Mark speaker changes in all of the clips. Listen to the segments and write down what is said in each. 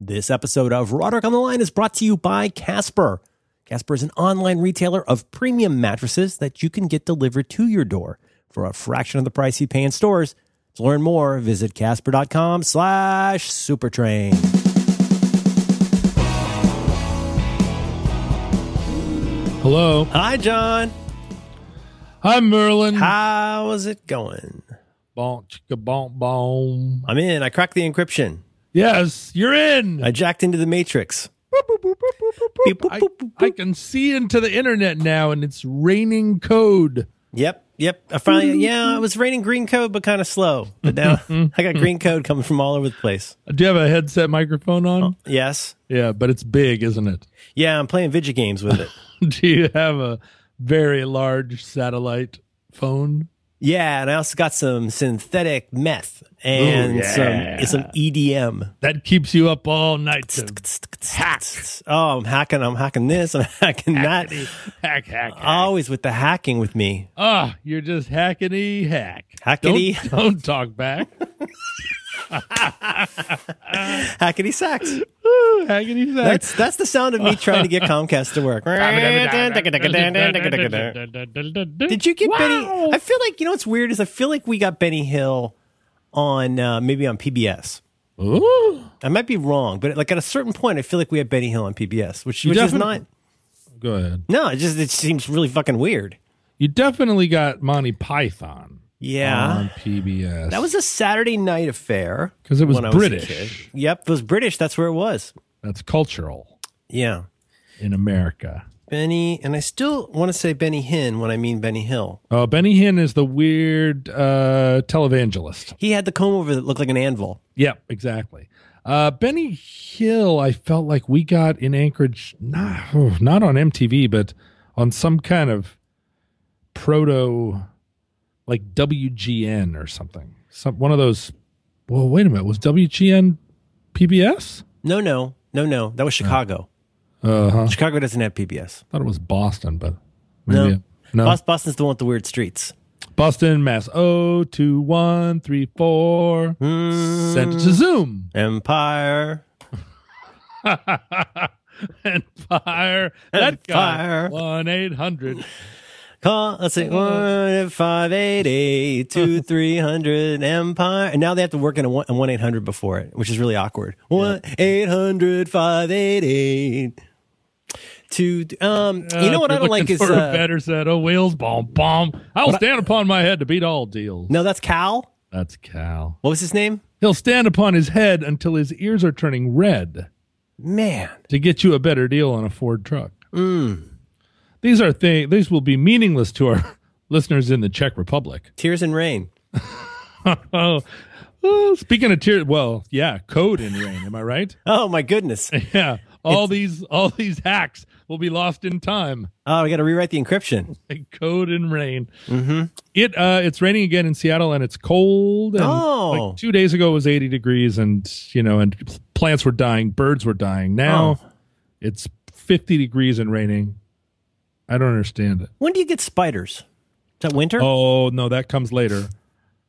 Speaker 1: This episode of Roderick on the Line is brought to you by Casper. Casper is an online retailer of premium mattresses that you can get delivered to your door for a fraction of the price you pay in stores. To learn more, visit casper.com slash supertrain.
Speaker 2: Hello,
Speaker 1: Hi, John.
Speaker 2: I'm Merlin.
Speaker 1: How is it going?
Speaker 2: Bonk, chicka, bonk, bonk.
Speaker 1: I'm in. I cracked the encryption.
Speaker 2: Yes, you're in.
Speaker 1: I jacked into the matrix. Beep, boop,
Speaker 2: I,
Speaker 1: boop, boop,
Speaker 2: I
Speaker 1: boop.
Speaker 2: can see into the internet now, and it's raining code.
Speaker 1: Yep, yep. I finally, yeah, it was raining green code, but kind of slow. But now I got green code coming from all over the place.
Speaker 2: Do you have a headset microphone on?
Speaker 1: Yes.
Speaker 2: Yeah, but it's big, isn't it?
Speaker 1: Yeah, I'm playing video games with it.
Speaker 2: Do you have a very large satellite phone?
Speaker 1: Yeah, and I also got some synthetic meth and
Speaker 2: Ooh, yeah.
Speaker 1: some E some EDM.
Speaker 2: That keeps you up all night to
Speaker 1: Hack. Oh, I'm hacking. I'm hacking this. I'm hacking that.
Speaker 2: hack, hack, hack.
Speaker 1: Always with the hacking with me.
Speaker 2: Ah, you're just hackety hack.
Speaker 1: Hackety.
Speaker 2: Don't, don't talk back.
Speaker 1: Hackety sacks.
Speaker 2: hackety hack.
Speaker 1: That's that's the sound of me trying to get Comcast to work. Did
Speaker 2: Did
Speaker 1: you get Benny? I feel like you know what's weird is I feel like we got Benny Hill on uh, maybe on PBS.
Speaker 2: Ooh,
Speaker 1: I might be wrong, but like at a certain point, I feel like we had Benny Hill on PBS, which,
Speaker 2: You
Speaker 1: which is
Speaker 2: defin-
Speaker 1: not.
Speaker 2: go ahead.
Speaker 1: No, it just it seems really fucking weird.
Speaker 2: You definitely got Monty Python
Speaker 1: Yeah.
Speaker 2: on PBS.
Speaker 1: that was a Saturday night affair
Speaker 2: Um, 'Cause it was
Speaker 1: when I a
Speaker 2: British.
Speaker 1: kid. yep, it was British. That's where it was.
Speaker 2: that's cultural
Speaker 1: Yeah,
Speaker 2: in America.
Speaker 1: Benny, and I still want to say Benny Hinn when I mean Benny Hill.
Speaker 2: Oh, Benny Hinn is the weird uh, televangelist.
Speaker 1: He had the comb over that looked like an anvil.
Speaker 2: Yep, exactly. Uh, Benny Hill, I felt like we got in Anchorage, not, oh, not on MTV, but on some kind of proto, like WGN or something. Some one of those. Well, wait a minute. Was WGN PBS?
Speaker 1: No, no, no, no. That was
Speaker 2: Oh.
Speaker 1: Chicago.
Speaker 2: Uh huh.
Speaker 1: Chicago doesn't have PBS.
Speaker 2: Thought it was Boston, but
Speaker 1: No,
Speaker 2: maybe it- no.
Speaker 1: Bos- Boston's the one with the weird streets.
Speaker 2: Boston, Mass. Oh two one three four.
Speaker 1: Hmm.
Speaker 2: Send it to Zoom
Speaker 1: Empire.
Speaker 2: and fire
Speaker 1: And
Speaker 2: that
Speaker 1: fire.
Speaker 2: guy. One eight hundred.
Speaker 1: Call, let's see, one five eight eight two three hundred Empire. And now they have to work in a one one eight hundred before it, which is really awkward. One eight hundred five eight eight two. Um, you know what I don't like is
Speaker 2: for a
Speaker 1: uh,
Speaker 2: better set of wheels. Bomb bomb. I will stand upon my head to beat all deals.
Speaker 1: no, that's Cal.
Speaker 2: That's Cal.
Speaker 1: What was his name?
Speaker 2: He'll stand upon his head until his ears are turning red
Speaker 1: Man,
Speaker 2: to get you a better deal on a Ford truck.
Speaker 1: Hmm.
Speaker 2: These are things. These will be meaningless to our listeners in the Czech Republic.
Speaker 1: Tears and Rain.
Speaker 2: Oh, oh, speaking of tears. Well, yeah, code in rain. Am I right?
Speaker 1: Oh my goodness!
Speaker 2: Yeah. All these all these hacks will be lost in time.
Speaker 1: Oh, we got to rewrite the encryption.
Speaker 2: Code and rain. Mm-hmm. It uh, it's raining again in Seattle, and it's cold. And
Speaker 1: Oh.
Speaker 2: like two days ago it was eighty degrees, and you know, and pl- plants were dying, birds were dying. Now it's fifty degrees and raining. I don't understand it.
Speaker 1: When do you get spiders? Is that winter?
Speaker 2: Oh no, that comes later.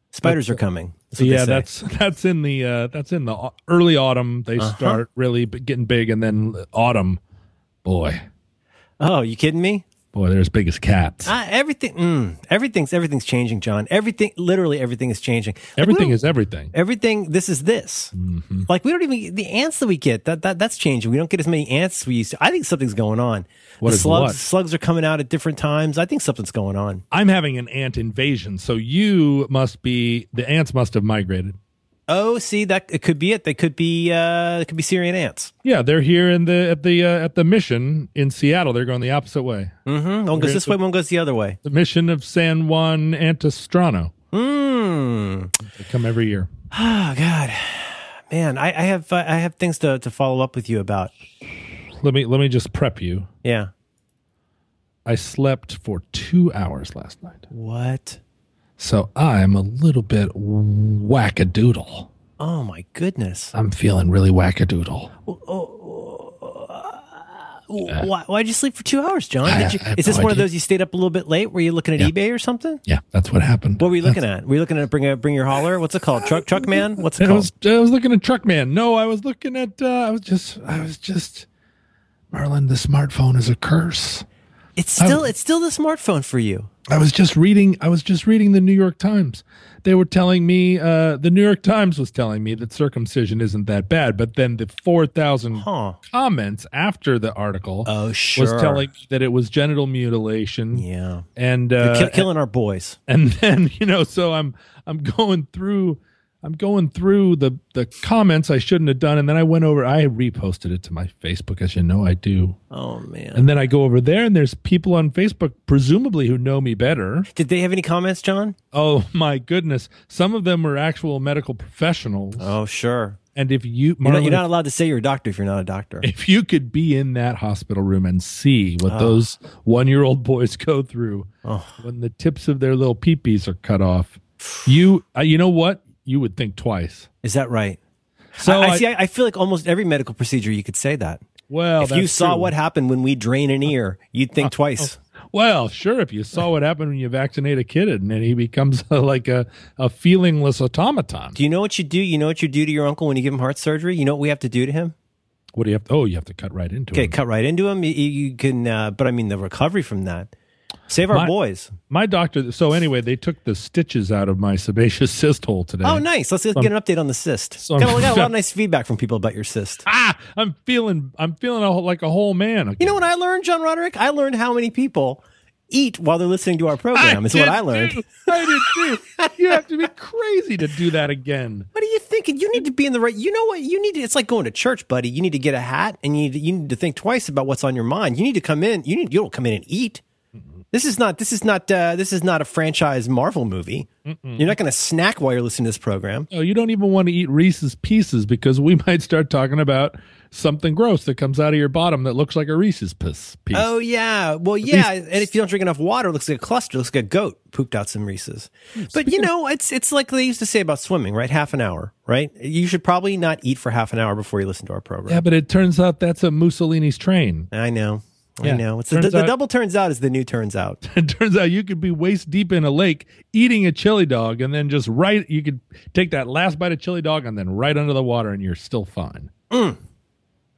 Speaker 1: spiders are coming. That's what they
Speaker 2: yeah,
Speaker 1: say.
Speaker 2: that's that's in the uh, that's in the au- early autumn. They
Speaker 1: Uh-huh.
Speaker 2: start really b- getting big, and then autumn. Boy,
Speaker 1: Oh, you kidding me?
Speaker 2: boy, they're as big as cats.
Speaker 1: Uh, everything, mm, everything's everything's changing, John. Everything, literally, everything is changing. Like,
Speaker 2: everything
Speaker 1: we don't-
Speaker 2: is Mm-hmm. everything.
Speaker 1: everything. This is this. Like we don't even the ants that we get that, that that's changing. We don't get as many ants as we used to. I think something's going on.
Speaker 2: What
Speaker 1: the
Speaker 2: is
Speaker 1: slugs
Speaker 2: what?
Speaker 1: slugs are coming out at different times. I think something's going on.
Speaker 2: I'm having an ant invasion, so you must be the ants must have migrated.
Speaker 1: Oh, see that it could be it. They could be uh, it could be Syrian ants.
Speaker 2: Yeah, they're here in the at the uh, at the mission in Seattle. They're going the opposite way.
Speaker 1: Hmm? One goes this way, one goes the other way.
Speaker 2: The mission of San Juan Antistrano.
Speaker 1: Mm.
Speaker 2: They come every year.
Speaker 1: Oh God, man, I, I have uh, I have things to to follow up with you about.
Speaker 2: Let me let me just prep you.
Speaker 1: Yeah.
Speaker 2: I slept for two hours last night,
Speaker 1: What?
Speaker 2: so I'm a little bit wackadoodle.
Speaker 1: Oh my goodness.
Speaker 2: I'm feeling really wackadoodle.
Speaker 1: Why, why'd you sleep for two hours, John? Did you,
Speaker 2: Uh, I- I have
Speaker 1: is this
Speaker 2: no
Speaker 1: one of
Speaker 2: idea.
Speaker 1: those you stayed up a little bit late? Were you looking at
Speaker 2: Yeah.
Speaker 1: eBay or something?
Speaker 2: Yeah, that's what happened.
Speaker 1: What were you looking at? Were you looking at bring a bring your holler? What's it called? Truck truck man? What's it
Speaker 2: I
Speaker 1: called?
Speaker 2: was I was looking at Truckman. No, I was looking at uh, I was just I was just Marlon, the smartphone is a curse.
Speaker 1: it's still it's still the smartphone for you.
Speaker 2: I was just reading I was just reading the New York Times. They were telling me uh, the New York Times was telling me that circumcision isn't that bad, but then the 4000
Speaker 1: Huh.
Speaker 2: comments after the article
Speaker 1: Oh, sure.
Speaker 2: was telling me that it was genital mutilation
Speaker 1: Yeah.
Speaker 2: and
Speaker 1: You're
Speaker 2: uh,
Speaker 1: kill, killing our boys.
Speaker 2: and then you know so i'm i'm going through i'm going through the the comments i shouldn't have done and then i went over i reposted it to my facebook as you know i do
Speaker 1: Oh man.
Speaker 2: and then i go over there and there's people on facebook presumably who know me better
Speaker 1: Did they have any comments, John?
Speaker 2: oh my goodness some of them were actual medical professionals
Speaker 1: Oh sure.
Speaker 2: and if you
Speaker 1: You know,
Speaker 2: Marlon,
Speaker 1: you're not allowed to say you're a doctor if you're not a doctor.
Speaker 2: if you could be in that hospital room and see what
Speaker 1: Ah.
Speaker 2: those one year old boys go through
Speaker 1: Oh.
Speaker 2: when the tips of their little peepees are cut off, you uh, you know what you would think twice.
Speaker 1: Is that right?
Speaker 2: So
Speaker 1: I, I
Speaker 2: I-
Speaker 1: see. I, I feel like almost every medical procedure you could say that.
Speaker 2: Well,
Speaker 1: if you
Speaker 2: Oh, that's
Speaker 1: saw
Speaker 2: true. Uh, oh.
Speaker 1: what happened when we drain an ear, you'd think twice.
Speaker 2: well, sure. If you saw what happened when you vaccinate a kid and then he becomes uh like a, a feelingless automaton,
Speaker 1: Do you know what you do? You know what you do to your uncle when you give him heart surgery? You know what we have to do to him?
Speaker 2: what do you have? To, oh, you have to cut right into
Speaker 1: Okay,
Speaker 2: him.
Speaker 1: cut right into him. You, you can, uh, but I mean the recovery from that. Save our
Speaker 2: My-
Speaker 1: boys.
Speaker 2: My doctor. So anyway, they took the stitches out of my sebaceous cyst hole today.
Speaker 1: Oh, nice. Let's, get an update on the cyst.
Speaker 2: some-
Speaker 1: got, a- got a lot of nice feedback from people about your cyst.
Speaker 2: Ah, I'm feeling I'm feeling a, whole- like a whole man.
Speaker 1: You know what I learned, John Roderick? I learned how many people eat while they're listening to our program. is what
Speaker 2: did
Speaker 1: I learned.
Speaker 2: too. I did too. You have to be crazy to do that again.
Speaker 1: What are you thinking? You need to be in the right. You know what? You need to. It's like going to church, buddy. You need to get a hat, and you need to, you need to think twice about what's on your mind. You need to come in. You need. You don't come in and eat. This is not. This is not. Uh, this is not a franchise Marvel movie. You're not going to snack while you're listening to this program.
Speaker 2: No, Oh, you don't even want to eat Reese's pieces because we might start talking about something gross that comes out of your bottom that looks like a Reese's piece. piece.
Speaker 1: Oh yeah. Well yeah. And if you don't drink enough water, it looks like a cluster. It looks like a goat pooped out some Reese's. But you know, it's it's like they used to say about swimming, right? Half an hour, right? You should probably not eat for half an hour before you listen to our program.
Speaker 2: Yeah, but it turns out that's a Mussolini's train.
Speaker 1: I know. I
Speaker 2: Yeah.
Speaker 1: know. It's the,
Speaker 2: Turns
Speaker 1: the
Speaker 2: out-
Speaker 1: double turns out is the new turns out.
Speaker 2: It turns out you could be waist deep in a lake eating a chili dog and then just right you could take that last bite of chili dog and then right under the water and you're still fine.
Speaker 1: Mm.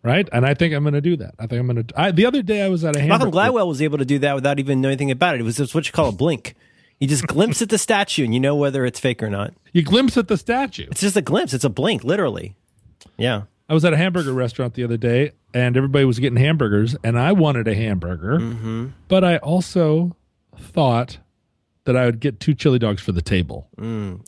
Speaker 2: Right? And I think I'm going to do that. I think I'm going to I the other day I was at a
Speaker 1: Malcolm
Speaker 2: hamburger
Speaker 1: Gladwell was able to do that without even knowing anything about it. It was just what you call a blink. You just glimpse at the statue and you know whether it's fake or not.
Speaker 2: You glimpse at the statue.
Speaker 1: It's just a glimpse. It's a blink, literally. Yeah.
Speaker 2: I was at a hamburger restaurant the other day, and everybody was getting hamburgers, and I wanted a hamburger, but I also thought that I would get two chili dogs for the table,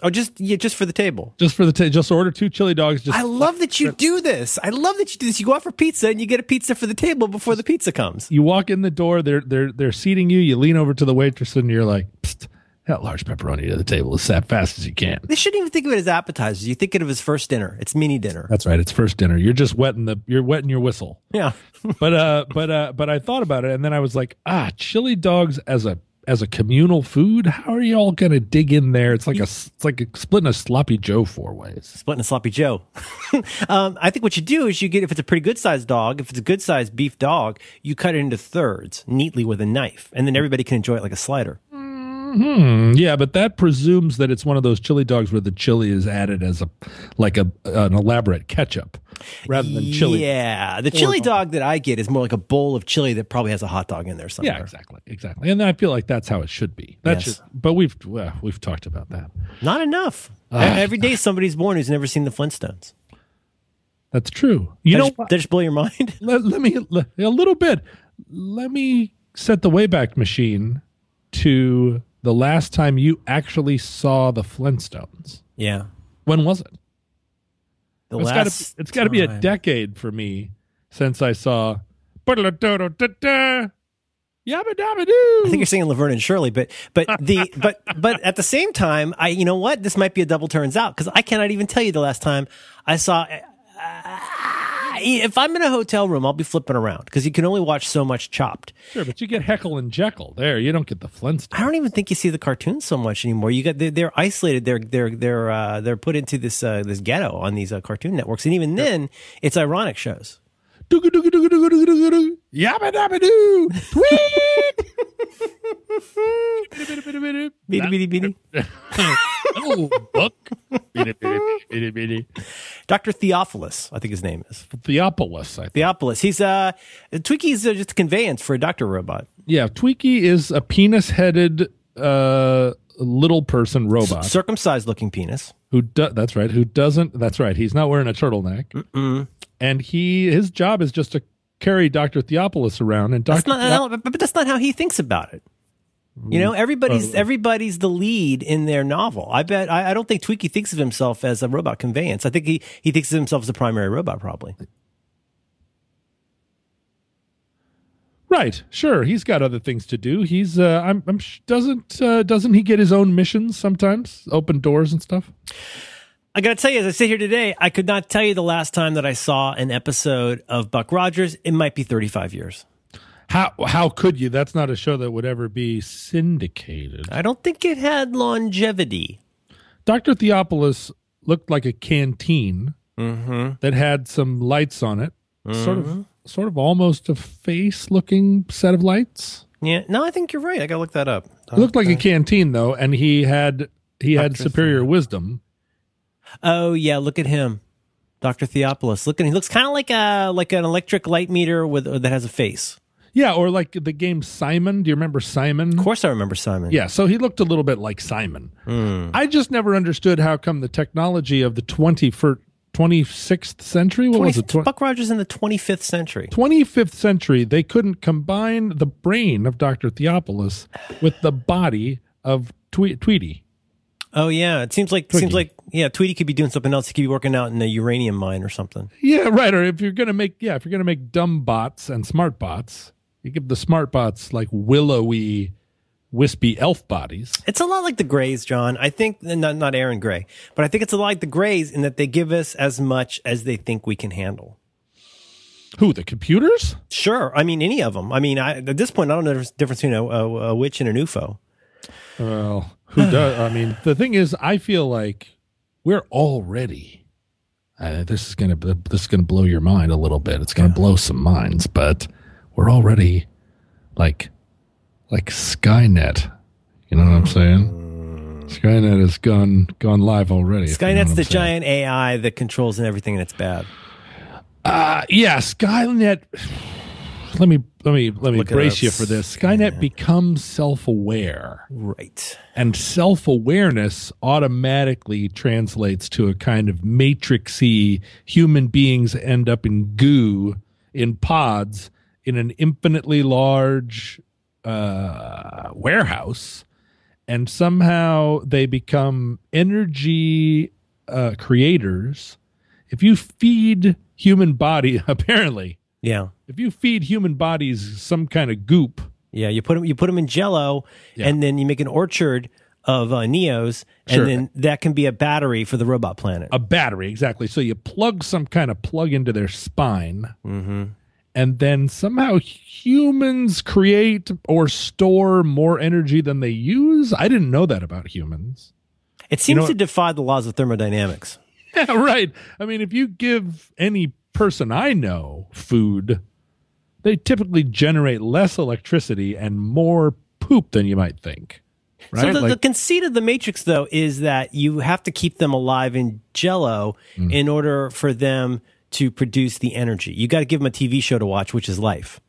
Speaker 1: Oh, just yeah, just for the table.
Speaker 2: just for the table. Just order two chili dogs. Just
Speaker 1: I love that you do this. I love that you do this. You go out for pizza and you get a pizza for the table before the pizza comes.
Speaker 2: you walk in the door, they're they're they're seating you. You lean over to the waitress, and you're like, Psst, "That large pepperoni to the table as fa- fast as you can."
Speaker 1: They shouldn't even think of it as appetizers. You think of it as first dinner. It's mini dinner.
Speaker 2: That's right. It's first dinner. You're just wetting the you're wetting your whistle.
Speaker 1: Yeah.
Speaker 2: but uh but uh but I thought about it and then I was like, ah, chili dogs as a as a communal food, how are you all gonna dig in there? It's like a s- it's like a, splitting a sloppy Joe four ways.
Speaker 1: Splitting a sloppy Joe. um, I think what you do is you get if it's a pretty good sized dog, if it's a good sized beef dog, you cut it into thirds neatly with a knife, and then everybody can enjoy it like a slider.
Speaker 2: Hmm, yeah, but that presumes that it's one of those chili dogs where the chili is added as a like a an elaborate ketchup rather than chili.
Speaker 1: Yeah, the chili dog that I get is more like a bowl of chili that probably has a hot dog in there somewhere.
Speaker 2: Yeah, exactly, exactly. And I feel like that's how it should be. That's
Speaker 1: Yes.
Speaker 2: just, but we've well, we've talked about that.
Speaker 1: Not enough. E-, Every day somebody's born who's never seen the Flintstones.
Speaker 2: That's true. You
Speaker 1: That
Speaker 2: know,
Speaker 1: just, that just blow your mind.
Speaker 2: let, let me let, a little bit let me set the wayback machine to the last time you actually saw the flintstones
Speaker 1: yeah,
Speaker 2: when was it
Speaker 1: the
Speaker 2: it's got to
Speaker 1: last.
Speaker 2: it's got to be a
Speaker 1: time.
Speaker 2: decade for me since i saw yabba dabba
Speaker 1: I think
Speaker 2: doo
Speaker 1: you're singing Laverne and Shirley, but but the but but at the same time, I you know what? This might be a double turns out because I cannot even tell you the last time I saw. Ah, if I'm in a hotel room, I'll be flipping around because you can only watch so much Chopped.
Speaker 2: sure but you get heckle and jekyll there you don't get the flintstones
Speaker 1: I don't even think you see the cartoons so much anymore. You got they're, they're isolated. They're they're they're uh, they're put into this uh, this ghetto on these uh, cartoon networks, and even then, it's ironic shows.
Speaker 2: Yabba dabba doo. Tweet.
Speaker 1: Bitty, bitty, bitty.
Speaker 2: oh, buck. Bitty, bitty, bitty, bitty.
Speaker 1: Dr. Theophilus, I think his name is.
Speaker 2: Theopolis, I think.
Speaker 1: Theophilus. He's uh Tweaky's uh, just a conveyance for a doctor robot.
Speaker 2: Yeah, Tweaky is a penis-headed uh, little person robot
Speaker 1: Circumcised looking penis.
Speaker 2: who do- that's right, who doesn't that's right, he's not wearing a turtleneck. And he his job is just to carry Dr. Theopolis around and
Speaker 1: That's
Speaker 2: Dr.
Speaker 1: not,
Speaker 2: Theop-
Speaker 1: but- but that's not how he thinks about it. You know, everybody's everybody's the lead in their novel. I bet I, I don't think Tweaky thinks of himself as a robot conveyance. I think he, he thinks of himself as the primary robot, probably.
Speaker 2: Right, sure, he's got other things to do. He's uh I'm, I'm sh- doesn't uh, doesn't he get his own missions sometimes? Open doors and stuff?
Speaker 1: I gotta tell you, as I sit here today, I could not tell you the last time that I saw an episode of Buck Rogers. It might be 35 years.
Speaker 2: How how could you? That's not a show that would ever be syndicated.
Speaker 1: I don't think it had longevity.
Speaker 2: Dr. Theopolis looked like a canteen that had some lights on it. Sort of sort of almost a face looking set of lights.
Speaker 1: Yeah, no, I think you're right. I gotta look that up.
Speaker 2: It looked like a canteen though, and he had he had
Speaker 1: Dr.
Speaker 2: superior wisdom.
Speaker 1: Oh yeah, look at him, Doctor Theopolis. Look at he looks kind of like a like an electric light meter with uh, that has a face.
Speaker 2: Yeah, or like the game Simon. Do you remember Simon?
Speaker 1: Of course, I remember Simon.
Speaker 2: Yeah, so he looked a little bit like Simon. I just never understood how come the technology of the 21st, 26th century, what
Speaker 1: 20,
Speaker 2: was it? Twen-
Speaker 1: Buck Rogers in the 25th century.
Speaker 2: 25th century, they couldn't combine the brain of Dr. Theopolis with the body of Twe- Tweety.
Speaker 1: Oh yeah, it seems like seems
Speaker 2: Twiggy.
Speaker 1: like yeah, Tweety could be doing something else. He could be working out in a uranium mine or something.
Speaker 2: Yeah, right. Or if you're gonna make yeah, if you're gonna make dumb bots and smart bots, you give the smart bots like willowy, wispy elf bodies.
Speaker 1: It's a lot like the Greys, John. I think not not Aaron Gray, but I think it's a lot like the Greys in that they give us as much as they think we can handle.
Speaker 2: Who the computers?
Speaker 1: Sure, I mean any of them. I mean, I, at this point, I don't know the difference between a, a, a witch and an UFO.
Speaker 2: Well, who does? I mean, the thing is, I feel like we're already. Uh, this is gonna this is gonna blow your mind a little bit. It's gonna blow some minds, but we're already like like Skynet. You know what I'm saying? Skynet has gone gone live already. if you know
Speaker 1: Skynet's
Speaker 2: what
Speaker 1: the
Speaker 2: I'm saying.
Speaker 1: giant AI that controls and everything, and it's bad.
Speaker 2: Uh, yeah, Skynet. Let me let me let me
Speaker 1: Look it up.
Speaker 2: brace you for this. Skynet becomes self-aware.
Speaker 1: Right.
Speaker 2: and self awareness automatically translates to a kind of matrixy human beings end up in goo in pods in an infinitely large uh, warehouse and somehow they become energy uh, creators if you feed human body apparently
Speaker 1: Yeah.
Speaker 2: if you feed human bodies some kind of goop
Speaker 1: Yeah. You put them. You put 'em in Jello,
Speaker 2: Yeah.
Speaker 1: and then you make an orchard of uh, neos, and
Speaker 2: Sure. Oh,
Speaker 1: then that can be a battery for the robot planet.
Speaker 2: a battery exactly so you plug some kind of plug into their spine
Speaker 1: Mm-hmm.
Speaker 2: and then somehow humans create or store more energy than they use i didn't know that about humans
Speaker 1: it seems
Speaker 2: know
Speaker 1: to
Speaker 2: what-
Speaker 1: defy the laws of thermodynamics.
Speaker 2: yeah right i mean if you give any person i know food they typically generate less electricity and more poop than you might think right
Speaker 1: So the, the
Speaker 2: Like-
Speaker 1: conceit of the Matrix, though, is that you have to keep them alive in Jello
Speaker 2: Mm.
Speaker 1: in order for them to produce the energy. You got to give them a TV show to watch, which is life.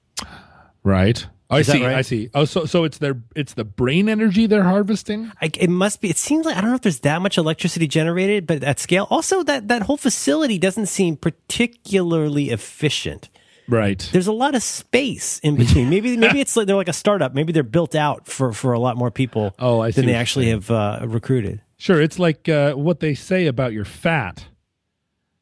Speaker 2: right I
Speaker 1: that
Speaker 2: see.
Speaker 1: right?
Speaker 2: I see. Oh, so so it's their it's the brain energy they're harvesting.
Speaker 1: I, it must be. It seems like I don't know if there's that much electricity generated, but at scale, also that that whole facility doesn't seem particularly efficient.
Speaker 2: Right.
Speaker 1: There's a lot of space in between. Maybe maybe it's like they're like a startup. Maybe they're built out for for a lot more people.
Speaker 2: Oh, I see
Speaker 1: Than
Speaker 2: what
Speaker 1: they
Speaker 2: you're
Speaker 1: actually have uh, recruited.
Speaker 2: Sure, it's like uh, what they say about your fat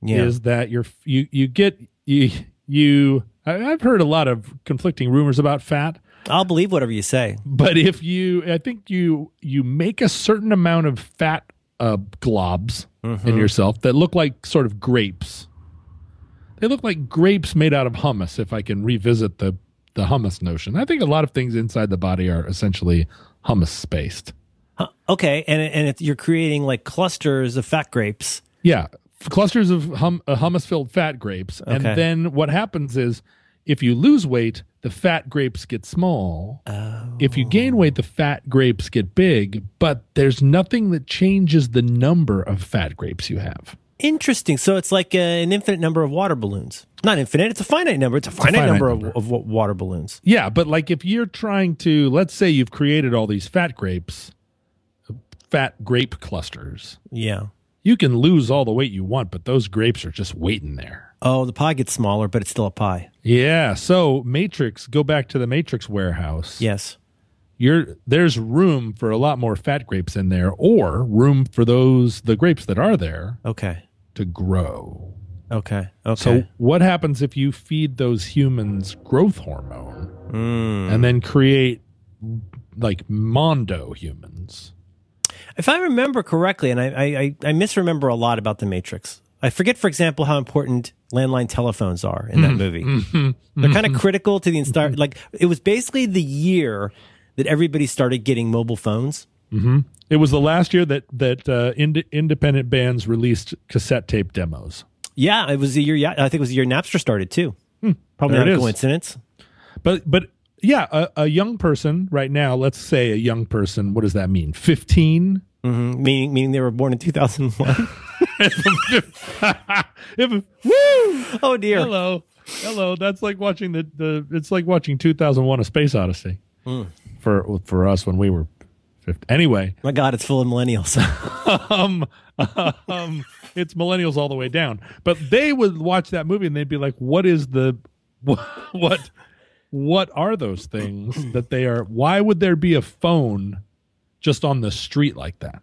Speaker 1: Yeah.
Speaker 2: is that your you you get you you. I- I've heard a lot of conflicting rumors about fat,
Speaker 1: I'll believe whatever you say.
Speaker 2: but if you, I think you you make a certain amount of fat uh, globs in yourself that look like sort of grapes. They look like grapes made out of hummus. If I can revisit the the hummus notion, I think a lot of things inside the body are essentially hummus based.
Speaker 1: Huh, okay, and and it, you're creating like clusters of fat grapes.
Speaker 2: Yeah, clusters of hum, uh, hummus filled fat grapes. And
Speaker 1: Okay.
Speaker 2: then what happens is if you lose weight, the fat grapes get small. If you gain weight, the fat grapes get big, but there's nothing that changes the number of fat grapes you have.
Speaker 1: Interesting. So it's like uh, an infinite number of water balloons. Not infinite. It's a finite number. It's a finite,
Speaker 2: finite
Speaker 1: number,
Speaker 2: number.
Speaker 1: Of, of wa- water balloons.
Speaker 2: Yeah, but like if you're trying to, let's say you've created all these fat grapes, uh, fat grape clusters,
Speaker 1: Yeah.
Speaker 2: you can lose all the weight you want, but those grapes are just waiting there.
Speaker 1: Oh, the pie gets smaller, but it's still a pie.
Speaker 2: Yeah, so Matrix, go back to the Matrix warehouse.
Speaker 1: Yes.
Speaker 2: You're there's room for a lot more fat grapes in there or room for those the grapes that are there
Speaker 1: Okay.
Speaker 2: to grow.
Speaker 1: Okay. Okay.
Speaker 2: So what happens if you feed those humans growth hormone
Speaker 1: Mm.
Speaker 2: and then create like mondo humans?
Speaker 1: If I remember correctly, and I, I, I, I misremember a lot about The Matrix, I forget, for example, how important landline telephones are in
Speaker 2: Mm-hmm.
Speaker 1: that movie. They're kind of critical to the entire, like, it was basically the year that everybody started getting mobile phones.
Speaker 2: It was the last year that that uh, ind- independent bands released cassette tape demos.
Speaker 1: Yeah, it was the year, yeah, I think it was the year Napster started too. Probably
Speaker 2: Hmm. there
Speaker 1: not
Speaker 2: it
Speaker 1: a
Speaker 2: is.
Speaker 1: coincidence.
Speaker 2: But but yeah, a, a young person right now, let's say a young person, what does that mean? 15?
Speaker 1: Mm, Meaning, meaning they were born in 2001.
Speaker 2: If woo!
Speaker 1: oh, dear.
Speaker 2: Hello. Hello. That's like watching the, the it's like watching 2001 a Space Odyssey.
Speaker 1: Hmm.
Speaker 2: For for us when we were 50. Anyway,
Speaker 1: My God, it's full of millennials.
Speaker 2: um, um, it's millennials all the way down. But they would watch that movie and they'd be like, "What is the what what, what are those things that they are? Why would there be a phone just on the street like that?"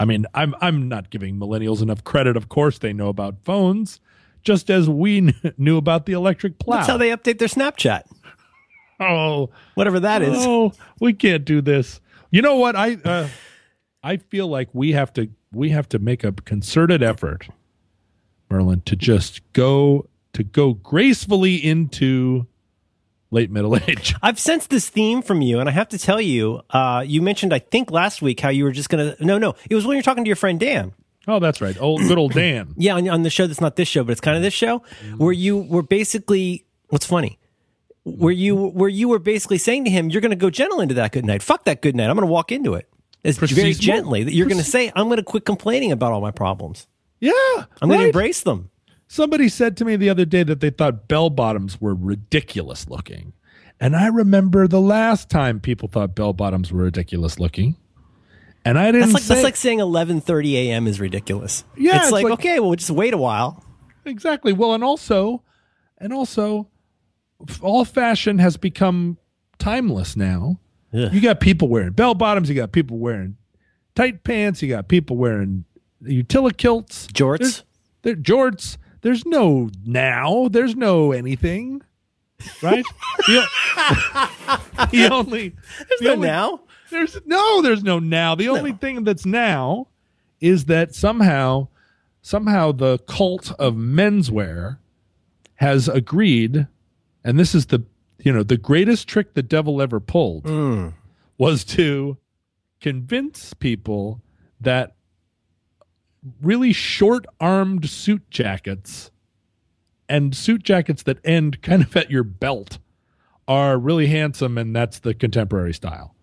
Speaker 2: I mean, I'm I'm not giving millennials enough credit. Of course, they know about phones, just as we kn- knew about the electric plow.
Speaker 1: That's how they update their Snapchat,
Speaker 2: oh,
Speaker 1: whatever that is.
Speaker 2: no, Oh, we can't do this. You know what? I uh, I feel like we have to we have to make a concerted effort, Merlin, to just go to go gracefully into late middle age.
Speaker 1: I've sensed this theme from you, and I have to tell you, uh, you mentioned I think last week how you were just gonna. No, no, it was when you were talking to your friend Dan.
Speaker 2: Oh, that's right. Old good old Dan.
Speaker 1: Yeah, on, on the show that's not this show, but it's kind of this show where you were basically. What's funny? Where you where you were basically saying to him, "You're gonna go gentle into that good night. Fuck that good night. I'm gonna walk into it." It's very
Speaker 2: Proceed-
Speaker 1: gently that you're going to say, "I'm going to quit complaining about all my problems.
Speaker 2: Yeah,
Speaker 1: I'm going to
Speaker 2: right.
Speaker 1: embrace them."
Speaker 2: Somebody said to me the other day that they thought bell bottoms were ridiculous looking. And I remember the last time people thought bell bottoms were ridiculous looking. And I didn't
Speaker 1: That's like
Speaker 2: say
Speaker 1: that's like saying 11:30 a.m. is ridiculous.
Speaker 2: Yeah,
Speaker 1: it's,
Speaker 2: it's
Speaker 1: like,
Speaker 2: like-
Speaker 1: okay, well, we'll just wait a while.
Speaker 2: Exactly. Well, and also, and also, f- all fashion has become timeless now. You got people wearing bell bottoms. You got people wearing tight pants. You got people wearing utility kilts,
Speaker 1: Jorts.
Speaker 2: There's- There, jorts. There's no now. There's no anything. Right. the, o- the only. There's
Speaker 1: So now,
Speaker 2: there's no, there's no now. The only thing that's now is that somehow, somehow the cult of menswear has agreed, and this is the you know the greatest trick the devil ever pulled was to convince people that really short armed suit jackets and suit jackets that end kind of at your belt are really handsome and that's the contemporary style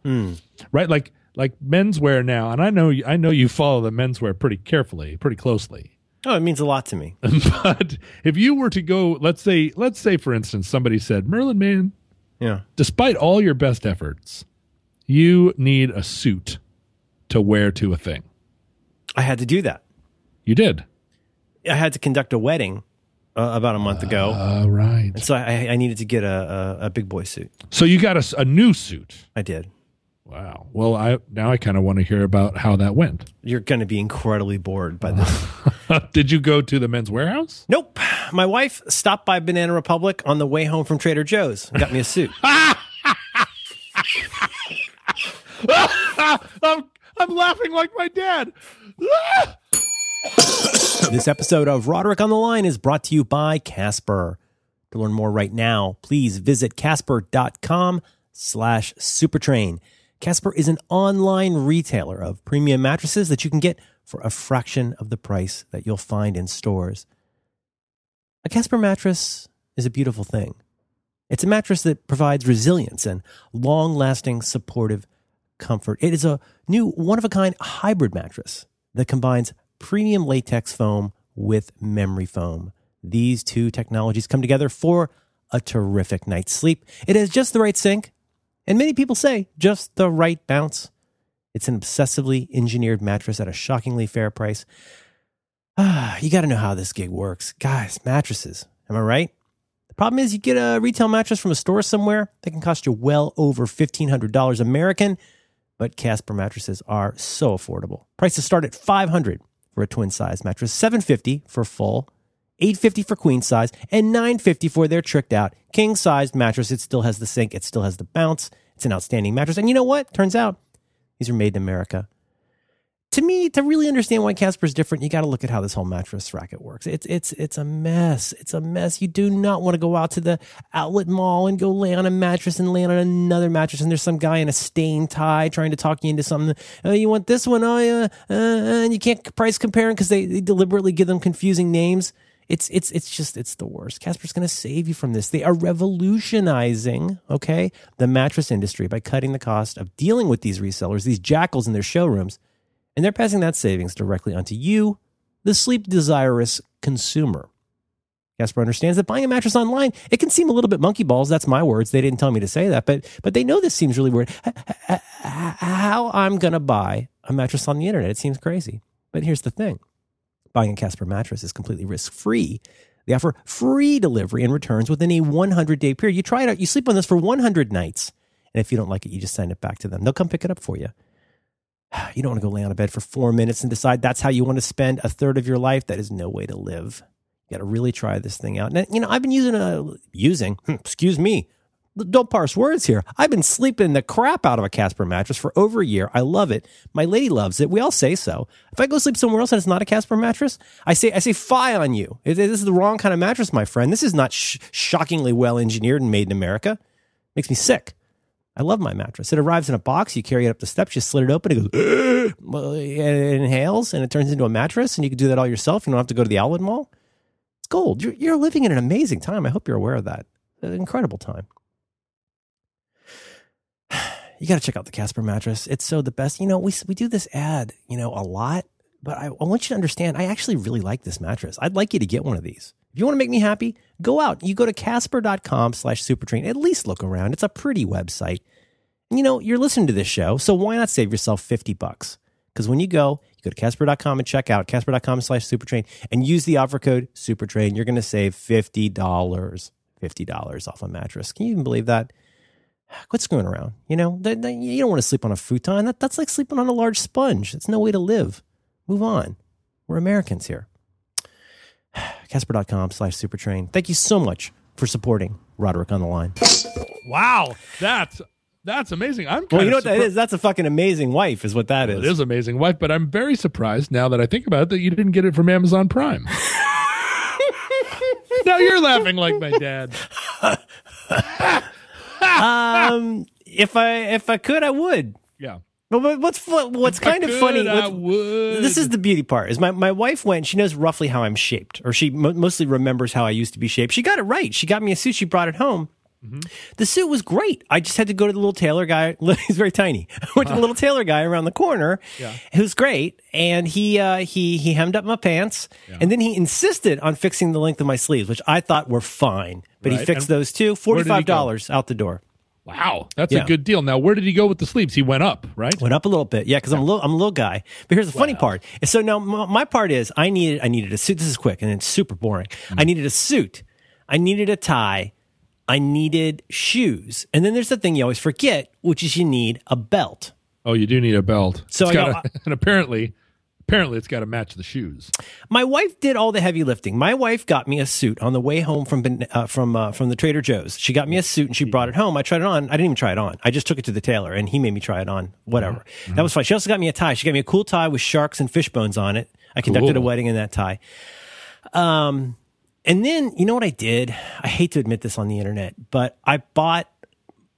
Speaker 2: right? Like like menswear now, and I know I know you follow the menswear pretty carefully, pretty closely.
Speaker 1: oh, it means a lot to me.
Speaker 2: but if you were to go, let's say let's say for instance, somebody said, Merlin man,
Speaker 1: Yeah.
Speaker 2: despite all your best efforts, you need a suit to wear to a thing.
Speaker 1: I had to do that.
Speaker 2: You did.
Speaker 1: I had to conduct a wedding uh, about a month ago,
Speaker 2: All right.
Speaker 1: so I, I needed to get a, a, a big boy suit.
Speaker 2: So you got a s a a new suit.
Speaker 1: I did.
Speaker 2: Wow. Well, I now I kind of want to hear about how that went.
Speaker 1: You're going to be incredibly bored by this.
Speaker 2: did you go to the men's warehouse?
Speaker 1: nope. My wife stopped by Banana Republic on the way home from Trader Joe's and got me a suit.
Speaker 2: I'm I'm laughing like my dad.
Speaker 1: This episode of Roderick on the Line is brought to you by Casper. To learn more right now, please visit casper.com slash supertrain. Casper is an online retailer of premium mattresses that you can get for a fraction of the price that you'll find in stores. A Casper mattress is a beautiful thing. It's a mattress that provides resilience and long lasting supportive comfort. It is a new one of a kind hybrid mattress that combines premium latex foam with memory foam. These two technologies come together for a terrific night's sleep. It has just the right sink, and many people say just the right bounce. It's an obsessively engineered mattress at a shockingly fair price. Ah, you got to know how this gig works. Guys, mattresses, am I right? The problem is, you get a retail mattress from a store somewhere that can cost you well over $1,500 American, but Casper mattresses are so affordable. Prices start at 500 for a twin size mattress, 750 for full, 850 for queen size, and 950 for their tricked out king sized mattress. It still has the sink, it still has the bounce. It's an outstanding mattress. And you know what? Turns out these are made in America. To me, to really understand why Casper's different, you got to look at how this whole mattress racket works. It's it's it's a mess. It's a mess. You do not want to go out to the outlet mall and go lay on a mattress and lay on another mattress, and there's some guy in a stained tie trying to talk you into something. Oh, you want this one? Oh, yeah. Uh, and you can't price compare them because they, they deliberately give them confusing names. It's it's it's just it's the worst. Casper's going to save you from this. They are revolutionizing, okay, the mattress industry by cutting the cost of dealing with these resellers, these jackals in their showrooms, and they're passing that savings directly onto you, the sleep desirous consumer. Casper understands that buying a mattress online, it can seem a little bit monkey balls. That's my words. They didn't tell me to say that, but but they know this seems really weird. How I'm going to buy a mattress on the internet? It seems crazy. But here's the thing. Buying a Casper mattress is completely risk free. They offer free delivery and returns within a 100 day period. You try it out, you sleep on this for 100 nights. And if you don't like it, you just send it back to them. They'll come pick it up for you. You don't want to go lay on a bed for four minutes and decide that's how you want to spend a third of your life. That is no way to live. You got to really try this thing out. And, you know, I've been using, a, using, excuse me, don't parse words here. I've been sleeping the crap out of a Casper mattress for over a year. I love it. My lady loves it. We all say so. If I go sleep somewhere else and it's not a Casper mattress, I say I say fie on you. This is the wrong kind of mattress, my friend. This is not sh- shockingly well engineered and made in America. Makes me sick. I love my mattress. It arrives in a box. You carry it up the steps. You slit it open. It goes and it inhales and it turns into a mattress. And you can do that all yourself. You don't have to go to the outlet mall. It's gold. You're, you're living in an amazing time. I hope you're aware of that. An incredible time you got to check out the Casper mattress. It's so the best. You know, we we do this ad, you know, a lot, but I, I want you to understand, I actually really like this mattress. I'd like you to get one of these. If you want to make me happy, go out. You go to casper.com slash supertrain. At least look around. It's a pretty website. You know, you're listening to this show, so why not save yourself 50 bucks? Because when you go, you go to casper.com and check out casper.com slash supertrain and use the offer code supertrain. You're going to save $50, $50 off a mattress. Can you even believe that? quit screwing around. You know, they, they, you don't want to sleep on a futon. That, that's like sleeping on a large sponge. It's no way to live. Move on. We're Americans here. Casper.com slash supertrain. Thank you so much for supporting Roderick on the line.
Speaker 2: Wow, that's that's amazing. I'm
Speaker 1: Well,
Speaker 2: kinda
Speaker 1: you know what that
Speaker 2: surpri-
Speaker 1: is? That's a fucking amazing wife, is what that
Speaker 2: It
Speaker 1: is.
Speaker 2: is amazing, wife. But I'm very surprised now that I think about it that you didn't get it from Amazon Prime. now you're laughing like my dad.
Speaker 1: Um, if I if I could, I would.
Speaker 2: Yeah.
Speaker 1: But what- what's fu- what's kind of
Speaker 2: Could
Speaker 1: funny?
Speaker 2: I
Speaker 1: what's-
Speaker 2: would.
Speaker 1: this is the beauty part is my, my wife went she knows roughly how i'm shaped or she mo mostly remembers how i used to be shaped she got it right she got me a suit she brought it home
Speaker 2: Mm-hmm.
Speaker 1: the suit was great i just had to go to the little tailor guy he's very tiny i went
Speaker 2: Uh-huh.
Speaker 1: to the little tailor guy around the corner who's great and he uh, he he hemmed up my pants and then he insisted on fixing the length of my sleeves which i thought were fine but he
Speaker 2: Right.
Speaker 1: fixed
Speaker 2: And
Speaker 1: those too
Speaker 2: did he go?
Speaker 1: $45 out the door
Speaker 2: wow. That's
Speaker 1: Yeah.
Speaker 2: a good deal. Now, where did he go with the sleeves? He went up, right?
Speaker 1: went up a little bit. Yeah, because I'm a little, I'm a little guy. But here's the funny part. So now my, my part is I needed I needed a suit. This is quick and it's super boring. I needed a suit. I needed a tie. I needed shoes. And then there's the thing you always forget, which is you need a belt.
Speaker 2: Oh, you do need a belt.
Speaker 1: So
Speaker 2: It's
Speaker 1: I
Speaker 2: gotta-
Speaker 1: got-
Speaker 2: and apparently, apparently, it's got to match the shoes.
Speaker 1: My wife did all the heavy lifting. My wife got me a suit on the way home from Ben- uh, from uh, from the Trader Joe's. She got me a suit and she brought it home. I tried it on. I didn't even try it on. I just took it to the tailor and he made me try it on. Whatever. That was fine. She also got me a tie. She got me a cool tie with sharks and fish bones on it. I conducted a
Speaker 2: Cool.
Speaker 1: wedding in that tie. Um, and then you know what I did? I hate to admit this on the internet, but I bought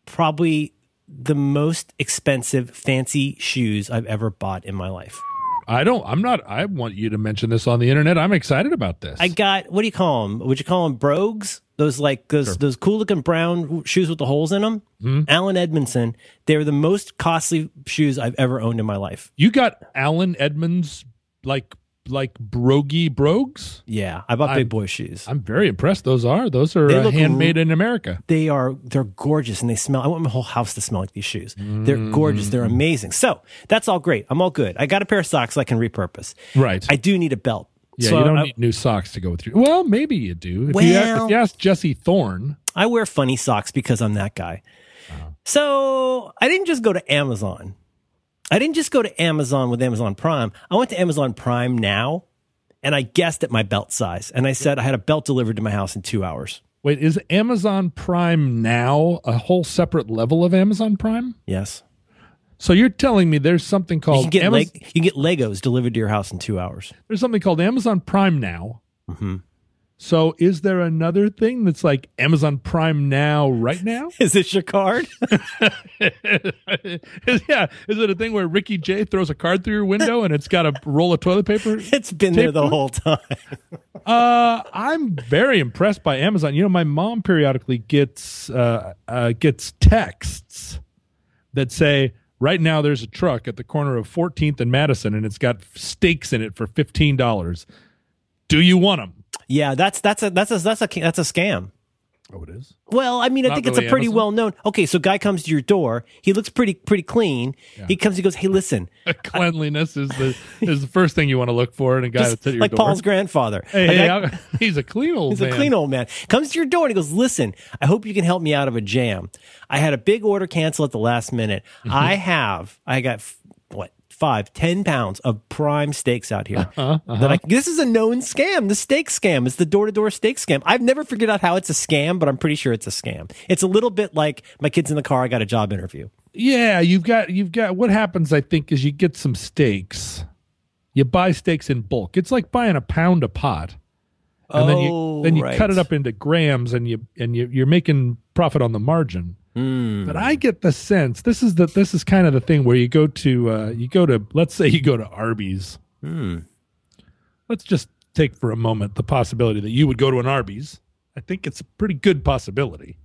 Speaker 1: probably the most expensive fancy shoes I've ever bought in my life.
Speaker 2: I don't. I'm not. I want you to mention this on the internet. I'm excited about this.
Speaker 1: I got what do you call them? Would you call them brogues? Those like those those cool looking brown shoes with the holes in them.
Speaker 2: Mm-hmm.
Speaker 1: Allen Edmondson. They were the most costly shoes I've ever owned in my life.
Speaker 2: you got Alan Edmonds like like brogy brogues.
Speaker 1: Yeah, I bought
Speaker 2: I'm-
Speaker 1: big boy shoes.
Speaker 2: I'm very impressed. Those are those are
Speaker 1: They
Speaker 2: uh,
Speaker 1: look
Speaker 2: handmade in America.
Speaker 1: they are they're gorgeous and they smell. I want my whole house to smell like these shoes. They're gorgeous. They're
Speaker 2: Mm.
Speaker 1: amazing. So that's all great. I'm all good. I got a pair of socks I can repurpose.
Speaker 2: Right.
Speaker 1: I do need a belt.
Speaker 2: yeah.
Speaker 1: so
Speaker 2: you don't
Speaker 1: I,
Speaker 2: need new socks to go with your. Well, maybe you do. If, you, a-
Speaker 1: Well-
Speaker 2: if you ask Jesse Thorne,
Speaker 1: I wear funny socks because I'm that guy.
Speaker 2: Uh-huh.
Speaker 1: So I didn't just go to Amazon. I didn't just go to Amazon with Amazon Prime. I went to Amazon Prime now and I guessed at my belt size. And I said I had a belt delivered to my house in two hours.
Speaker 2: wait, is Amazon Prime now a whole separate level of Amazon Prime?
Speaker 1: Yes.
Speaker 2: So you're telling me there's something
Speaker 1: You
Speaker 2: called
Speaker 1: can get,
Speaker 2: Amaz-
Speaker 1: leg- you can get Legos delivered to your house in two hours.
Speaker 2: there's something called Amazon Prime now.
Speaker 1: Mm-hmm.
Speaker 2: So is there another thing that's like Amazon Prime now right now?
Speaker 1: Is this your card?
Speaker 2: Is- yeah, is it a thing where Ricky Jay throws a card through your window and it's got a roll of toilet paper?
Speaker 1: it's been there the whole time.
Speaker 2: Uh, I'm very impressed by Amazon. You know, my mom periodically gets uh, uh, gets texts that say, "Right now, there's a truck at the corner of 14th and Madison, and it's got steaks in it for fifteen dollars. Do you want them?"
Speaker 1: Yeah, that's that's a that's a that's a that's a scam.
Speaker 2: Oh, it is.
Speaker 1: Well, I mean, I
Speaker 2: Not
Speaker 1: think it's
Speaker 2: really
Speaker 1: a pretty
Speaker 2: Amazon?
Speaker 1: well known. Okay, so guy comes to your door. He looks pretty pretty clean. He comes. He goes, "Hey, listen,
Speaker 2: Cleanliness is the is the first thing you want to look for in a guy
Speaker 1: just
Speaker 2: that's at your
Speaker 1: like
Speaker 2: door.
Speaker 1: Paul's grandfather.
Speaker 2: hey,
Speaker 1: Like,
Speaker 2: hey,
Speaker 1: I-
Speaker 2: I- he's a clean old
Speaker 1: he's
Speaker 2: man.
Speaker 1: a clean old man. Comes to your door and he goes, "Listen, I hope you can help me out of a jam. I had a big order cancel at the last minute.
Speaker 2: Mm-hmm.
Speaker 1: I have, I got f- what five, ten pounds of prime steaks out here.
Speaker 2: Uh-huh,
Speaker 1: That I, this is a known scam. The steak scam. It's the door to door steak scam. I've never figured out how it's a scam, but I'm pretty sure it's a scam. It's a little bit like my kids in the car. I got a job interview.
Speaker 2: Yeah, you've got you've got what happens I think is you get some steaks. You buy steaks in bulk. It's like buying a pound of pot. And then you
Speaker 1: Oh,
Speaker 2: then you
Speaker 1: right.
Speaker 2: cut it up into grams and you and you you're making profit on the margin.
Speaker 1: Hmm.
Speaker 2: But I get the sense this is the this is kind of the thing where you go to uh you go to let's say you go to Arby's.
Speaker 1: Hmm.
Speaker 2: Let's just take for a moment the possibility that you would go to an Arby's. I think it's a pretty good possibility.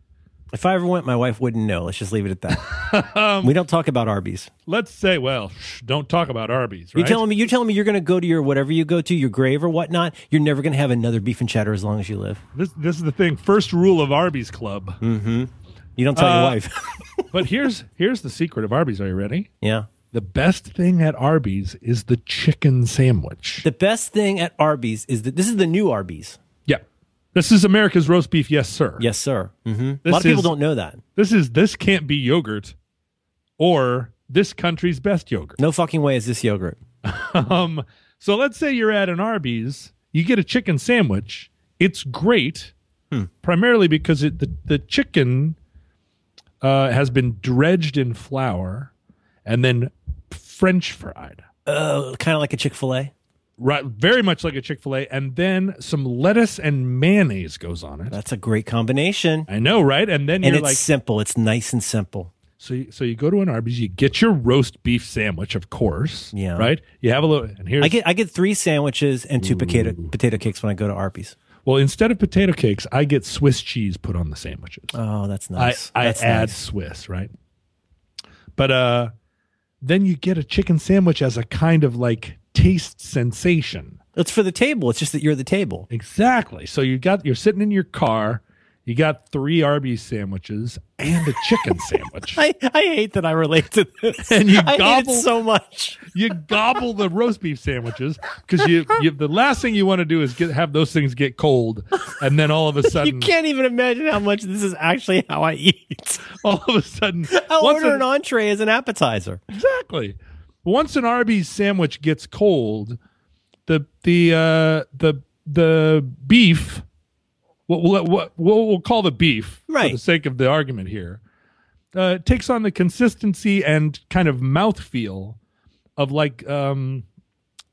Speaker 1: If I ever went, my wife wouldn't know. Let's just leave it at that. we don't talk about Arby's.
Speaker 2: Let's say, well, shh, don't talk about Arby's,
Speaker 1: You're
Speaker 2: right?
Speaker 1: telling me you're telling me you're going to go to your whatever you go to your grave or whatnot. You're never going to have another beef and cheddar as long as you live.
Speaker 2: This this is the thing. First rule of Arby's Club.
Speaker 1: You don't tell
Speaker 2: Uh,
Speaker 1: your wife.
Speaker 2: But here's here's the secret of Arby's. Are you ready?
Speaker 1: yeah.
Speaker 2: The best thing at Arby's is the chicken sandwich.
Speaker 1: The best thing at Arby's is that this is the new Arby's.
Speaker 2: yeah. This is America's roast beef, yes sir.
Speaker 1: Yes, sir. hmm A
Speaker 2: This
Speaker 1: lot of people
Speaker 2: is-
Speaker 1: don't know that.
Speaker 2: This is this can't be yogurt or this country's best yogurt.
Speaker 1: No fucking way is this yogurt.
Speaker 2: Um so let's say you're at an Arby's, you get a chicken sandwich. It's great primarily because it the, the chicken uh, has been dredged in flour and then french fried.
Speaker 1: Uh, kind of like a Chick Fil A.
Speaker 2: right, very much like a Chick Fil A, and then some lettuce and mayonnaise goes on it.
Speaker 1: That's a great combination.
Speaker 2: I know, right? And then
Speaker 1: And
Speaker 2: you're
Speaker 1: it's
Speaker 2: like,
Speaker 1: simple. It's nice and simple.
Speaker 2: so you, so you go to an Arby's, you get your roast beef sandwich, of course,
Speaker 1: Yeah.
Speaker 2: right? You have a little, and here's
Speaker 1: I get I get three sandwiches and two potato potato cakes when I go to Arby's.
Speaker 2: well, instead of potato cakes, I get Swiss cheese put on the sandwiches.
Speaker 1: Oh, that's
Speaker 2: I
Speaker 1: nice.
Speaker 2: I
Speaker 1: that's
Speaker 2: add
Speaker 1: nice.
Speaker 2: Swiss, right? But uh, then you get a chicken sandwich as a kind of like taste sensation.
Speaker 1: It's for the table. It's just that you're the table.
Speaker 2: Exactly. So you got you're sitting in your car, you got three Arby's sandwiches and a chicken sandwich.
Speaker 1: I, I hate that I relate to this.
Speaker 2: And you
Speaker 1: I hate
Speaker 2: gobble-
Speaker 1: it so much.
Speaker 2: You gobble the roast beef sandwiches because you, you the last thing you want to do is get have those things get cold, and then all of a
Speaker 1: You
Speaker 2: sudden,
Speaker 1: can't even imagine how much this is actually how I eat.
Speaker 2: all of a sudden,
Speaker 1: I
Speaker 2: once
Speaker 1: order an
Speaker 2: an-
Speaker 1: entree as an appetizer.
Speaker 2: exactly. Once an Arby's sandwich gets cold, the the uh, the the beef, what we'll, what we'll, we'll call the beef
Speaker 1: Right.
Speaker 2: for the sake of the argument here, uh, takes on the consistency and kind of mouthfeel of like um,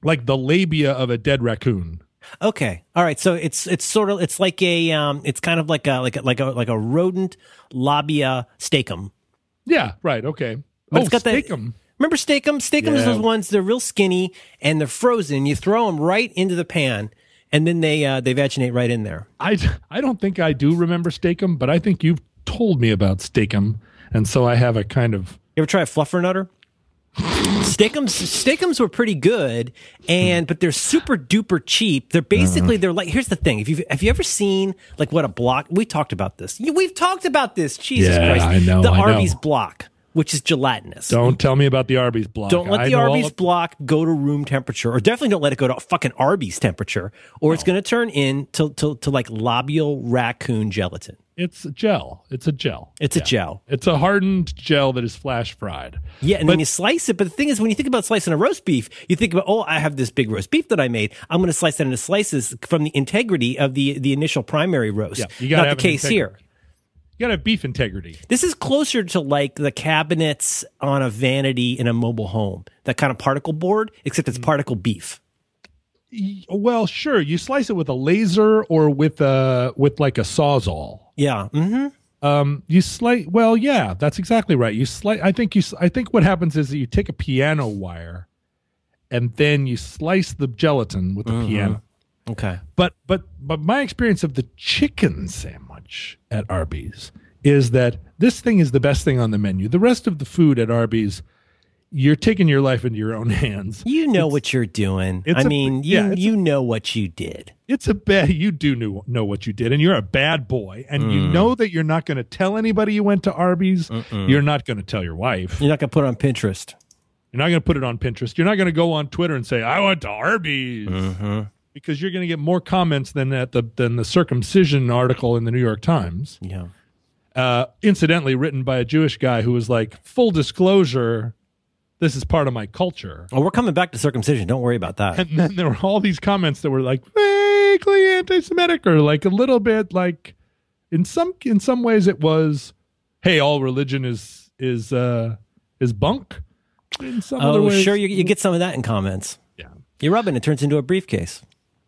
Speaker 2: like the labia of a dead raccoon.
Speaker 1: Okay, all right. So it's it's sort of it's like a um it's kind of like a like a like a like a rodent labia steakum.
Speaker 2: Yeah, right. Okay.
Speaker 1: But
Speaker 2: oh,
Speaker 1: it's got that-
Speaker 2: steakum.
Speaker 1: Remember Steakums? Steakums
Speaker 2: Yeah.
Speaker 1: those ones they're real skinny and they're frozen. You throw them right into the pan, and then they uh, they vaginate right in there.
Speaker 2: I, I don't think I do remember Steakum, but I think you've told me about Steakum. And so I have a kind of,
Speaker 1: You ever try a fluffer nutter? Steakums, Steakums were pretty good, and but they're super duper cheap. They're basically they're like here's the thing: if you have you ever seen like what a block? We talked about this. You- We've talked about this. Jesus
Speaker 2: Yeah,
Speaker 1: Christ!
Speaker 2: I know,
Speaker 1: the
Speaker 2: I know.
Speaker 1: Arby's block, which is gelatinous.
Speaker 2: don't tell me about the Arby's block.
Speaker 1: Don't let
Speaker 2: I
Speaker 1: the
Speaker 2: know all
Speaker 1: Arby's
Speaker 2: of-
Speaker 1: block go to room temperature, or definitely don't let it go to fucking Arby's temperature, or it's going to turn in to, to, to like labial raccoon gelatin.
Speaker 2: it's a gel. It's a gel.
Speaker 1: It's a gel.
Speaker 2: It's a hardened gel that is flash fried.
Speaker 1: Yeah, and then you slice it. But the thing is, when you think about slicing a roast beef, you think about, oh, I have this big roast beef that I made. I'm going to slice that into slices from the integrity of the, the initial primary roast.
Speaker 2: Yeah, you gotta
Speaker 1: Not
Speaker 2: have
Speaker 1: the
Speaker 2: an
Speaker 1: case
Speaker 2: integrity.
Speaker 1: here.
Speaker 2: You got to have beef integrity.
Speaker 1: This is closer to like the cabinets on a vanity in a mobile home, that kind of particle board, except
Speaker 2: Mm-hmm.
Speaker 1: it's particle beef.
Speaker 2: Y- Well, sure. You slice it with a laser or with a with like a sawzall.
Speaker 1: Yeah. hmm
Speaker 2: Um, you slice. Well, yeah, that's exactly right. You slice. I think you. s- I think what happens is that you take a piano wire, and then you slice the gelatin with the
Speaker 1: Mm-hmm.
Speaker 2: piano.
Speaker 1: Okay.
Speaker 2: But but but my experience of the chicken sandwich at Arby's is that this thing is the best thing on the menu. The rest of the food at Arby's, you're taking your life into your own hands.
Speaker 1: You know what you're doing.
Speaker 2: it's
Speaker 1: I
Speaker 2: a-
Speaker 1: mean, you
Speaker 2: yeah, it's a-
Speaker 1: you know what you did.
Speaker 2: it's a bad you do know, know what you did and you're a bad boy and you know that you're not going to tell anybody you went to arby's you're not going to tell your wife
Speaker 1: You're not gonna put it on Pinterest.
Speaker 2: you're not going to put it on pinterest you're not going to go on twitter and say i went to arby's
Speaker 1: Mm-hmm.
Speaker 2: because you're going to get more comments than at the than the circumcision article in the new york times
Speaker 1: Yeah.
Speaker 2: uh, incidentally written by a jewish guy who was like full disclosure this is part of my culture
Speaker 1: Oh, we're coming back to circumcision. Don't worry about that.
Speaker 2: and then there were all these comments that were like vaguely anti-Semitic or like a little bit like in some in some ways it was, hey, all religion is is uh is bunk. In some other
Speaker 1: Oh,
Speaker 2: ways,
Speaker 1: sure. You, you get some of that in comments.
Speaker 2: yeah.
Speaker 1: You rub it, and it turns into a briefcase.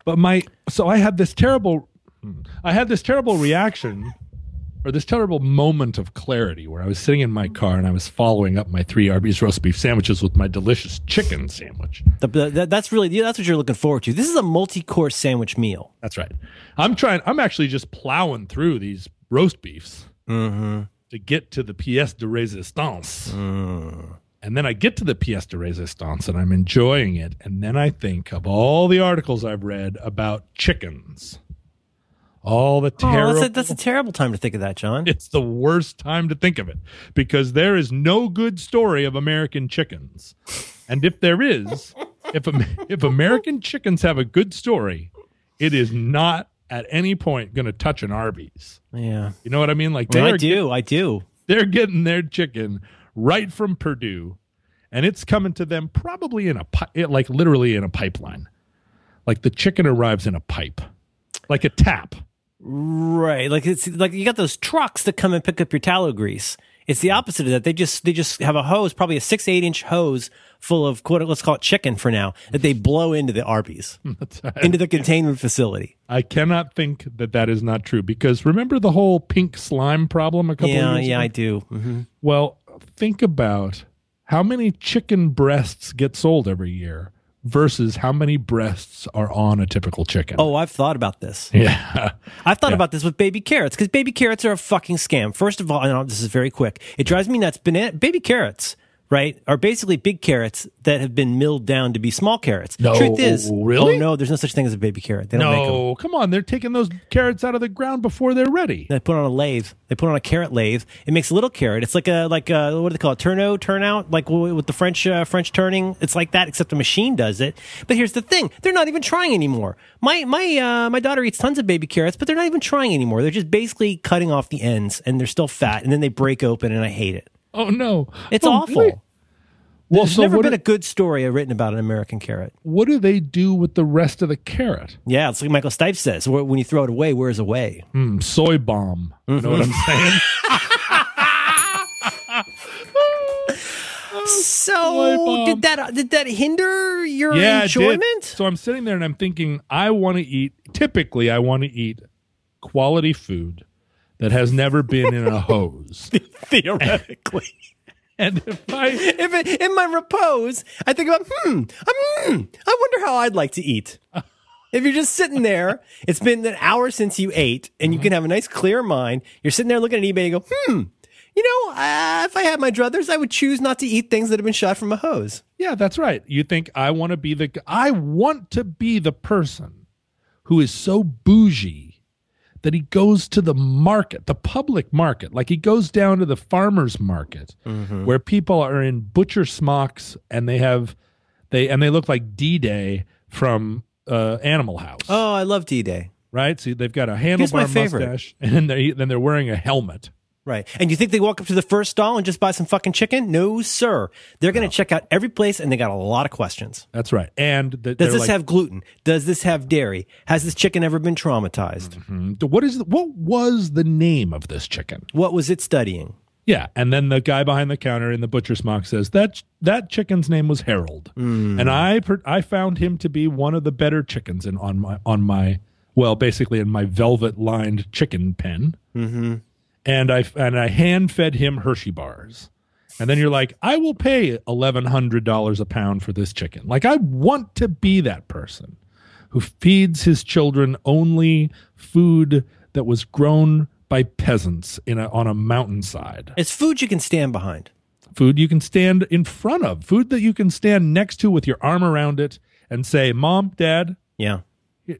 Speaker 2: But my so I had this terrible, I had this terrible reaction. Or this terrible moment of clarity where I was sitting in my car and I was following up my three Arby's roast beef sandwiches with my delicious chicken sandwich.
Speaker 1: The, the, that- that's really yeah, that's what you're looking forward to. This is a multi-course sandwich meal.
Speaker 2: That's right. I'm trying. I'm actually just plowing through these roast beefs
Speaker 1: Mm-hmm.
Speaker 2: to get to the pièce de résistance,
Speaker 1: Mm.
Speaker 2: and then I get to the pièce de résistance, and I'm enjoying it. And then I think of all the articles I've read about chickens, all the
Speaker 1: Oh,
Speaker 2: terrible.
Speaker 1: that's, a, that's a terrible time to think of that, John.
Speaker 2: it's the worst time to think of it because there is no good story of American chickens, and if there is, if Am- if American chickens have a good story, it is not at any point going to touch an Arby's.
Speaker 1: Yeah,
Speaker 2: You know what I mean? Like
Speaker 1: I
Speaker 2: they're
Speaker 1: do. I do.
Speaker 2: they're getting their chicken right from Purdue, and it's coming to them probably in a pi- it- like literally in a pipeline. Like the chicken arrives in a pipe, like a tap.
Speaker 1: Right, like it's like you got those trucks that come and pick up your tallow grease. It's the opposite of that. They just they just have a hose, probably a six eight inch hose full of quote let's call it chicken for now that they blow into the Arby's into the containment facility.
Speaker 2: I cannot think that that is not true because remember the whole pink slime problem a couple
Speaker 1: Yeah,
Speaker 2: of years
Speaker 1: yeah,
Speaker 2: ago?
Speaker 1: I do. hmm
Speaker 2: Well, think about how many chicken breasts get sold every year versus how many breasts are on a typical chicken.
Speaker 1: Oh, I've thought about this.
Speaker 2: yeah.
Speaker 1: I've thought about this with baby carrots because baby carrots are a fucking scam. First of all, and I'll- this is very quick. It drives me nuts. Banana, baby carrots, right, are basically big carrots that have been milled down to be small carrots.
Speaker 2: No,
Speaker 1: Truth is,
Speaker 2: really?
Speaker 1: Oh no, there's no such thing as a baby carrot. They don't make them.
Speaker 2: No, come on. They're taking those carrots out of the ground before they're ready.
Speaker 1: They put on a lathe. They put on a carrot lathe. It makes a little carrot. It's like a like a, what do they call it? Turno, turnout, like w- with the French uh, French turning. It's like that, except the machine does it. But here's the thing: they're not even trying anymore. My my uh, my daughter eats tons of baby carrots, but they're not even trying anymore. They're just basically cutting off the ends, and they're still fat, and then they break open, and I hate it.
Speaker 2: Oh, no.
Speaker 1: It's
Speaker 2: Oh,
Speaker 1: awful.
Speaker 2: really? Well,
Speaker 1: There's
Speaker 2: so
Speaker 1: never
Speaker 2: what,
Speaker 1: been
Speaker 2: do,
Speaker 1: a good story written about an American carrot.
Speaker 2: what do they do with the rest of the carrot?
Speaker 1: Yeah, it's like Michael Stipe says: wh- when you throw it away, where's away?
Speaker 2: Mm, soy bomb. You know what I'm
Speaker 1: Mm-hmm.
Speaker 2: saying?
Speaker 1: So
Speaker 2: Bob.
Speaker 1: did that did that hinder your
Speaker 2: yeah, it did.
Speaker 1: enjoyment?
Speaker 2: So I'm sitting there and I'm thinking, I want to eat. Typically, I want to eat quality food that has never been in a hose.
Speaker 1: Theoretically.
Speaker 2: and if I
Speaker 1: If it, in my repose, I think about, hmm, hmm, I wonder how I'd like to eat. If you're just sitting there, it's been an hour since you ate, and
Speaker 2: Mm-hmm.
Speaker 1: you can have a nice clear mind. You're sitting there looking at eBay and you go, hmm, you know, uh, if I had my druthers, I would choose not to eat things that have been shot from a hose.
Speaker 2: Yeah, that's right. You think I want to be the g- I want to be the person who is so bougie that he goes to the market, the public market. Like he goes down to the farmers market where people are in butcher smocks and they have they and they look like D-Day from uh, Animal House,
Speaker 1: Oh, I love D Day.
Speaker 2: right? So they've got a
Speaker 1: Here's my
Speaker 2: handlebar
Speaker 1: favorite.
Speaker 2: mustache and they then they're wearing a helmet.
Speaker 1: Right. And you think they walk up to the first stall and just buy some fucking chicken? No, sir. They're going to check out every place and they got a lot of questions.
Speaker 2: That's right. And th-
Speaker 1: Does
Speaker 2: they're
Speaker 1: this
Speaker 2: like,
Speaker 1: have gluten? Does this have dairy? Has this chicken ever been traumatized?
Speaker 2: "Mm, what is the, what was the name of this chicken?
Speaker 1: What was it studying?
Speaker 2: Yeah, and then the guy behind the counter in the butcher smock says that that chicken's name was Harold, and I per- I found him to be one of the better chickens in on my on my well basically in my velvet lined chicken pen, mm-hmm. and I and I hand fed him Hershey bars, and then you're like I will pay eleven hundred dollars a pound for this chicken. Like I want to be that person who feeds his children only food that was grown by peasants in a, on a mountainside
Speaker 1: It's food you can stand behind.
Speaker 2: food you can stand in front of, food that you can stand next to with your arm around it and say, Mom, Dad,
Speaker 1: Yeah.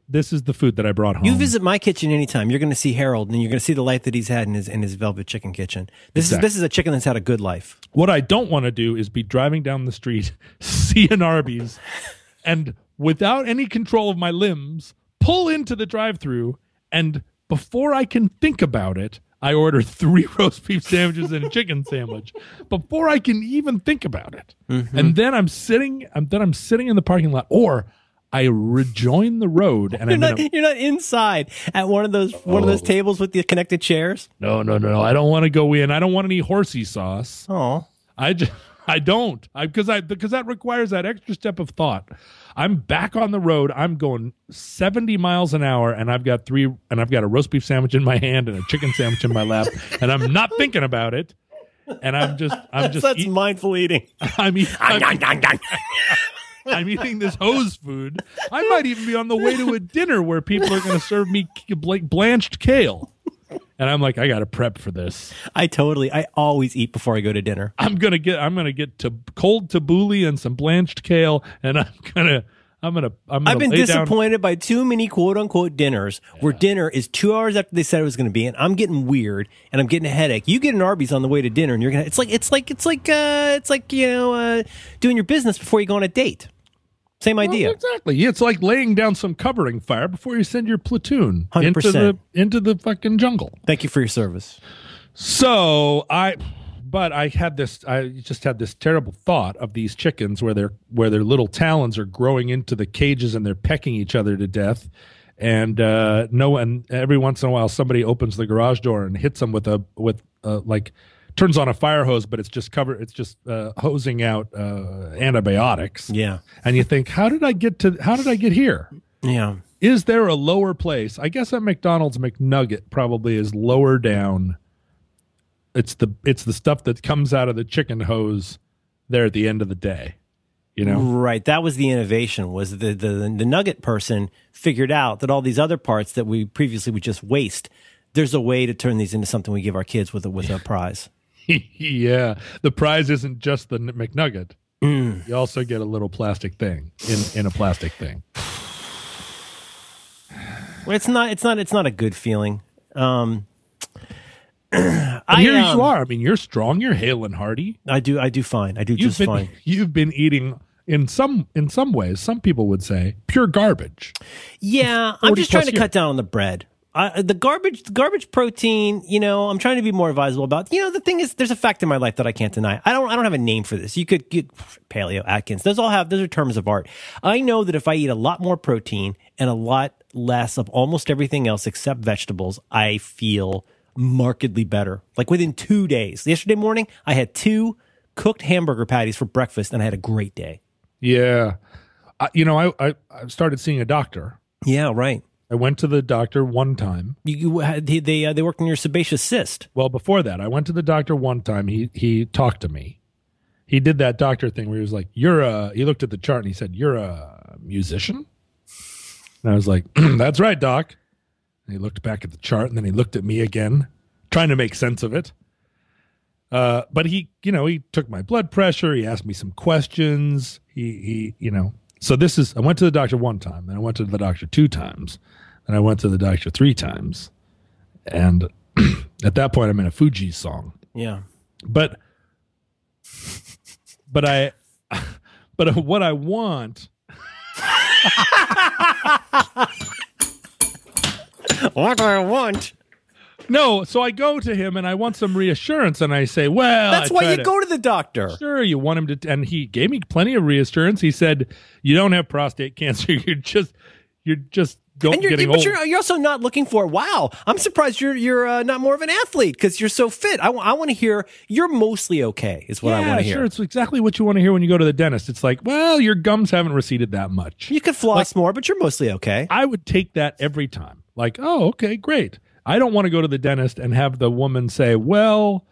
Speaker 2: this is the food that I brought home.
Speaker 1: You visit my kitchen anytime, you're going to see Harold and you're going to see the life that he's had in his in his velvet chicken kitchen. This is this is a chicken that's had a good life.
Speaker 2: what I don't want to do is be driving down the street, see an Arby's, and without any control of my limbs, pull into the drive through and before I can think about it, I order three roast beef sandwiches and a chicken sandwich before I can even think about it.
Speaker 1: Mm-hmm.
Speaker 2: And then I'm sitting I'm then I'm sitting in the parking lot or I rejoin the road and
Speaker 1: You're
Speaker 2: I'm
Speaker 1: not
Speaker 2: in a-
Speaker 1: you're not inside at one of those one of those tables with the connected chairs.
Speaker 2: no no no I don't want to go in. I don't want any horsey sauce.
Speaker 1: Oh.
Speaker 2: I just I don't I because I because that requires that extra step of thought. I'm back on the road. I'm going 70 miles an hour, and I've got three and I've got a roast beef sandwich in my hand and a chicken sandwich in my lap, and I'm not thinking about it. And I'm just I'm just
Speaker 1: That's
Speaker 2: eat-
Speaker 1: mindful eating.
Speaker 2: I'm, eat- I'm, I'm eating this hose food. I might even be on the way to a dinner where people are going to serve me k- bl- blanched kale, and I'm like I got to prep for this.
Speaker 1: I totally I always eat before I go to dinner.
Speaker 2: I'm gonna get I'm gonna get to cold tabbouleh and some blanched kale, and I'm gonna I'm gonna I'm gonna
Speaker 1: I've been
Speaker 2: lay down.
Speaker 1: disappointed by too many quote unquote dinners where dinner is two hours after they said it was going to be, and I'm getting weird and I'm getting a headache. You get an Arby's on the way to dinner, and you're gonna. It's like it's like it's like uh, it's like you know uh, doing your business before you go on a date. Same idea.
Speaker 2: Exactly. Yeah, It's like laying down some covering fire before you send your platoon into
Speaker 1: 100%.
Speaker 2: the into the fucking jungle.
Speaker 1: Thank you for your service.
Speaker 2: So I, but I had this. I just had this terrible thought of these chickens where their where their little talons are growing into the cages and they're pecking each other to death. And uh, no one. Every once in a while, somebody opens the garage door and hits them with a with uh, like turns on a fire hose, but it's just cover. It's just uh, hosing out uh, antibiotics.
Speaker 1: Yeah,
Speaker 2: And you think, how did I get to? How did I get here?
Speaker 1: yeah.
Speaker 2: is there a lower place? I guess at McDonald's McNugget probably is lower down. It's the it's the stuff that comes out of the chicken hose there at the end of the day. You know?
Speaker 1: Right. That was the innovation. Was the the the nugget person figured out that all these other parts that we previously would just waste. There's a way to turn these into something we give our kids with a with a prize.
Speaker 2: yeah. The prize isn't just the n- McNugget.
Speaker 1: Mm.
Speaker 2: You also get a little plastic thing in in a plastic thing.
Speaker 1: It's not. It's not. It's not a good feeling. Um,
Speaker 2: And
Speaker 1: I,
Speaker 2: here
Speaker 1: um,
Speaker 2: you are. I mean, you're strong, you're hale and hearty.
Speaker 1: I do. I do fine. I do
Speaker 2: You've
Speaker 1: just
Speaker 2: been
Speaker 1: fine.
Speaker 2: you've been eating in some in some ways, some people would say, pure garbage.
Speaker 1: Yeah, I'm
Speaker 2: 40
Speaker 1: just trying to
Speaker 2: plus years.
Speaker 1: cut down on the bread. I, the garbage, the garbage protein. You know, I'm trying to be more advisable about. You know, the thing is, there's a fact in my life that I can't deny. I don't. I don't have a name for this. You could get paleo, Atkins. Those all have. Those are terms of art. I know that if I eat a lot more protein and a lot less of almost everything else except vegetables, I feel markedly better. Like within two days. Yesterday morning, I had two cooked hamburger patties for breakfast, and I had a great day.
Speaker 2: Yeah. I, you know, I, I, I started seeing a doctor.
Speaker 1: Yeah, right.
Speaker 2: I went to the doctor one time.
Speaker 1: You, you had- they they, uh, they worked on your sebaceous cyst.
Speaker 2: Well, before that, I went to the doctor one time. He he talked to me he did that doctor thing where he was like, "You're a." He looked at the chart and he said, "You're a musician." And I was like, "That's right, doc." And he looked back at the chart and then he looked at me again, trying to make sense of it. Uh, but he, you know, he took my blood pressure. He asked me some questions. He, he, you know. So this is. I went to the doctor one time, then I went to the doctor two times, then I went to the doctor three times, and at that point, I'm in a Fuji song.
Speaker 1: Yeah.
Speaker 2: But, but I, but what I want.
Speaker 1: What do I want?
Speaker 2: No, so I go to him and I want some reassurance, and I say, "Well,
Speaker 1: That's
Speaker 2: Uh, I
Speaker 1: why
Speaker 2: tried
Speaker 1: you
Speaker 2: to-
Speaker 1: go to the doctor.
Speaker 2: Sure, you want him to, and he gave me plenty of reassurance. He said, "You don't have prostate cancer. You're just, you're just don't
Speaker 1: And you're,
Speaker 2: getting
Speaker 1: but
Speaker 2: old."
Speaker 1: you're, you're also not looking for. Wow, I'm surprised you're you're uh, not more of an athlete because you're so fit. I want to hear you're mostly okay is what I
Speaker 2: yeah,
Speaker 1: want to
Speaker 2: sure.
Speaker 1: hear.
Speaker 2: It's exactly what you want to hear when you go to the dentist. It's like, well, your gums haven't receded that much.
Speaker 1: You could floss more, but you're mostly okay.
Speaker 2: I would take that every time. Like, oh, okay, great. I don't want to go to the dentist and have the woman say, well,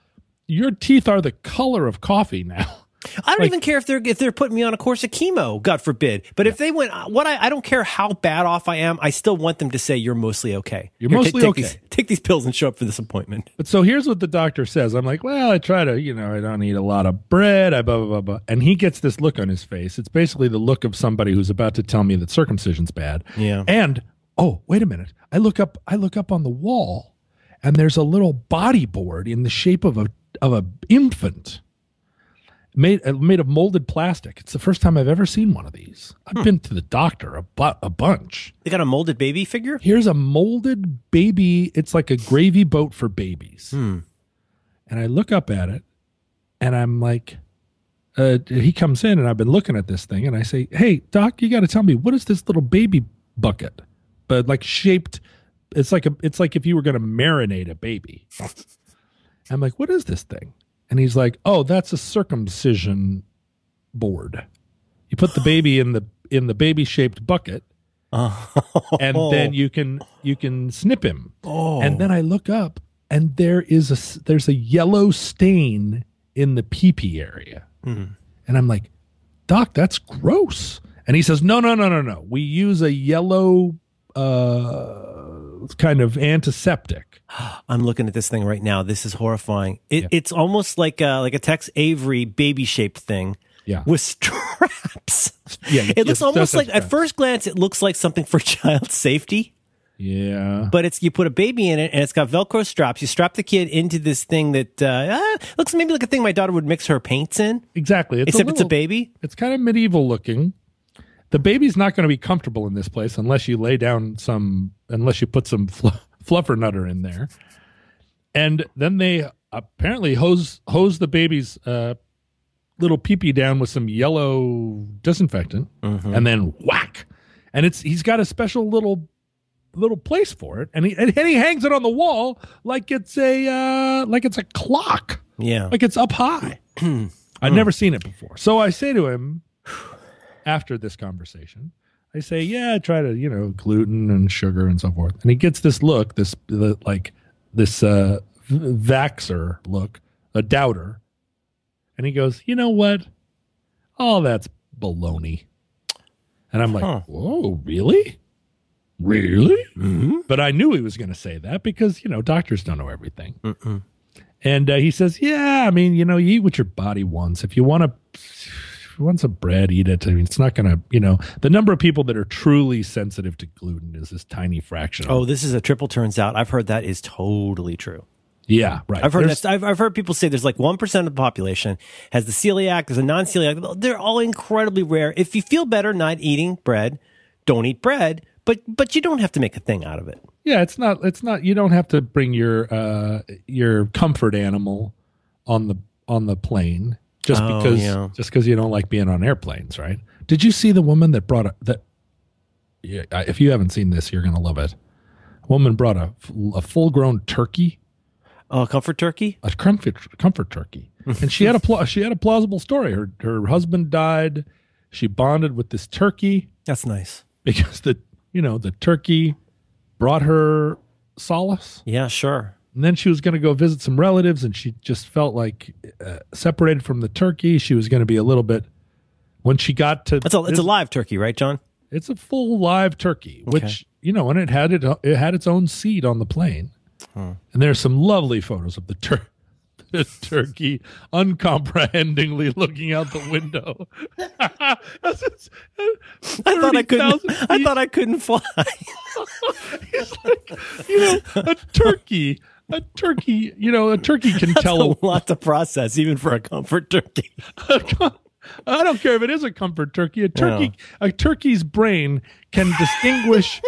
Speaker 2: your teeth are the color of coffee now.
Speaker 1: I don't even care if they're if they're putting me on a course of chemo, God forbid. But if they went, uh, what I, I don't care how bad off I am, I still want them to say you're mostly okay.
Speaker 2: You're
Speaker 1: Here, ta-
Speaker 2: mostly
Speaker 1: take
Speaker 2: okay.
Speaker 1: These, take these pills and show up for this appointment.
Speaker 2: But so here's what the doctor says. I'm like, well, I try to, you know, I don't eat a lot of bread. I blah blah blah blah. And he gets this look on his face. It's basically the look of somebody who's about to tell me that circumcision's bad.
Speaker 1: Yeah.
Speaker 2: And oh, wait a minute. I look up. I look up on the wall, and there's a little body board in the shape of a of a infant. Made uh, made of molded plastic. It's the first time I've ever seen one of these. I've been to the doctor a, bu- a bunch.
Speaker 1: They got a molded baby figure.
Speaker 2: Here's a molded baby. It's like a gravy boat for babies. And I look up at it and I'm like, uh, he comes in and I've been looking at this thing and I say, hey, doc, you got to tell me, what is this little baby bucket? But like shaped, it's like a, it's like if you were going to marinate a baby. I'm like, what is this thing? And he's like, oh, that's a circumcision board. You put the baby in the in the baby shaped bucket
Speaker 1: Oh.
Speaker 2: and then you can you can snip him.
Speaker 1: Oh.
Speaker 2: And then I look up and there is a s- there's a yellow stain in the pee-pee area.
Speaker 1: Mm-hmm.
Speaker 2: And I'm like, "Doc, that's gross." And he says, "No, no, no, no, no. We use a yellow uh kind of antiseptic."
Speaker 1: I'm looking at this thing right now. This is horrifying. It, It's almost like a, like a Tex Avery baby shaped thing.
Speaker 2: Yeah.
Speaker 1: With straps.
Speaker 2: Yeah, you-
Speaker 1: It looks
Speaker 2: yes,
Speaker 1: almost
Speaker 2: that's-
Speaker 1: like, at first glance, it looks like something for child safety,
Speaker 2: Yeah.
Speaker 1: but it's, you put a baby in it and it's got Velcro straps. You strap the kid into this thing that, uh, ah, looks maybe like a thing my daughter would mix her paints in,
Speaker 2: Exactly. It's
Speaker 1: except it's a
Speaker 2: little-
Speaker 1: baby.
Speaker 2: It's kind of medieval looking. The baby's not going to be comfortable in this place unless you lay down some, unless you put some fl- fluffer nutter in there. And then they apparently hose hose the baby's uh, little peepee down with some yellow disinfectant,
Speaker 1: Mm-hmm.
Speaker 2: and then whack. And it's he's got a special little little place for it, and he and he hangs it on the wall like it's a uh, like it's a clock
Speaker 1: Yeah.
Speaker 2: like it's up high. I'd never seen it before. So I say to him after this conversation, I say, "Yeah, I try to, you know, gluten and sugar and so forth." And he gets this look, this the, like this uh v- vaxer look, a doubter. And he goes, "You know what? All that's baloney." And I'm like,
Speaker 1: Huh.
Speaker 2: "Whoa, really?" Really?
Speaker 1: Mm-hmm.
Speaker 2: But I knew he was going to say that because, you know, doctors don't know everything.
Speaker 1: Mm-mm.
Speaker 2: And uh, he says, "Yeah, I mean, you know, you eat what your body wants. If you want to, if you want some bread, eat it. I mean, it's not going to, you know, the number of people that are truly sensitive to gluten is this tiny fraction.
Speaker 1: Oh, this is a triple turns out. I've heard that is totally true.
Speaker 2: yeah, right.
Speaker 1: I've heard
Speaker 2: There's-
Speaker 1: that, I've, I've heard people say there's like one percent of the population has the celiac. There's a non-celiac. They're all incredibly rare. If you feel better not eating bread, don't eat bread. But but you don't have to make a thing out of it.
Speaker 2: Yeah, it's not. It's not. You don't have to bring your uh your comfort animal on the on the plane just
Speaker 1: Oh,
Speaker 2: because
Speaker 1: yeah.
Speaker 2: just because you don't like being on airplanes, right? Did you see the woman that brought a, that? Yeah, I- if you haven't seen this, you're gonna love it. A woman brought a, a full grown turkey
Speaker 1: Oh, comfort turkey.
Speaker 2: a comfort comfort turkey, and she had a pla- she had a plausible story. Her her husband died. She bonded with this turkey
Speaker 1: That's nice.
Speaker 2: because the you know the turkey brought her solace.
Speaker 1: Yeah, sure.
Speaker 2: And then she was going to go visit some relatives, and she just felt like uh, separated from the turkey. She was going to be a little bit. When she got to,
Speaker 1: That's a, it's
Speaker 2: this-
Speaker 1: a live turkey, right, John?
Speaker 2: it's a full live turkey, which you know, and it had it it had its own seat on the plane. And there's some lovely photos of the tur- the turkey uncomprehendingly looking out the window. That's just-
Speaker 1: I thought I couldn't.
Speaker 2: 30,000
Speaker 1: I thought I couldn't fly.
Speaker 2: He's like, you know, a turkey, a turkey, you know, a turkey can tell a
Speaker 1: a lot to process, even for a comfort turkey.
Speaker 2: I don't care if it is a comfort turkey. A turkey, a turkey's brain can distinguish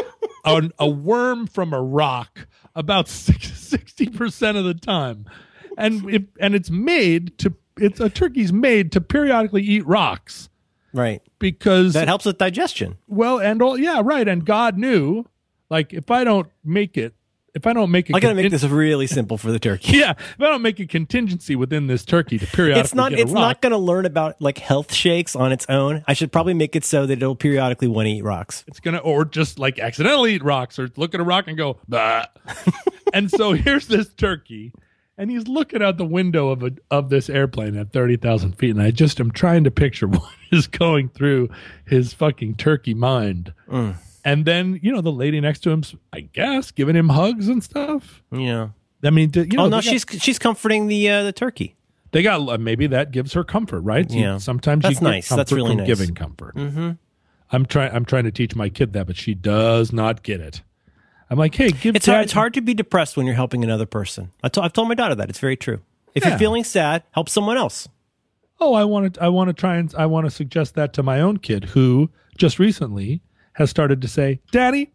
Speaker 2: a, a worm from a rock about sixty percent of the time, and if, and it's made to it's a turkey's made to periodically eat rocks
Speaker 1: Right.
Speaker 2: because
Speaker 1: That helps with digestion.
Speaker 2: well and all yeah right and God knew like if I don't make it if I don't make it
Speaker 1: I gotta make this really simple for the turkey.
Speaker 2: yeah if I don't make a contingency within this turkey to periodically
Speaker 1: It's not.
Speaker 2: get a
Speaker 1: It's
Speaker 2: rock,
Speaker 1: not gonna learn about like health shakes on its own. I should probably make it so that it'll periodically want to eat rocks.
Speaker 2: it's gonna or just like accidentally eat rocks or look at a rock and go bah. and so here's this turkey and he's looking out the window of a of this airplane at 30,000 feet and I just am trying to picture what is going through his fucking turkey mind
Speaker 1: Mm.
Speaker 2: and then you know the lady next to him I guess giving him hugs and stuff
Speaker 1: Yeah.
Speaker 2: I mean d- you know
Speaker 1: Oh no,
Speaker 2: they got-
Speaker 1: she's she's comforting the uh, the turkey.
Speaker 2: they got uh, maybe that gives her comfort, right? You-
Speaker 1: Yeah.
Speaker 2: sometimes
Speaker 1: That's
Speaker 2: you get
Speaker 1: nice. That's
Speaker 2: comfort
Speaker 1: really
Speaker 2: from
Speaker 1: nice. Mm-hmm.
Speaker 2: giving comfort. I'm trying. I'm trying to teach my kid that, but she does not get it. I'm like, hey, give
Speaker 1: It's
Speaker 2: dad-
Speaker 1: hard, it's hard to be depressed when you're helping another person. I to, I've told my daughter that. It's very true. If
Speaker 2: Yeah.
Speaker 1: you're feeling sad, help someone else.
Speaker 2: Oh, I want to. I want to try and I want to suggest that to my own kid who just recently has started to say, "Daddy,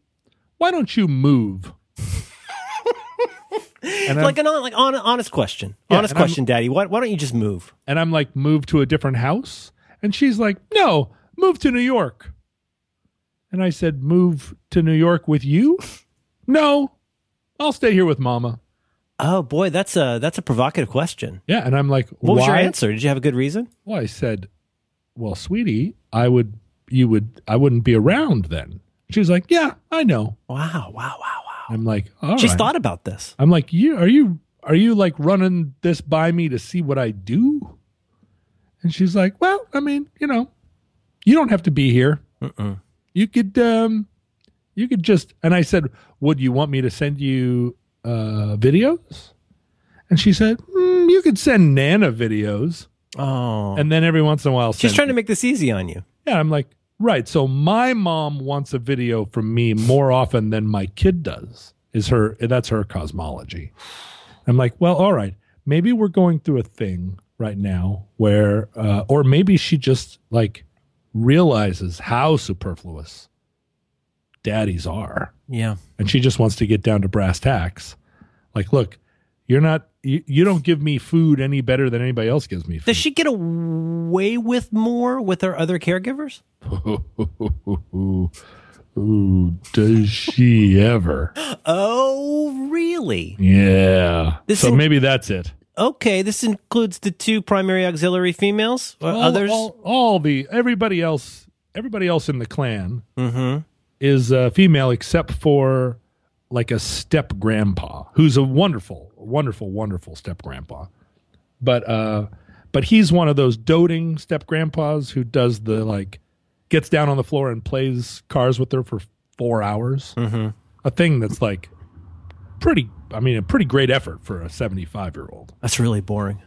Speaker 2: why don't you move?" and, I'm,
Speaker 1: like an hon- like hon- honest question.
Speaker 2: Yeah,
Speaker 1: honest
Speaker 2: and I'm-
Speaker 1: question, Daddy. Why, why don't you just move?
Speaker 2: and I'm like, "Move to a different house," and she's like, "No, move to New York." And I said, "Move to New York with you?" No, I'll stay here with Mama.
Speaker 1: Oh boy, that's a that's a provocative question.
Speaker 2: Yeah, and I'm like,
Speaker 1: What
Speaker 2: why?
Speaker 1: was your answer? Did you have a good reason?
Speaker 2: Well, I said, "Well, sweetie, I would, you would, I wouldn't be around then." She's like, "Yeah, I know."
Speaker 1: Wow, wow, wow, wow.
Speaker 2: I'm like, "All
Speaker 1: She's
Speaker 2: right."
Speaker 1: thought about this.
Speaker 2: I'm like, "You are you are you like running this by me to see what I do?" And she's like, "Well, I mean, you know, you don't have to be here.
Speaker 1: Mm-mm.
Speaker 2: You could, um, you could just." And I said, "Would you want me to send you uh, videos?" And she said, mm, "You could send Nana videos."
Speaker 1: Oh,
Speaker 2: And then every once in a while,
Speaker 1: she's
Speaker 2: send
Speaker 1: trying to make this easy on you.
Speaker 2: Yeah, I'm like, right. So my mom wants a video from me more often than my kid does. Is her that's her cosmology. I'm like, well, all right. Maybe we're going through a thing right now where uh, or maybe she just like realizes how superfluous daddies are
Speaker 1: Yeah.
Speaker 2: and she just wants to get down to brass tacks. Like, look, you're not you, you don't give me food any better than anybody else gives me food.
Speaker 1: Does she get away with more with her other caregivers?
Speaker 2: Ooh, does she ever?
Speaker 1: Oh, really?
Speaker 2: Yeah.
Speaker 1: This
Speaker 2: so
Speaker 1: in-
Speaker 2: maybe that's it.
Speaker 1: Okay, this includes the two primary auxiliary females. Or
Speaker 2: All,
Speaker 1: others?
Speaker 2: all, all the everybody else, everybody else in the clan
Speaker 1: mm-hmm.
Speaker 2: is uh, female except for like a step grandpa who's a wonderful, wonderful, wonderful step grandpa. But uh, but he's one of those doting step grandpas who does the like gets down on the floor and plays cars with her for four hours. A thing that's like pretty. I mean, a pretty great effort for a seventy-five-year-old.
Speaker 1: That's really boring.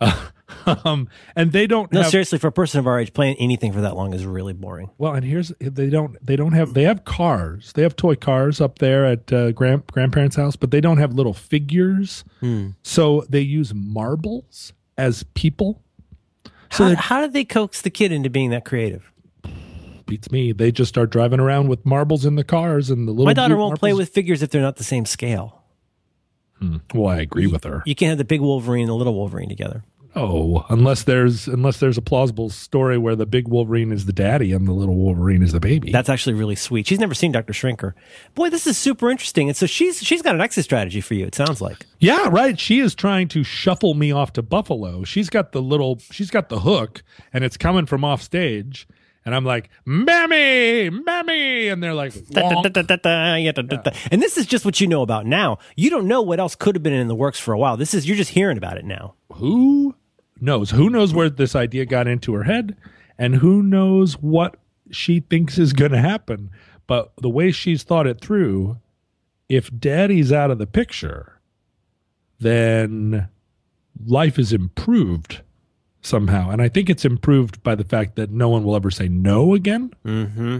Speaker 2: um, and they don't
Speaker 1: No,
Speaker 2: have
Speaker 1: seriously, for a person of our age, playing anything for that long is really boring.
Speaker 2: Well, and here's they don't they don't have they have cars they have toy cars up there at uh, grand, grandparents' house, but they don't have little figures.
Speaker 1: Hmm.
Speaker 2: So they use marbles as people. So
Speaker 1: how,
Speaker 2: they-
Speaker 1: how did they coax the kid into being that creative?
Speaker 2: Beats me. They just start driving around with marbles in the cars and the little.
Speaker 1: My daughter
Speaker 2: blue
Speaker 1: won't play with
Speaker 2: marbles-
Speaker 1: figures if they're not the same scale.
Speaker 2: Well, I agree with her.
Speaker 1: You can't have the big Wolverine and the little Wolverine together.
Speaker 2: Oh, unless there's unless there's a plausible story where the big Wolverine is the daddy and the little Wolverine is the baby.
Speaker 1: That's actually really sweet. She's never seen Doctor Shrinker. Boy, this is super interesting. And so she's she's got an exit strategy for you. It sounds like.
Speaker 2: Yeah, right. She is trying to shuffle me off to Buffalo. She's got the little, she's got the hook, and it's coming from off stage. and I'm like, Mammy, Mammy. And they're like, "Wonk."
Speaker 1: And this is just what you know about now. You don't know what else could have been in the works for a while. This is you're just hearing about it now.
Speaker 2: who knows? Who knows where this idea got into her head and who knows what she thinks is going to happen? But the way she's thought it through, if daddy's out of the picture, then life is improved somehow. And I think it's improved by the fact that no one will ever say no again.
Speaker 1: Mm-hmm.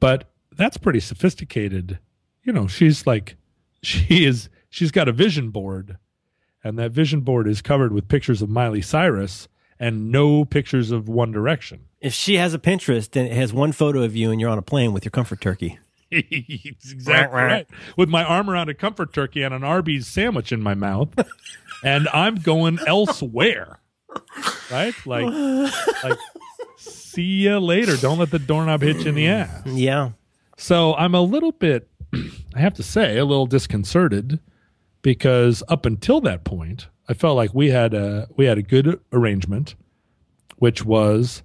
Speaker 2: but that's pretty sophisticated. You know, she's like, she is, she's got a vision board, and that vision board is covered with pictures of Miley Cyrus and no pictures of One Direction.
Speaker 1: If she has a Pinterest and it has one photo of you and you're on a plane with your comfort turkey.
Speaker 2: He's exactly right. With my arm around a comfort turkey and an Arby's sandwich in my mouth, and I'm going elsewhere. Right? Like, like, see ya later. Don't let the doorknob hit you in the ass.
Speaker 1: Yeah.
Speaker 2: So I'm a little bit, I have to say, a little disconcerted because up until that point, I felt like we had a we had a good arrangement, which was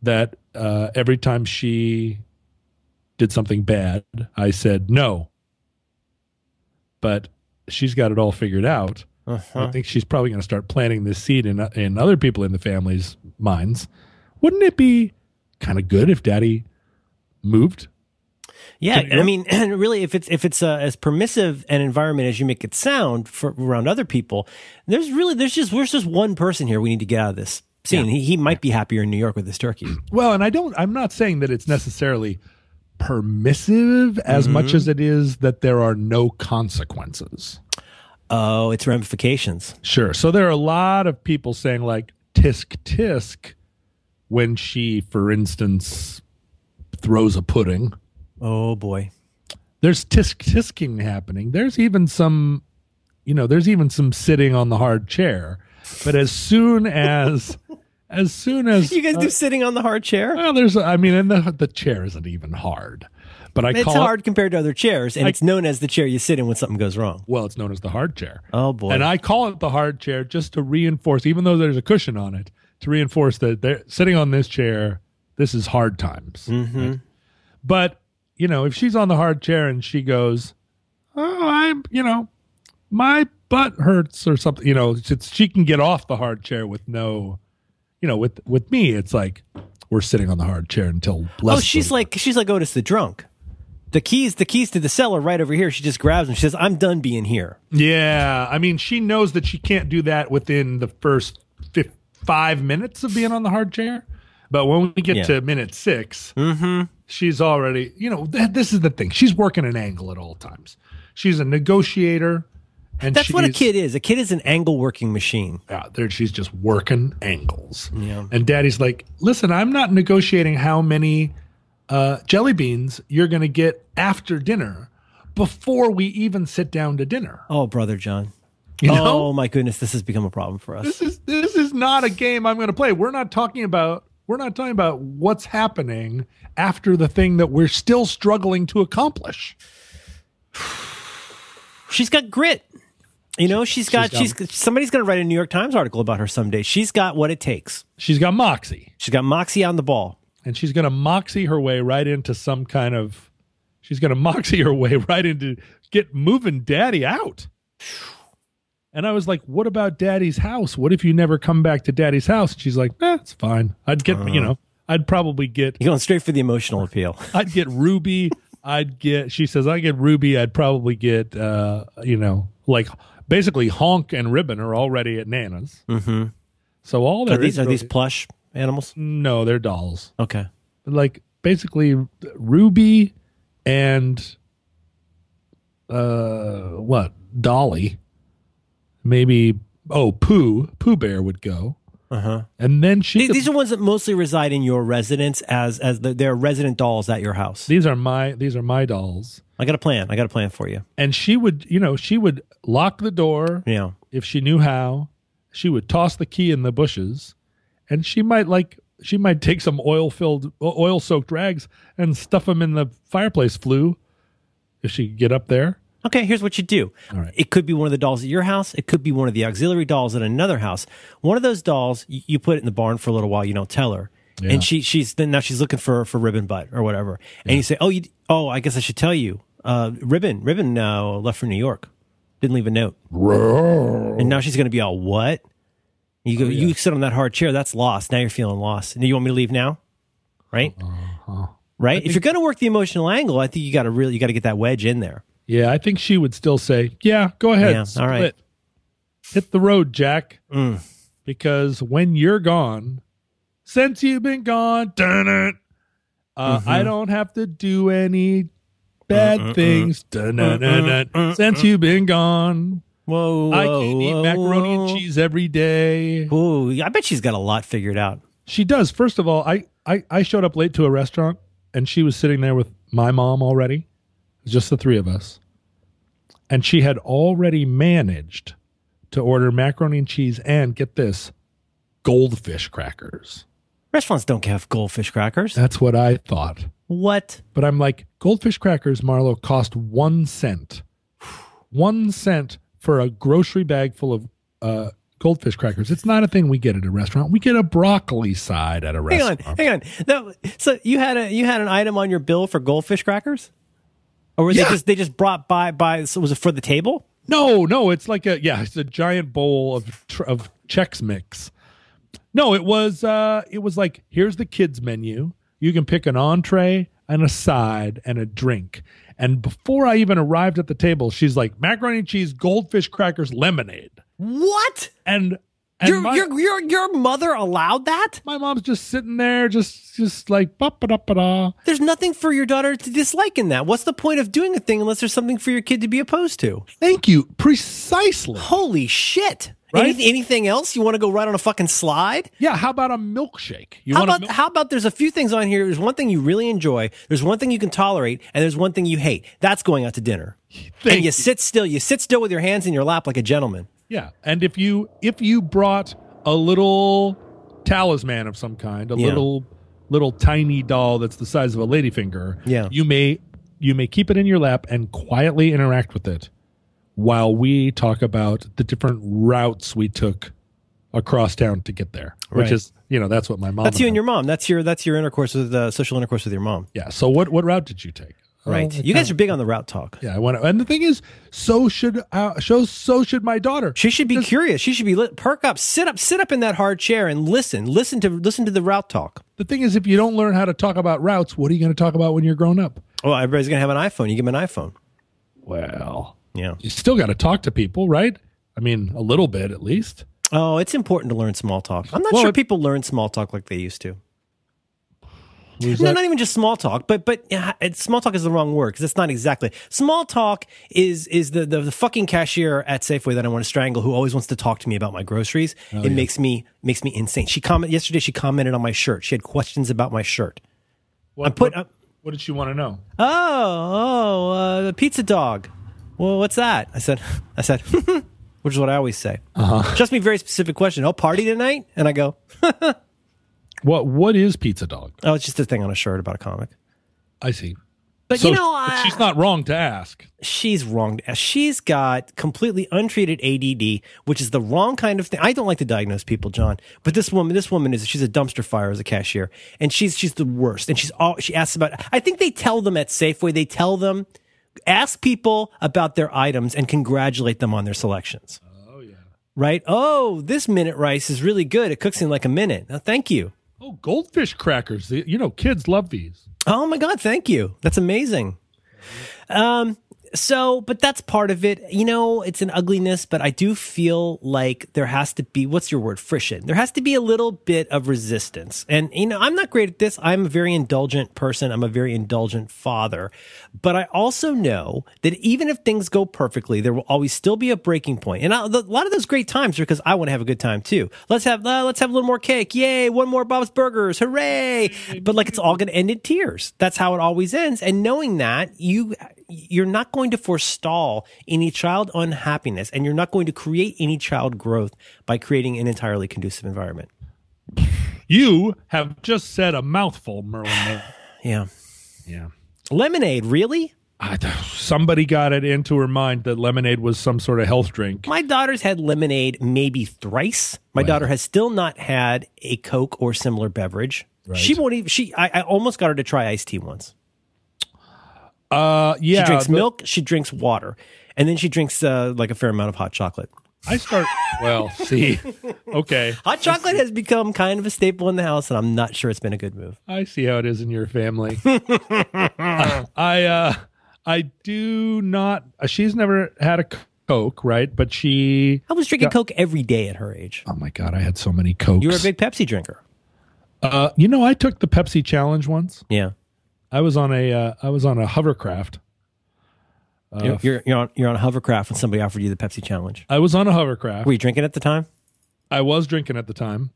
Speaker 2: that uh, every time she did something bad, I said no. But she's got it all figured out. I
Speaker 1: Uh-huh.
Speaker 2: think she's probably going to start planting this seed in in other people in the family's minds. Wouldn't it be kind of good if Daddy moved
Speaker 1: Yeah,
Speaker 2: you
Speaker 1: and I
Speaker 2: know?
Speaker 1: mean, and really, if it's if it's uh, as permissive an environment as you make it sound for around other people, there's really there's just there's just one person here we need to get out of this scene. He, he might be happier in New York with his turkey.
Speaker 2: Well, and I don't, I'm not saying that it's necessarily permissive as much
Speaker 1: Mm-hmm.
Speaker 2: as it is that there are no consequences.
Speaker 1: Oh, it's ramifications.
Speaker 2: Sure. So there are a lot of people saying, like, tisk tisk when she, for instance, throws a pudding.
Speaker 1: Oh boy.
Speaker 2: There's tisk tisking happening. There's even some, you know, there's even some sitting on the hard chair. But as soon as, as soon as uh,
Speaker 1: You guys do sitting on the hard chair.
Speaker 2: Well, there's, I mean, and the, the chair isn't even hard, but I
Speaker 1: It's
Speaker 2: call it,
Speaker 1: hard compared to other chairs, and it's known as the chair you sit in when something goes wrong.
Speaker 2: well, it's known as the hard chair.
Speaker 1: Oh boy.
Speaker 2: And I call it the hard chair just to reinforce, even though there's a cushion on it, to reinforce that they're sitting on this chair. This is hard times.
Speaker 1: Mm-hmm.
Speaker 2: Right? But, you know, if she's on the hard chair and she goes, oh, I'm, you know, my butt hurts or something, you know, it's, she can get off the hard chair with no, you know, with, with me, it's like, we're sitting on the hard chair until less
Speaker 1: oh, she's
Speaker 2: than-
Speaker 1: like she's like Otis the drunk. The keys, the keys to the cellar, right over here. She just grabs them. She says, "I'm done being here."
Speaker 2: Yeah, I mean, she knows that she can't do that within the first fif- five minutes of being on the hard chair. But when we get
Speaker 1: Yeah. Mm-hmm.
Speaker 2: to minute 6 she's already, you know, th- this is the thing. She's working an angle at all times. She's a negotiator, and
Speaker 1: That's what a
Speaker 2: she's-
Speaker 1: kid is. A kid is an angle working machine.
Speaker 2: out there. She's just working angles.
Speaker 1: Yeah.
Speaker 2: And daddy's like, listen, I'm not negotiating how many uh, jelly beans you're going to get after dinner before we even sit down to dinner.
Speaker 1: Oh, brother John.
Speaker 2: You know?
Speaker 1: Oh my goodness, this has become a problem for us.
Speaker 2: this is this is not a game I'm going to play. We're not talking about we're not talking about what's happening after the thing that we're still struggling to accomplish.
Speaker 1: She's got grit. You know, she's got she's,
Speaker 2: She's
Speaker 1: somebody's going to write a New York Times article about her someday. She's got what it takes.
Speaker 2: She's got moxie,
Speaker 1: She's got moxie on the ball.
Speaker 2: and she's going to moxie her way right into some kind of. She's going to moxie her way right into get moving daddy out. And I was like, "What about daddy's house? What if you never come back to daddy's house?" She's like, "Nah, it's fine. I'd get you know, I'd probably get
Speaker 1: You're going straight for the emotional appeal.
Speaker 2: I'd get Ruby. I'd get. She says I get Ruby. I'd probably get. Uh, you know, like basically Honk and Ribbon are already at Nana's. Mm-hmm. So all
Speaker 1: Are
Speaker 2: there
Speaker 1: these
Speaker 2: is
Speaker 1: are these
Speaker 2: really-
Speaker 1: plush animals?
Speaker 2: no, they're dolls.
Speaker 1: Okay.
Speaker 2: Like basically Ruby and uh what Dolly, maybe oh Pooh Pooh Bear would go.
Speaker 1: Uh huh.
Speaker 2: And then she
Speaker 1: These,
Speaker 2: could-
Speaker 1: these are ones that mostly reside in your residence as as the, they're resident dolls at your house.
Speaker 2: these are my these are my dolls.
Speaker 1: I got a plan. I got a plan for you.
Speaker 2: And she would, you know, she would lock the door.
Speaker 1: Yeah.
Speaker 2: if she knew how, she would toss the key in the bushes, and she might like she might take some oil filled oil soaked rags and stuff them in the fireplace flue if she could get up there.
Speaker 1: Okay, here's what you do.
Speaker 2: All right.
Speaker 1: It could be one of the dolls at your house. It could be one of the auxiliary dolls at another house. One of those dolls, you, you put it in the barn for a little while. You don't tell her.
Speaker 2: Yeah.
Speaker 1: and she she's then now she's looking for for ribbon butt or whatever and you say oh you oh i guess i should tell you uh ribbon ribbon uh, left for new york didn't leave a note
Speaker 2: Roar.
Speaker 1: and now she's gonna be all what you
Speaker 2: Oh,
Speaker 1: go you sit on that hard chair that's lost now you're feeling lost and you want me to leave now right
Speaker 2: Uh-huh.
Speaker 1: right if you're gonna work the emotional angle i think you gotta really you gotta get that wedge in there
Speaker 2: Yeah, I think she would still say, "Yeah, go ahead,
Speaker 1: Yeah, all
Speaker 2: split.
Speaker 1: right.
Speaker 2: hit the road, Jack."
Speaker 1: Mm.
Speaker 2: Because when you're gone, since you've been gone, dun it, uh,
Speaker 1: Mm-hmm.
Speaker 2: I don't have to do any bad things. Dun-dun-dun-dun. since you've been gone,
Speaker 1: whoa,
Speaker 2: I can eat
Speaker 1: whoa,
Speaker 2: macaroni
Speaker 1: whoa.
Speaker 2: and cheese every day.
Speaker 1: Ooh, I bet she's got a lot figured out.
Speaker 2: She does. First of all, I, I, I showed up late to a restaurant and she was sitting there with my mom already. It was just the three of us. And she had already managed to order macaroni and cheese and get this goldfish crackers.
Speaker 1: Restaurants don't have goldfish crackers.
Speaker 2: That's what I thought.
Speaker 1: What?
Speaker 2: But I'm like, goldfish crackers, Marlo, cost one cent. One cent for a grocery bag full of uh, goldfish crackers. It's not a thing we get at a restaurant. We get a broccoli side at a
Speaker 1: Hang on,
Speaker 2: restaurant.
Speaker 1: hang on. Now, so you had a you had an item on your bill for goldfish crackers, or were
Speaker 2: Yeah.
Speaker 1: they just they just brought by by? So was it for the table?
Speaker 2: No, no, it's like a yeah, it's a giant bowl of tr- of Chex Mix. No, it was uh it was like here's the kids menu. You can pick an entree and a side and a drink. And before I even arrived at the table, she's like macaroni and cheese, goldfish crackers, lemonade.
Speaker 1: What?
Speaker 2: And and
Speaker 1: your,
Speaker 2: my,
Speaker 1: your your your mother allowed that?
Speaker 2: my mom's just sitting there just just like ba ba da ba da.
Speaker 1: There's nothing for your daughter to dislike in that. What's the point of doing a thing unless there's something for your kid to be opposed to?
Speaker 2: Thank you. Precisely.
Speaker 1: Holy shit!
Speaker 2: Right?
Speaker 1: Anyth- anything else? You want to go right on a fucking slide?
Speaker 2: Yeah, how about a milkshake? You
Speaker 1: How
Speaker 2: want
Speaker 1: about
Speaker 2: a
Speaker 1: how about there's a few things on here. There's one thing you really enjoy. There's one thing you can tolerate, and there's one thing you hate. That's going out to dinner. and
Speaker 2: Thank
Speaker 1: you,
Speaker 2: you.
Speaker 1: sit still. You sit still with your hands in your lap like a gentleman.
Speaker 2: Yeah, and if you if you brought a little talisman of some kind, a
Speaker 1: Yeah.
Speaker 2: little little tiny doll that's the size of a ladyfinger,
Speaker 1: Yeah.
Speaker 2: you may you may keep it in your lap and quietly interact with it while we talk about the different routes we took across town to get there, which
Speaker 1: Right.
Speaker 2: is you know that's what my mom.
Speaker 1: That's you and
Speaker 2: had.
Speaker 1: your mom. That's your that's your intercourse with uh, social intercourse with your mom.
Speaker 2: yeah. So what what route did you take?
Speaker 1: Right.
Speaker 2: Oh,
Speaker 1: you guys are big on the route talk.
Speaker 2: yeah, I want to, and the thing is, so should uh, so so should my daughter.
Speaker 1: She should be curious. She should be lit, perk up, sit up, sit up in that hard chair and listen. Listen to listen to the route talk.
Speaker 2: The thing is, if you don't learn how to talk about routes, what are you going to talk about when you're grown up?
Speaker 1: Oh, everybody's gonna have an iPhone. You give them an iPhone.
Speaker 2: Well,
Speaker 1: Yeah.
Speaker 2: you still got to talk to people, right? I mean, a little bit at least.
Speaker 1: Oh, it's important to learn small talk. I'm not
Speaker 2: Well,
Speaker 1: sure
Speaker 2: it-
Speaker 1: people learn small talk like they used to.
Speaker 2: Who's
Speaker 1: No,
Speaker 2: that?
Speaker 1: not even just small talk, but but yeah, it's, small talk is the wrong word because it's not exactly small talk. Is is the, the the fucking cashier at Safeway that I want to strangle who always wants to talk to me about my groceries?
Speaker 2: Oh,
Speaker 1: it makes me makes me insane. She comment yesterday. She commented on my shirt. She had questions about my shirt.
Speaker 2: what,
Speaker 1: I put
Speaker 2: what,
Speaker 1: up,
Speaker 2: what did she want to know?
Speaker 1: oh oh uh, the pizza dog. Well, what's that? I said I said, which is what I always say. Uh-huh. Just me very specific question. Oh, party tonight? And I go,
Speaker 2: What What is pizza dog?
Speaker 1: oh, it's just a thing on a shirt about a comic.
Speaker 2: I see.
Speaker 1: But
Speaker 2: So
Speaker 1: you know, uh,
Speaker 2: but
Speaker 1: I-
Speaker 2: she's not wrong to ask.
Speaker 1: she's wrong. She's got completely untreated ADD, which is the wrong kind of thing. I don't like to diagnose people, John, but this woman, this woman is she's a dumpster fire as a cashier, and she's she's the worst. And she's all she asks about. I think they tell them at Safeway, they tell them ask people about their items and congratulate them on their selections. Oh yeah. Right? Oh, this minute rice is really good. It cooks in like a minute. Now, thank you.
Speaker 2: Oh, goldfish crackers. The- You know, kids love these.
Speaker 1: Oh my God, thank you. That's amazing. Um, so, but that's part of it. You know, it's an ugliness, but I do feel like there has to be, what's your word? Friction. There has to be a little bit of resistance. And, you know, I'm not great at this. I'm a very indulgent person. I'm a very indulgent father. But I also know that even if things go perfectly, there will always still be a breaking point. And I, a lot of those great times are because I want to have a good time too. Let's have, uh, let's have a little more cake. Yay. One more Bob's Burgers. Hooray. But like it's all going to end in tears. That's how it always ends. And knowing that you, you're not going to forestall any child unhappiness and you're not going to create any child growth by creating an entirely conducive environment.
Speaker 2: You have just said a mouthful, Merlin. Miller.
Speaker 1: Yeah.
Speaker 2: yeah.
Speaker 1: Lemonade, really?
Speaker 2: I, somebody got it into her mind that lemonade was some sort of health drink.
Speaker 1: My daughter's had lemonade maybe thrice. My daughter has still not had a Coke or similar beverage.
Speaker 2: Right.
Speaker 1: She won't even. She. I, I almost got her to try iced tea once.
Speaker 2: uh, yeah,
Speaker 1: She drinks
Speaker 2: the-
Speaker 1: milk. She drinks water, and then she drinks uh, like a fair amount of hot chocolate.
Speaker 2: I start. Well, see, okay,
Speaker 1: Hot chocolate has become kind of a staple in the house, and I'm not sure it's been a good move.
Speaker 2: I see how it is in your family. I uh, I do not. uh, She's never had a c- Coke, right? But she.
Speaker 1: I was drinking Coke every day at her age.
Speaker 2: Oh my God, I had so many Cokes.
Speaker 1: You were a big Pepsi drinker.
Speaker 2: uh, you know, I took the Pepsi challenge once.
Speaker 1: Yeah.
Speaker 2: I was on a uh, I was on a hovercraft. Uh,
Speaker 1: You're, you're, you're, on, you're on a hovercraft when somebody offered you the Pepsi challenge.
Speaker 2: I was on a hovercraft.
Speaker 1: Were you drinking at the time?
Speaker 2: I was drinking at the time,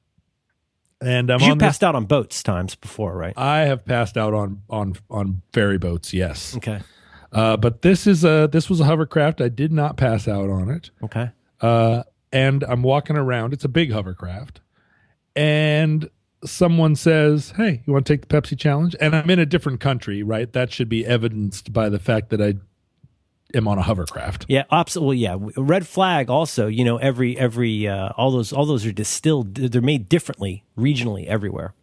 Speaker 2: and I'm
Speaker 1: 'Cause You
Speaker 2: on. This,
Speaker 1: passed out on boats times before, right?
Speaker 2: I have passed out on on on ferry boats. Yes,
Speaker 1: Okay.
Speaker 2: uh, but this is a this was a hovercraft. I did not pass out on it,
Speaker 1: Okay.
Speaker 2: uh, and I'm walking around. It's a big hovercraft, and someone says, "Hey, you want to take the Pepsi challenge?" And I'm in a different country, right? That should be evidenced by the fact that I am on a hovercraft.
Speaker 1: Yeah, absolutely. Yeah, red flag. Also, you know, every every uh, all those all those are distilled. They're made differently regionally everywhere.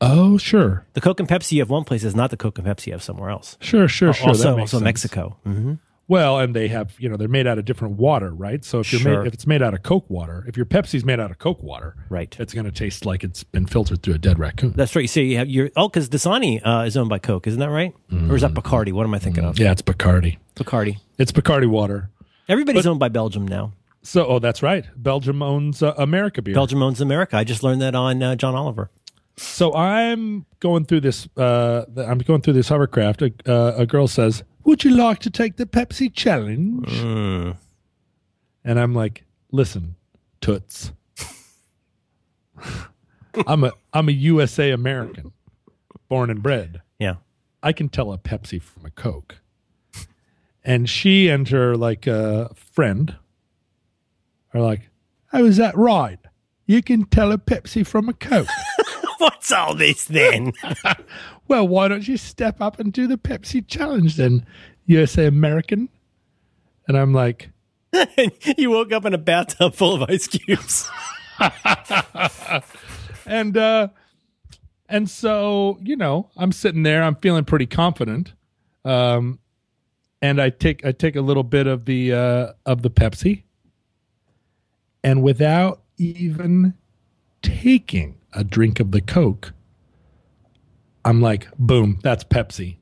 Speaker 2: Oh, sure,
Speaker 1: The Coke and Pepsi you have one place is not the Coke and Pepsi you have somewhere else.
Speaker 2: sure, sure, sure. that
Speaker 1: Uh, also, also
Speaker 2: makes sense. Mm-hmm.
Speaker 1: Mexico. hmm
Speaker 2: Well, and they have, you know, they're made out of different water, right? So if you're
Speaker 1: Sure.
Speaker 2: made, if it's made out of Coke water, if your Pepsi's made out of Coke water,
Speaker 1: Right.
Speaker 2: it's going to taste like it's been filtered through a dead raccoon.
Speaker 1: That's right. So you have your oh, because Dasani uh, is owned by Coke, isn't that right? Or is that Bacardi? What am I thinking of?
Speaker 2: Yeah, it's Mm-hmm. Bacardi.
Speaker 1: Bacardi.
Speaker 2: It's Bacardi water.
Speaker 1: Everybody's owned by Belgium now.
Speaker 2: So, oh, that's right. Belgium owns uh, America beer.
Speaker 1: Belgium owns America. I just learned that on uh, John Oliver.
Speaker 2: So I'm going through this. Uh, th- I'm going through this hovercraft. A, uh, a girl says, "Would you like to take the Pepsi challenge?" And I'm like, "Listen, toots. I'm a I'm a USA American, born and bred.
Speaker 1: Yeah.
Speaker 2: I can tell a Pepsi from a Coke." And she and her like uh, friend are like, "Oh, is that right? You can tell a Pepsi from a Coke."
Speaker 1: What's all this then?
Speaker 2: Well, why don't you step up and do the Pepsi challenge then, USA American? And I'm like,
Speaker 1: you woke up in a bathtub full of ice cubes.
Speaker 2: and uh and so, you know, I'm sitting there, I'm feeling pretty confident. Um and I take I take a little bit of the uh of the Pepsi. And without even taking a drink of the Coke, I'm like, boom, that's Pepsi.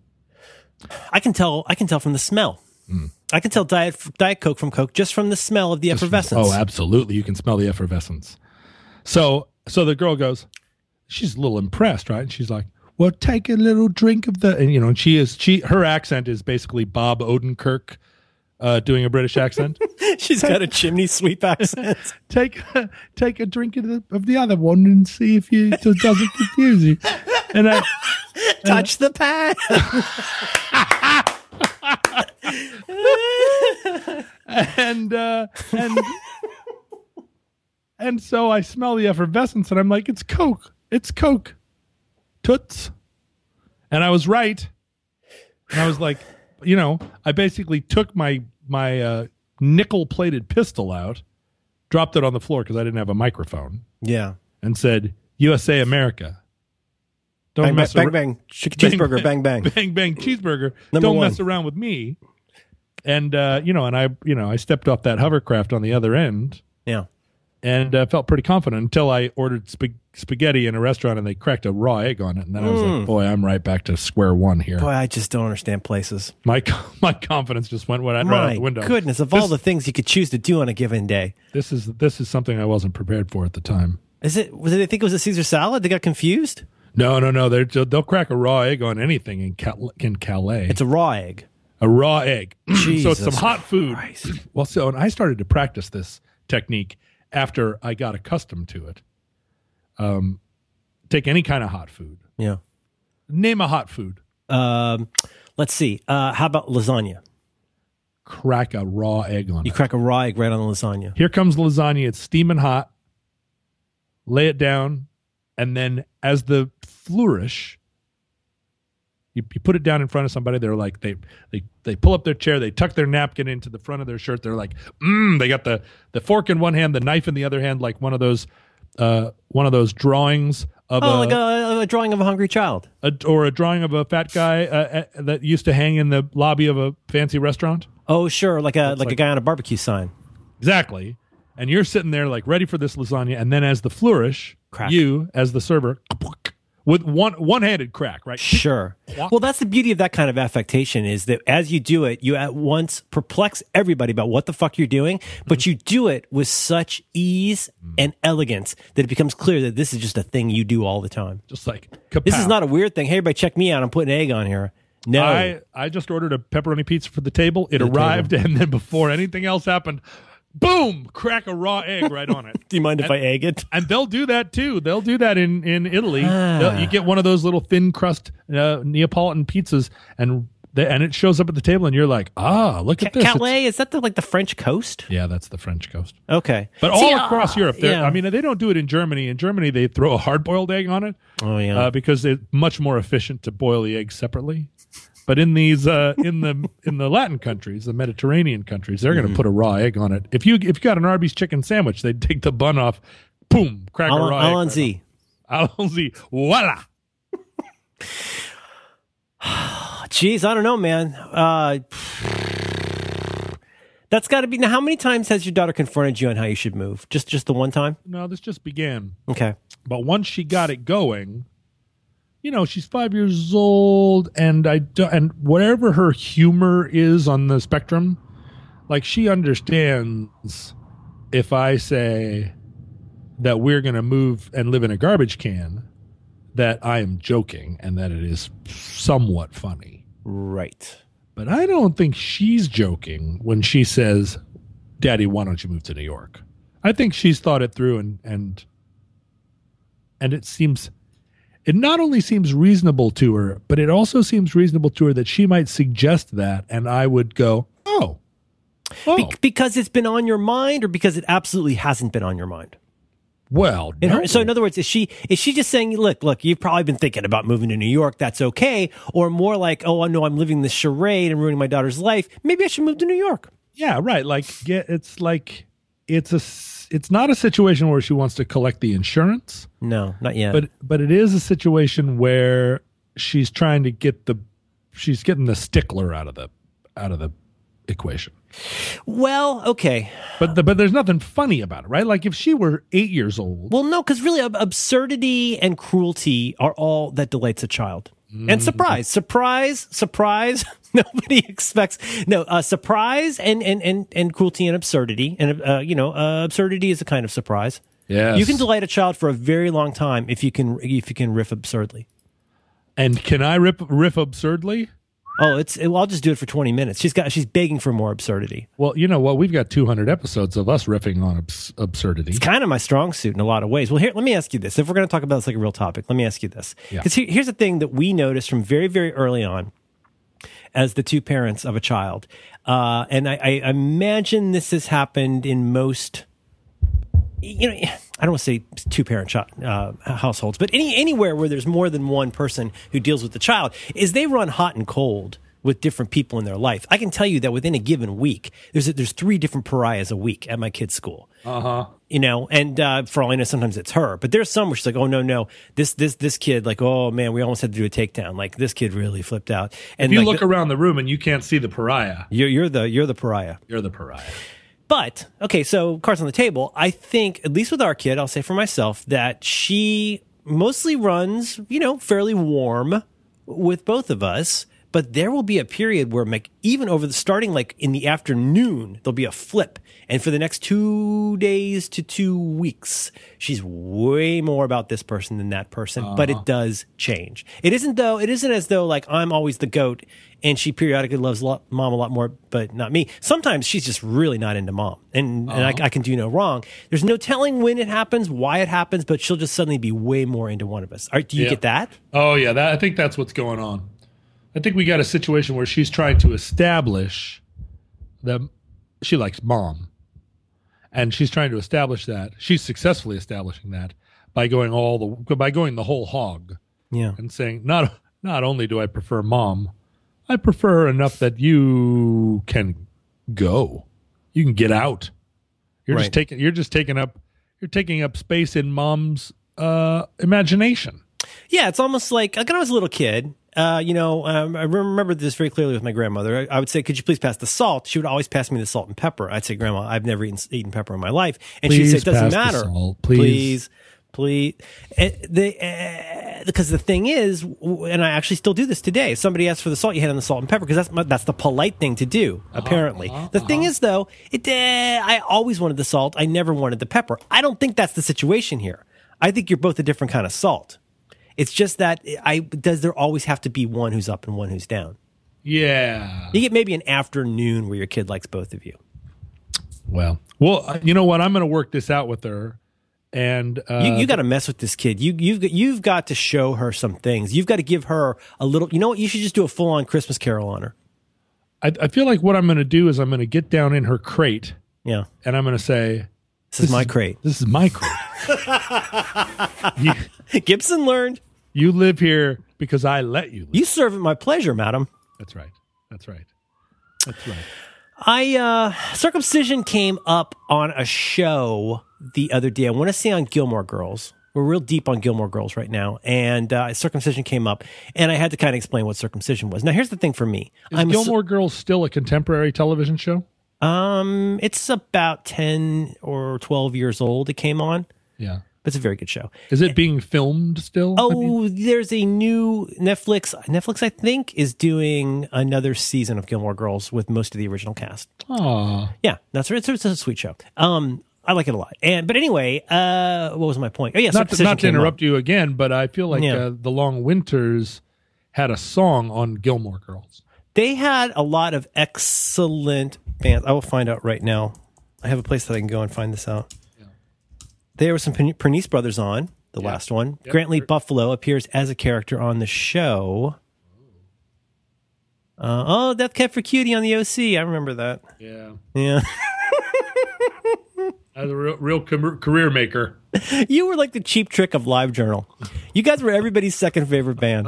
Speaker 1: I can tell. I can tell from the smell.
Speaker 2: Hmm.
Speaker 1: I can tell diet diet coke from coke just from the smell of the effervescence.
Speaker 2: Oh, absolutely. You can smell the effervescence. So so the girl goes, she's a little impressed, right? And she's like, Well, take a little drink of the and you know, and she is she her accent is basically Bob Odenkirk uh, doing a British accent.
Speaker 1: She's got a chimney sweep accent.
Speaker 2: take take a drink of the, of the other one and see if you it doesn't confuse you. And I
Speaker 1: Touch the pad.
Speaker 2: and uh, and and so I smell the effervescence, and I'm like, it's Coke, it's Coke, toots, and I was right. And I was like, you know, I basically took my my uh, nickel plated pistol out, dropped it on the floor because I didn't have a microphone,
Speaker 1: yeah.
Speaker 2: and said, "USA America." Don't
Speaker 1: Bang bang
Speaker 2: mess
Speaker 1: bang,
Speaker 2: ar-
Speaker 1: bang. Chicken cheeseburger. Bang bang.
Speaker 2: bang bang cheeseburger.
Speaker 1: Number
Speaker 2: Don't
Speaker 1: one.
Speaker 2: mess around with me. And uh, you know, and I, you know, I stepped off that hovercraft on the other end
Speaker 1: Yeah.
Speaker 2: and uh, felt pretty confident until I ordered spag- spaghetti in a restaurant and they cracked a raw egg on it, and then I was
Speaker 1: Mm.
Speaker 2: like, boy, I'm right back to square one here.
Speaker 1: Boy, I just don't understand places.
Speaker 2: My co- my confidence just went right, right out
Speaker 1: My
Speaker 2: the window.
Speaker 1: goodness, of all the things you could choose to do on a given day,
Speaker 2: This is this is something I wasn't prepared for at the time.
Speaker 1: is it? Was it? They think it was a Caesar salad. They got confused.
Speaker 2: No, no, no. They're, they'll crack a raw egg on anything in Cal- in Calais.
Speaker 1: It's a raw egg.
Speaker 2: a raw egg. so it's some
Speaker 1: Jesus
Speaker 2: hot food.
Speaker 1: Christ.
Speaker 2: Well, so and I started to practice this technique after I got accustomed to it. Um, take any kind of hot food.
Speaker 1: Yeah.
Speaker 2: Name a hot food.
Speaker 1: Um, let's see. Uh, how about lasagna?
Speaker 2: Crack a raw egg on
Speaker 1: You
Speaker 2: it.
Speaker 1: crack a raw egg right on the lasagna.
Speaker 2: Here comes lasagna. It's steaming hot. Lay it down, and then as the flourish, you, you put it down in front of somebody. They're like they they they pull up their chair. They tuck their napkin into the front of their shirt. They're like, mmm. They got the the fork in one hand, the knife in the other hand, like one of those uh, one of those drawings of
Speaker 1: Oh,
Speaker 2: a,
Speaker 1: like a, a drawing of a hungry child.
Speaker 2: a- or a drawing of a fat guy uh, uh, that used to hang in the lobby of a fancy restaurant.
Speaker 1: Oh, sure, like a like, a guy on a barbecue sign.
Speaker 2: Exactly. And you're sitting there like ready for this lasagna, and then as the flourish,
Speaker 1: Crack.
Speaker 2: you as the server with one one handed crack, right?
Speaker 1: Sure. Well, that's the beauty of that kind of affectation is that as you do it, you at once perplex everybody about what the fuck you're doing,
Speaker 2: Mm-hmm.
Speaker 1: but you do it with such ease
Speaker 2: Mm.
Speaker 1: and elegance that it becomes clear that this is just a thing you do all the time.
Speaker 2: Just like
Speaker 1: This is
Speaker 2: kapow.
Speaker 1: not a weird thing. Hey, everybody, check me out. I'm putting an egg on here. No.
Speaker 2: I I just ordered a pepperoni pizza for the table. It arrived, and then before anything else happened, boom! Crack a raw egg right on it.
Speaker 1: do you mind if I egg it?
Speaker 2: and they'll do that too. They'll do that in in Italy.
Speaker 1: Ah.
Speaker 2: They'll- You get one of those little thin crust uh, Neapolitan pizzas, and the, and it shows up at the table, and you're like, ah, look at this. It's-
Speaker 1: Calais, is that the, like the French coast?
Speaker 2: Yeah, that's the French coast.
Speaker 1: Okay.
Speaker 2: But all
Speaker 1: See,
Speaker 2: across
Speaker 1: uh,
Speaker 2: Europe, they're-
Speaker 1: yeah.
Speaker 2: I mean, they don't do it in Germany. In Germany, they throw a hard boiled egg on it
Speaker 1: Oh, yeah.
Speaker 2: uh, because it's much more efficient to boil the egg separately. But in these uh, in the in the Latin countries, the Mediterranean countries, they're going to put a raw egg on it. If you if you got an Arby's chicken sandwich, they'd take the bun off, boom, crack a raw egg.
Speaker 1: Alan
Speaker 2: right
Speaker 1: Z.
Speaker 2: Allons-y. Voila.
Speaker 1: Jeez, I don't know, man. Uh, that's got to be. Now, how many times has your daughter confronted you on how you should move? Just, just the one time.
Speaker 2: No, this just began.
Speaker 1: Okay.
Speaker 2: But once she got it going, you know, she's five years old, and I do, and whatever her humor is on the spectrum, like she understands if I say that we're going to move and live in a garbage can, that I am joking and that it is somewhat funny.
Speaker 1: Right.
Speaker 2: But I don't think she's joking when she says, "Daddy, why don't you move to New York?" I think she's thought it through, and and and it seems it not only seems reasonable to her, but it also seems reasonable to her that she might suggest that, and I would go, "Oh, oh,
Speaker 1: Be- because it's been on your mind, or because it absolutely hasn't been on your mind.
Speaker 2: well."
Speaker 1: In
Speaker 2: no."
Speaker 1: her, so, in other words, is she is she just saying, "Look, look, you've probably been thinking about moving to New York. That's okay," or more like, "Oh, no, I'm living this charade and ruining my daughter's life. Maybe I should move to New York."
Speaker 2: yeah, right. Like, get it's like it's a s- it's not a situation where she wants to collect the insurance.
Speaker 1: No, not yet.
Speaker 2: but but it is a situation where she's trying to get the she's getting the stickler out of the out of the equation
Speaker 1: well, okay.
Speaker 2: but the, but there's nothing funny about it right like if she were eight years old
Speaker 1: Well, no, because really, ab- absurdity and cruelty are all that delights a child. And surprise, surprise, surprise. Nobody expects no uh, surprise and and and and cruelty and absurdity and uh, you know uh, absurdity is a kind of surprise.
Speaker 2: yeah
Speaker 1: You can delight a child for a very long time if you can if you can riff absurdly.
Speaker 2: and can i rip riff absurdly
Speaker 1: Oh, it's well, I'll just do it for twenty minutes. She's got she's begging for more absurdity.
Speaker 2: well you know what we've got 200 episodes of us riffing on abs- absurdity
Speaker 1: It's kind of my strong suit in a lot of ways. Well, here, let me ask you this. If we're going to talk about this like a real topic, let me ask you this.
Speaker 2: Yeah.
Speaker 1: Because here's the thing that we noticed from very, very early on as the two parents of a child. Uh, and I, I imagine this has happened in most, you know, I don't want to say two parent ch- uh, households, but any, anywhere where there's more than one person who deals with the child is they run hot and cold with different people in their life. I can tell you that within a given week, there's, a, there's three different pariahs a week at my kid's school
Speaker 2: Uh-huh.
Speaker 1: you know and uh, for all i know sometimes it's her but there's some where she's like oh no no this this this kid like oh man we almost had to do a takedown like this kid really flipped out and
Speaker 2: if you
Speaker 1: like,
Speaker 2: look
Speaker 1: the-
Speaker 2: around the room and you can't see the pariah
Speaker 1: you're, you're the you're the pariah
Speaker 2: you're the pariah
Speaker 1: but okay, so cards on the table. I think, at least with our kid, I'll say for myself that she mostly runs, you know, fairly warm with both of us. But there will be a period where, like, even over the starting, like in the afternoon, there'll be a flip, and for the next two days to two weeks, she's way more about this person than that person. But it does change. It isn't though. It isn't as though like I'm always the goat and she periodically loves lo- mom a lot more, but not me. Sometimes she's just really not into mom, and, and I, I can do no wrong. There's no telling when it happens, why it happens, but she'll just suddenly be way more into one of us. All right, do you
Speaker 2: Yeah.
Speaker 1: get that?
Speaker 2: Oh yeah, that, I think that's what's going on. I think we got a situation where she's trying to establish that she likes mom, and she's trying to establish that she's successfully establishing that by going all the by going the whole hog
Speaker 1: Yeah.
Speaker 2: and saying not not only do I prefer mom, I prefer her enough that you can go, you can get out. You're
Speaker 1: Right.
Speaker 2: just taking you're just taking up you're taking up space in mom's uh, imagination.
Speaker 1: Yeah, it's almost like like when I was a little kid. Uh, you know, um, I remember this very clearly with my grandmother. I, I would say, "Could you please pass the salt?" She would always pass me the salt and pepper. I'd say, "Grandma, I've never eaten, eaten pepper in my life," and she'd say, "It
Speaker 2: Please
Speaker 1: doesn't
Speaker 2: pass the
Speaker 1: matter,
Speaker 2: salt,
Speaker 1: please,
Speaker 2: please."
Speaker 1: please." And the- uh, because the thing is, w- and I actually still do this today. If somebody asks for the salt, you hand them the salt and pepper because that's my, that's the polite thing to do. Apparently, the thing is though, it uh, I always wanted the salt. I never wanted the pepper. I don't think that's the situation here. I think you're both a different kind of salt. It's just that I does there always have to be one who's up and one who's down.
Speaker 2: Yeah.
Speaker 1: You get maybe an afternoon where your kid likes both of you.
Speaker 2: Well, well, uh, you know what? I'm going to work this out with her, and uh,
Speaker 1: You, you got to mess with this kid. You you've got- you've got to show her some things. You've got to give her a little. You know what? You should just do a full on Christmas Carol on her.
Speaker 2: I, I feel like what I'm going to do is I'm going to get down in her crate
Speaker 1: Yeah,
Speaker 2: and I'm going to say,
Speaker 1: this, is my crate.
Speaker 2: "This is my crate. you,
Speaker 1: Gibson learned
Speaker 2: you live here because I let you." Live.
Speaker 1: you serve at my pleasure, madam.
Speaker 2: That's right. That's right. That's right.
Speaker 1: I uh circumcision came up on a show the other day. I want to say on Gilmore Girls. We're real deep on Gilmore Girls right now, and uh, circumcision came up, and I had to kind of explain what circumcision was. Now, here's the thing for me:
Speaker 2: Is
Speaker 1: I'm a-
Speaker 2: Gilmore Girls still a contemporary television show?
Speaker 1: um, it's about ten or twelve years old. It came on,
Speaker 2: Yeah.
Speaker 1: but it's a very good show.
Speaker 2: Is it being filmed still? I
Speaker 1: Oh,
Speaker 2: mean,
Speaker 1: there's a new Netflix. Netflix, I think, is doing another season of Gilmore Girls with most of the original cast.
Speaker 2: aw.
Speaker 1: Yeah, that's it's, it's a sweet show. Um, I like it a lot. And but anyway, uh, what was my point? Oh yeah,
Speaker 2: not to,
Speaker 1: circumcision
Speaker 2: not to
Speaker 1: came
Speaker 2: interrupt
Speaker 1: up.
Speaker 2: you again, but I feel like
Speaker 1: Yeah.
Speaker 2: uh, the Long Winters had a song on Gilmore Girls.
Speaker 1: They had a lot of excellent bands. I will find out right now. I have a place that I can go and find this out. There were some Pen- Pernice brothers on the last one. Grantley Buffalo appears as a character on the show. Uh, oh, Death Cab for Cutie on the OC. I remember that.
Speaker 2: Yeah,
Speaker 1: Yeah.
Speaker 2: as a real, real com- career maker.
Speaker 1: You were like the cheap trick of Live Journal. You guys were everybody's second favorite band.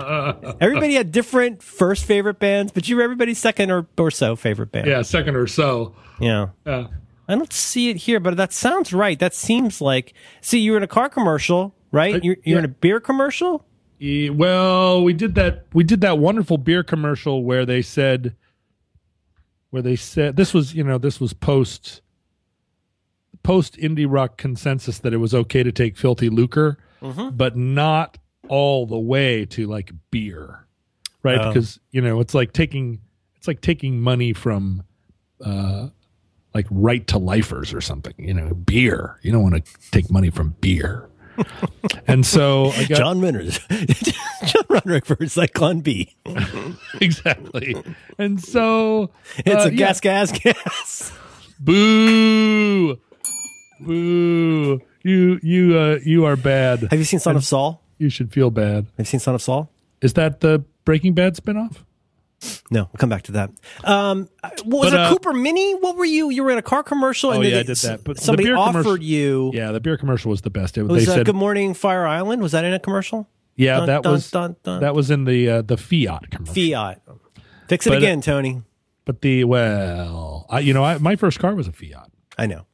Speaker 1: Everybody had different first favorite bands, but you were everybody's second or, or so favorite band.
Speaker 2: Yeah, second or so.
Speaker 1: Yeah.
Speaker 2: Uh,
Speaker 1: I don't see it here, but that sounds right. That seems like. See, you were in a car commercial, right? You're, you're in a beer commercial?
Speaker 2: e- well, we did that. We did that wonderful beer commercial where they said, where they said this was you know this was post post indie rock consensus that it was okay to take filthy lucre, but not all the way to like beer, right?
Speaker 1: Oh.
Speaker 2: Because you know it's like taking it's like taking money from. uh like right to lifers or something, you know, beer. You don't want to take money from beer. and so I got,
Speaker 1: John Runners. John Runrick for Cyclone B.
Speaker 2: Uh, exactly. And so
Speaker 1: It's
Speaker 2: uh,
Speaker 1: a
Speaker 2: yeah,
Speaker 1: gas, gas, gas.
Speaker 2: Boo, boo. You you uh, you are bad.
Speaker 1: Have you seen Son of Saul?
Speaker 2: You should feel bad.
Speaker 1: Have you seen Son of Saul?
Speaker 2: Is that the Breaking Bad spinoff?
Speaker 1: No, we'll come back to that. Um, what was
Speaker 2: But,
Speaker 1: it
Speaker 2: uh,
Speaker 1: Cooper Mini? What were you? You were in a car commercial, and
Speaker 2: Oh,
Speaker 1: then
Speaker 2: yeah, I
Speaker 1: they-
Speaker 2: did that. But the
Speaker 1: somebody
Speaker 2: beer
Speaker 1: offered
Speaker 2: commercial-
Speaker 1: you.
Speaker 2: Yeah, the beer commercial was the best. It,
Speaker 1: It was
Speaker 2: they
Speaker 1: uh,
Speaker 2: said,
Speaker 1: Good Morning Fire Island. Was that in a commercial?
Speaker 2: yeah,
Speaker 1: Dun,
Speaker 2: that
Speaker 1: dun,
Speaker 2: was
Speaker 1: dun, dun.
Speaker 2: that was in the uh, the Fiat commercial.
Speaker 1: Fiat. Fix it
Speaker 2: But, uh,
Speaker 1: again, Tony.
Speaker 2: But the well, I, you know, I, my first car was a Fiat.
Speaker 1: I know.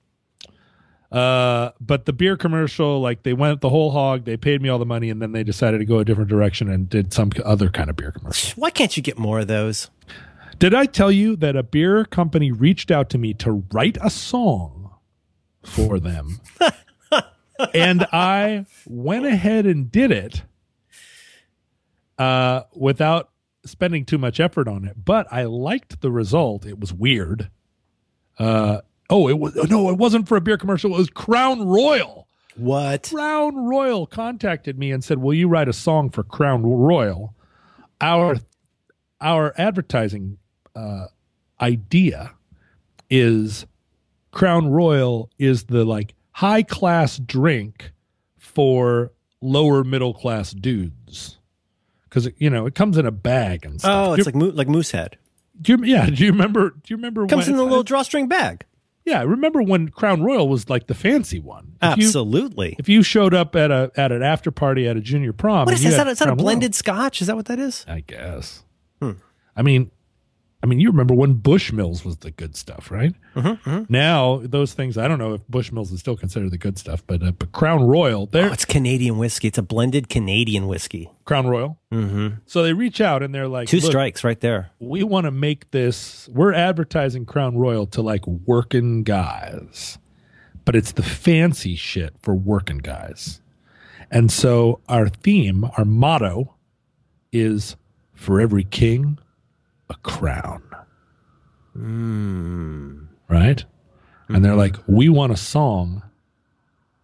Speaker 2: Uh, but the beer commercial, like they went the whole hog. They paid me all the money, and then they decided to go a different direction and did some other kind of beer commercial.
Speaker 1: Why can't you get more of those?
Speaker 2: Did I tell you that a beer company reached out to me to write a song for them? and I went ahead and did it uh, without spending too much effort on it. But I liked the result. It was weird. Uh, oh, it was no, it wasn't for a beer commercial. It was Crown Royal.
Speaker 1: What?
Speaker 2: Crown Royal contacted me and said, "Will you write a song for Crown Royal? Our our advertising uh, idea is Crown Royal is the like high class drink for lower middle class dudes because you know it comes in a bag and stuff.
Speaker 1: Oh,
Speaker 2: do,
Speaker 1: it's like mo- like Moosehead.
Speaker 2: do you, yeah. Do you remember? Do you remember
Speaker 1: Comes
Speaker 2: when?
Speaker 1: in the little drawstring bag.
Speaker 2: yeah, remember when Crown Royal was like the fancy one? If you-
Speaker 1: Absolutely.
Speaker 2: if you showed up at a at an after party at a junior prom,
Speaker 1: What
Speaker 2: and
Speaker 1: is
Speaker 2: you
Speaker 1: that? Hmm. Is
Speaker 2: had
Speaker 1: that, a- is that a
Speaker 2: Crown Royal-
Speaker 1: blended scotch? Is that what that is?
Speaker 2: I guess. I mean, I mean, you remember when Bushmills was the good stuff, right?
Speaker 1: Mm-hmm,
Speaker 2: Now those things, I don't know if Bushmills is still considered the good stuff, but uh, but Crown Royal,
Speaker 1: Oh,
Speaker 2: they're
Speaker 1: it's Canadian whiskey. It's a blended Canadian whiskey.
Speaker 2: Crown Royal.
Speaker 1: Mm-hmm.
Speaker 2: So they reach out and they're like,
Speaker 1: Two
Speaker 2: "Look,
Speaker 1: strikes right there.
Speaker 2: we want to make this we're advertising crown royal to like working guys but it's the fancy shit for working guys and so our theme our motto is for every king a crown right and they're like we want a song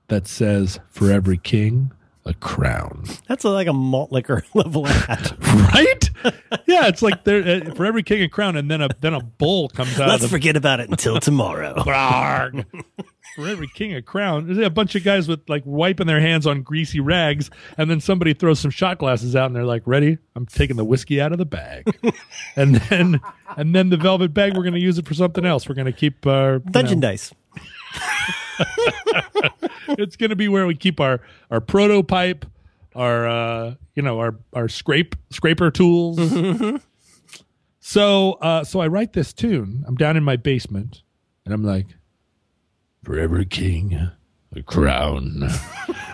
Speaker 2: that says for every king a crown
Speaker 1: That's like a malt liquor level ad.
Speaker 2: right yeah it's like there uh, for every king a crown and then a then a bull comes out of
Speaker 1: Let's
Speaker 2: the
Speaker 1: forget about it until tomorrow.
Speaker 2: Brarg. For every king a crown, there's a bunch of guys with like wiping their hands on greasy rags, and then somebody throws some shot glasses out, and they're like, "Ready? I'm taking the whiskey out of the bag," and then and then the velvet bag. We're going to use it for something else. We're going to keep our you
Speaker 1: Dungeon
Speaker 2: know,
Speaker 1: dice.
Speaker 2: It's going to be where we keep our our prototype, our uh, you know our our scrape scraper tools. So uh, so I write this tune. I'm down in my basement, and I'm like, "Forever King, the crown,"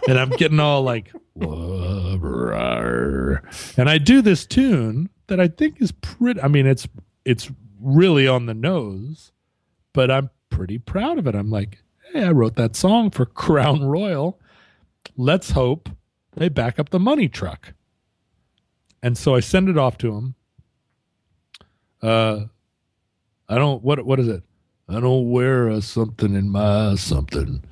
Speaker 2: and I'm getting all like, "Wah, rar." and I do this tune that I think is pretty. I mean, it's it's really on the nose, but I'm pretty proud of it. I'm like, "Hey, I wrote that song for Crown Royal. Let's hope they back up the money truck." And so I send it off to him uh i don't what what is it i don't wear a something in my something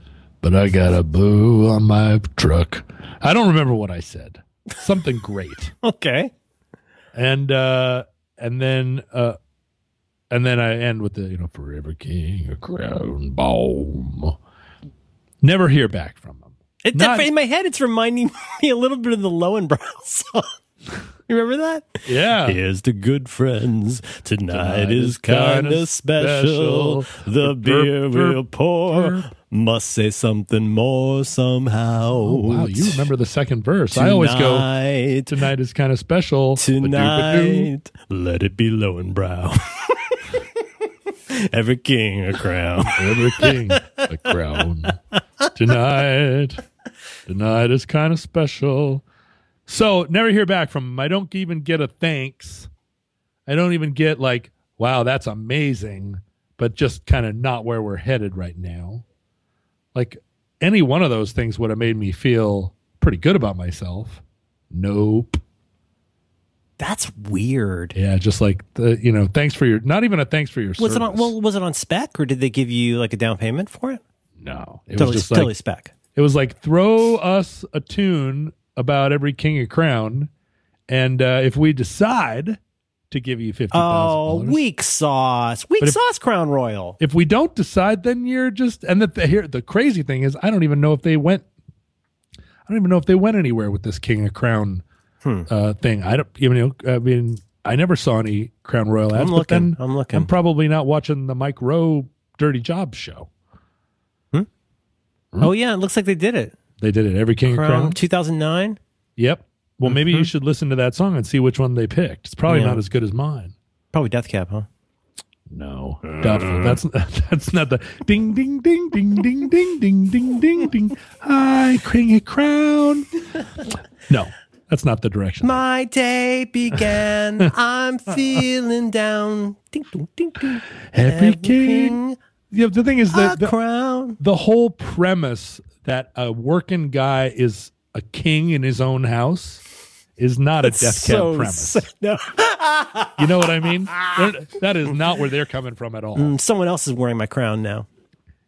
Speaker 2: but i got a boo on my truck i don't remember what i said something great
Speaker 1: Okay.
Speaker 2: and uh and then uh and then i end with the you know forever king a crown bomb never hear back from him
Speaker 1: It,
Speaker 2: Not-
Speaker 1: that- in my head, it's reminding me a little bit of the Lowenbrow song. You remember that?
Speaker 2: yeah
Speaker 1: Here's to good friends. Tonight,
Speaker 2: Tonight
Speaker 1: is
Speaker 2: is kinda
Speaker 1: kind of special.
Speaker 2: special.
Speaker 1: The
Speaker 2: Burp,
Speaker 1: beer
Speaker 2: burp,
Speaker 1: we'll pour
Speaker 2: burp.
Speaker 1: must say something more somehow.
Speaker 2: Oh, wow you remember the second verse i always go
Speaker 1: Tonight,
Speaker 2: tonight is kind of special Ba-doo-ba-doo.
Speaker 1: tonight, let it be low and brow. Every king a crown.
Speaker 2: Every king a crown. Tonight, tonight is kind of special. So never hear back from him. I don't even get a thanks. I don't even get like, wow, that's amazing, but just kind of not where we're headed right now. Like any one of those things would have made me feel pretty good about myself. Nope.
Speaker 1: That's weird.
Speaker 2: Yeah, just like the you know, thanks for your not even a thanks for your
Speaker 1: Was
Speaker 2: service.
Speaker 1: it on? Well, was it on spec, or did they give you like a down payment for it?
Speaker 2: no, it
Speaker 1: totally,
Speaker 2: was just like
Speaker 1: totally spec.
Speaker 2: It was like throw us a tune about every king of crown, and uh, if we decide to give you fifty
Speaker 1: Oh,
Speaker 2: thousand dollars,
Speaker 1: weak sauce, weak
Speaker 2: if-
Speaker 1: sauce, Crown Royal.
Speaker 2: if we don't decide, then you're just and the, the here the crazy thing is I don't even know if they went. I don't even know if they went anywhere with this king of crown
Speaker 1: Hmm.
Speaker 2: uh, thing. I don't even know. I mean, I never saw any crown royal ads.
Speaker 1: I'm
Speaker 2: but
Speaker 1: looking.
Speaker 2: then
Speaker 1: I'm looking.
Speaker 2: I'm probably not watching the Mike Rowe Dirty Jobs show.
Speaker 1: oh yeah, it looks like they did it.
Speaker 2: They did it every king of crown.
Speaker 1: Crown 2009.
Speaker 2: Yep. Well, maybe you should listen to that song and see which one they picked. It's probably
Speaker 1: Mm-hmm. Yeah.
Speaker 2: not as good as mine.
Speaker 1: Probably Death Cab, huh?
Speaker 2: No,
Speaker 1: Mm.
Speaker 2: doubtful. That's that's not the ding ding ding ding ding ding ding ding ding ding. I cring a crown. No, that's not the direction.
Speaker 1: My day began. I'm feeling down. Ding, dong, ding, ding.
Speaker 2: Every king. Yeah, the thing is
Speaker 1: a
Speaker 2: that the,
Speaker 1: crown.
Speaker 2: the whole premise that a working guy is a king in his own house is not a death cab
Speaker 1: So
Speaker 2: premise.
Speaker 1: sad. No.
Speaker 2: You know what I mean? They're- that is not where they're coming from at all.
Speaker 1: Someone else is wearing my crown now.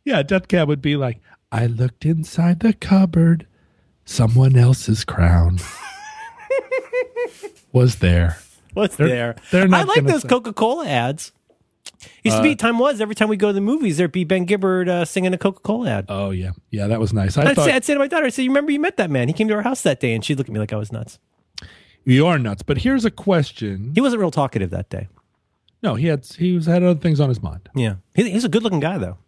Speaker 2: Yeah, Death Cab would be like, I looked inside the cupboard. Someone else's crown was there.
Speaker 1: What's there?
Speaker 2: they're
Speaker 1: I
Speaker 2: not
Speaker 1: like
Speaker 2: gonna
Speaker 1: those
Speaker 2: say- Uh,
Speaker 1: Coca Cola ads. Used to be time was every time we go to the movies, there'd be Ben Gibbard uh, singing a Coca Cola ad.
Speaker 2: Oh, yeah. Yeah, that was nice. I
Speaker 1: I'd,
Speaker 2: thought
Speaker 1: say, I'd say to my daughter, I say, "You remember you met that man? He came to our house that day," and she'd look at me like I was nuts.
Speaker 2: you are nuts. But here's a question.
Speaker 1: He wasn't real talkative that day.
Speaker 2: No, he had he was had other things on his mind.
Speaker 1: Yeah, he, he's a good-looking guy though.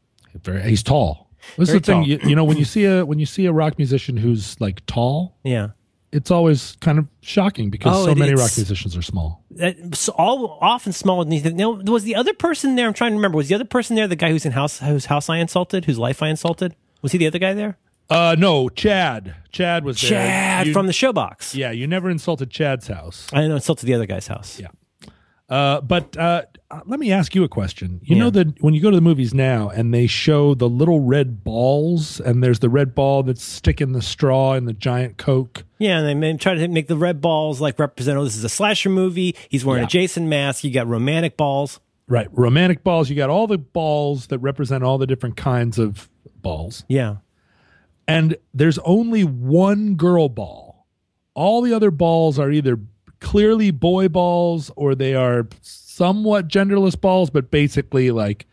Speaker 2: Very, he's tall. This is
Speaker 1: Very
Speaker 2: the thing.
Speaker 1: tall.
Speaker 2: You, you know, when you see a when you see a rock musician who's like tall,
Speaker 1: Yeah,
Speaker 2: it's always kind of shocking because
Speaker 1: Oh,
Speaker 2: so
Speaker 1: it-
Speaker 2: many rock
Speaker 1: it's-
Speaker 2: musicians are small.
Speaker 1: That, so all often smaller than you think. Now, was the other person there? I'm trying to remember. Was the other person there the guy who's in house whose house I insulted, whose life I insulted? Was he the other guy there?
Speaker 2: Uh, no, Chad. Chad was there.
Speaker 1: Chad
Speaker 2: You-
Speaker 1: from the showbox.
Speaker 2: yeah. You never insulted Chad's house.
Speaker 1: I insulted the other guy's house.
Speaker 2: Yeah. Uh, but uh, let me ask you a question. You
Speaker 1: Yeah.
Speaker 2: know that when you go to the movies now and they show the little red balls, and there's the red ball that's sticking the straw in the giant Coke.
Speaker 1: Yeah, and they made, try to make the red balls like represent. Oh, this is a slasher movie. He's wearing a
Speaker 2: Yeah.
Speaker 1: Jason mask. You got romantic balls.
Speaker 2: Right. Romantic balls. You got all the balls that represent all the different kinds of balls.
Speaker 1: Yeah,
Speaker 2: And there's only one girl ball. All the other balls are either clearly boy balls or they are somewhat genderless balls, but basically like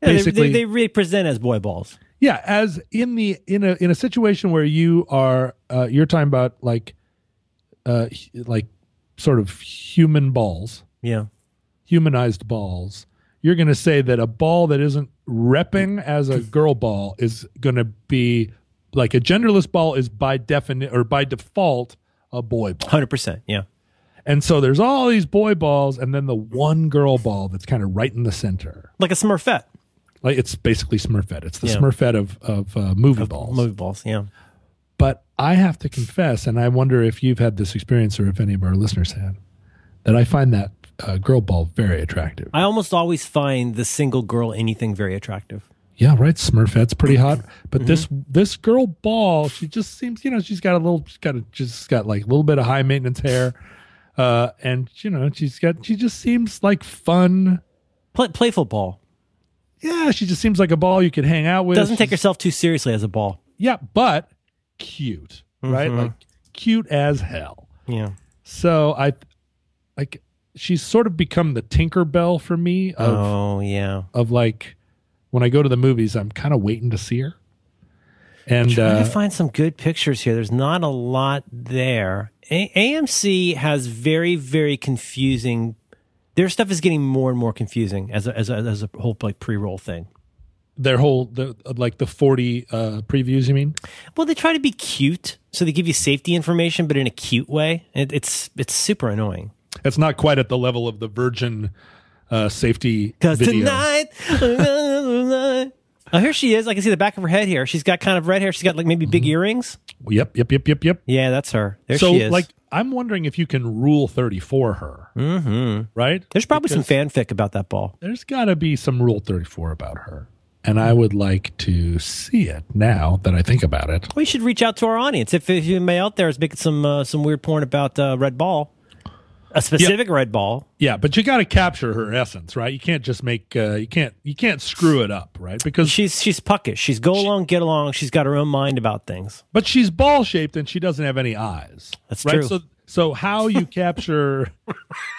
Speaker 1: Yeah, they-
Speaker 2: Basically-
Speaker 1: they, they represent as boy balls.
Speaker 2: Yeah, as in the in a in a situation where you are uh you're talking about like uh h- like sort of human balls,
Speaker 1: Yeah,
Speaker 2: humanized balls. You're going to say that a ball that isn't repping as a girl ball is going to be like a genderless ball is by defini or by default a boy ball.
Speaker 1: hundred percent. Yeah,
Speaker 2: And so there's all these boy balls and then the one girl ball that's kind of right in the center.
Speaker 1: like a Smurfette
Speaker 2: Like it's basically Smurfette. It's the
Speaker 1: Yeah.
Speaker 2: Smurfette of of uh, movie balls.
Speaker 1: movie balls. Yeah,
Speaker 2: But I have to confess, and I wonder if you've had this experience or if any of our listeners have, that I find that uh, girl ball very attractive.
Speaker 1: I almost always find the single girl anything very attractive.
Speaker 2: Yeah, right. Smurfette's pretty hot, but
Speaker 1: Mm-hmm.
Speaker 2: this this girl ball, she just seems, you know, she's got a little, she's got a, she's got like a little bit of high maintenance hair, uh, and you know, she's got, she just seems like fun.
Speaker 1: Play, playful ball
Speaker 2: Yeah, she just seems like a ball you could hang out with.
Speaker 1: doesn't
Speaker 2: She's-
Speaker 1: take herself too seriously as a ball.
Speaker 2: yeah, but cute, right?
Speaker 1: Mhm.
Speaker 2: Like cute as hell.
Speaker 1: Yeah,
Speaker 2: So I like she's sort of become the Tinkerbell for me of
Speaker 1: oh yeah.
Speaker 2: of like when I go to the movies, I'm kind of waiting to see her. And
Speaker 1: trying
Speaker 2: uh,
Speaker 1: to find some good pictures here. There's not a lot there. A- AMC has very, very confusing. Their stuff is getting more and more confusing as a, as a, as a whole like pre roll thing.
Speaker 2: their whole the like the 40 uh previews, you mean?
Speaker 1: Well, they try to be cute, so they give you safety information, but in a cute way. It, it's it's super annoying.
Speaker 2: It's not quite at the level of the Virgin uh safety
Speaker 1: Because
Speaker 2: video.
Speaker 1: tonight, oh, here she is. I can see the back of her head here. She's got kind of red hair. She's got like maybe big earrings.
Speaker 2: Yep, yep, yep, yep, yep.
Speaker 1: Yeah, that's her. There
Speaker 2: Mm-hmm. so
Speaker 1: she is.
Speaker 2: like I'm wondering if you can rule 34 her. Mm-hmm. Right?
Speaker 1: there's probably some fanfic about that ball.
Speaker 2: there's got to be some rule 34 about her and i would like to see it now that i think about it
Speaker 1: We should reach out to our audience. If, if anybody out there is making some uh, some weird porn about uh, red ball, a specific red ball,
Speaker 2: yeah but you got to capture her essence right you can't just make uh, you can't you can't screw it up right because
Speaker 1: she's she's puckish. She's go along, get along. She's got her own mind about things.
Speaker 2: but she's ball shaped and she doesn't have any eyes
Speaker 1: That's
Speaker 2: right
Speaker 1: true.
Speaker 2: so so how you capture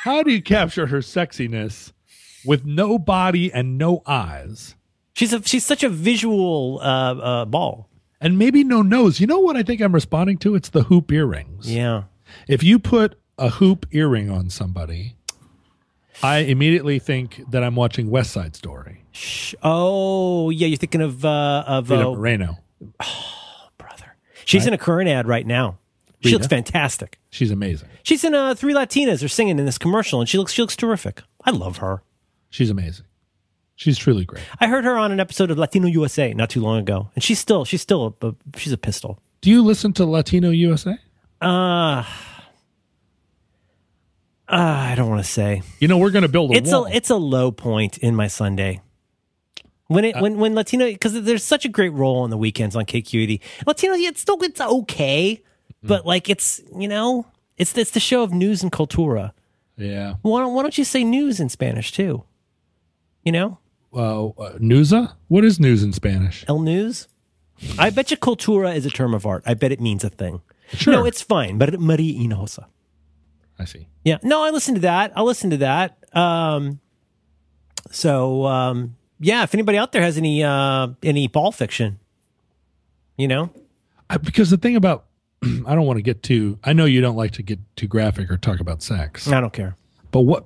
Speaker 2: how do you capture her sexiness with no body and no eyes
Speaker 1: She's a, she's such a visual uh, uh, ball.
Speaker 2: and maybe no nose you know what i think i'm responding to it's the hoop earrings
Speaker 1: Yeah,
Speaker 2: If you put a hoop earring on somebody, I immediately think that I'm watching West Side Story.
Speaker 1: Sh- Oh, yeah. You're thinking of uh, of
Speaker 2: Rita
Speaker 1: uh,
Speaker 2: Moreno.
Speaker 1: brother. She's in a current ad right now. She
Speaker 2: Rita?
Speaker 1: looks fantastic.
Speaker 2: She's amazing.
Speaker 1: She's in uh, three Latinas. are singing in this commercial, and she looks she looks terrific. I love her.
Speaker 2: She's amazing. She's truly great.
Speaker 1: I heard her on an episode of Latino USA not too long ago, and she's still she's still a, a- she's a pistol.
Speaker 2: Do you listen to Latino USA?
Speaker 1: Uh, uh I don't want to say
Speaker 2: You know, we're going to build a
Speaker 1: it's a
Speaker 2: wall.
Speaker 1: it's a low point in my Sunday. When it when when Latino because there's such a great role on the weekends on KQED Latino yeah, it's still it's okay but like it's you know it's it's the show of news and cultura
Speaker 2: yeah.
Speaker 1: why don't why don't you say news in Spanish too you know
Speaker 2: Well, uh, Newsa? What is news in Spanish?
Speaker 1: El News? I bet you cultura is a term of art. I bet it means a thing.
Speaker 2: Sure.
Speaker 1: No, it's fine. But Maria Hinojosa.
Speaker 2: I see.
Speaker 1: Yeah. No, I listen to that. I listen to that. Um, so um, yeah, if anybody out there has any uh, any ball fiction, you know,
Speaker 2: I, because the thing about, I don't want to get too, I know you don't like to get too graphic or talk about sex,
Speaker 1: I don't care.
Speaker 2: but what?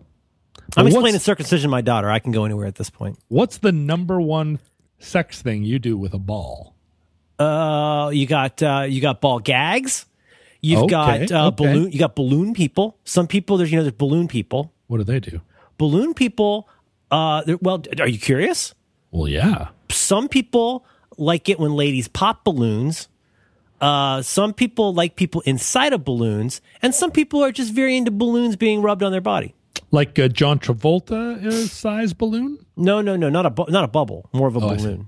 Speaker 2: but
Speaker 1: I'm
Speaker 2: what's-
Speaker 1: explaining circumcision to my daughter. I can go anywhere at this point.
Speaker 2: What's the number one sex thing you do with a ball?
Speaker 1: Uh, you got uh, you got ball gags. You've
Speaker 2: Okay,
Speaker 1: got uh,
Speaker 2: okay.
Speaker 1: balloon. You got balloon people. Some people there's you know there's balloon people.
Speaker 2: What do they do?
Speaker 1: Balloon people. Uh, they're- well, d- are you curious?
Speaker 2: Well, yeah.
Speaker 1: Some people like it when ladies pop balloons. Uh, some people like people inside of balloons, and some people are just very into balloons being rubbed on their body.
Speaker 2: Like a John Travolta uh, size balloon?
Speaker 1: No, no, no, not a bu- not a bubble, more of a
Speaker 2: Oh, I see.
Speaker 1: balloon.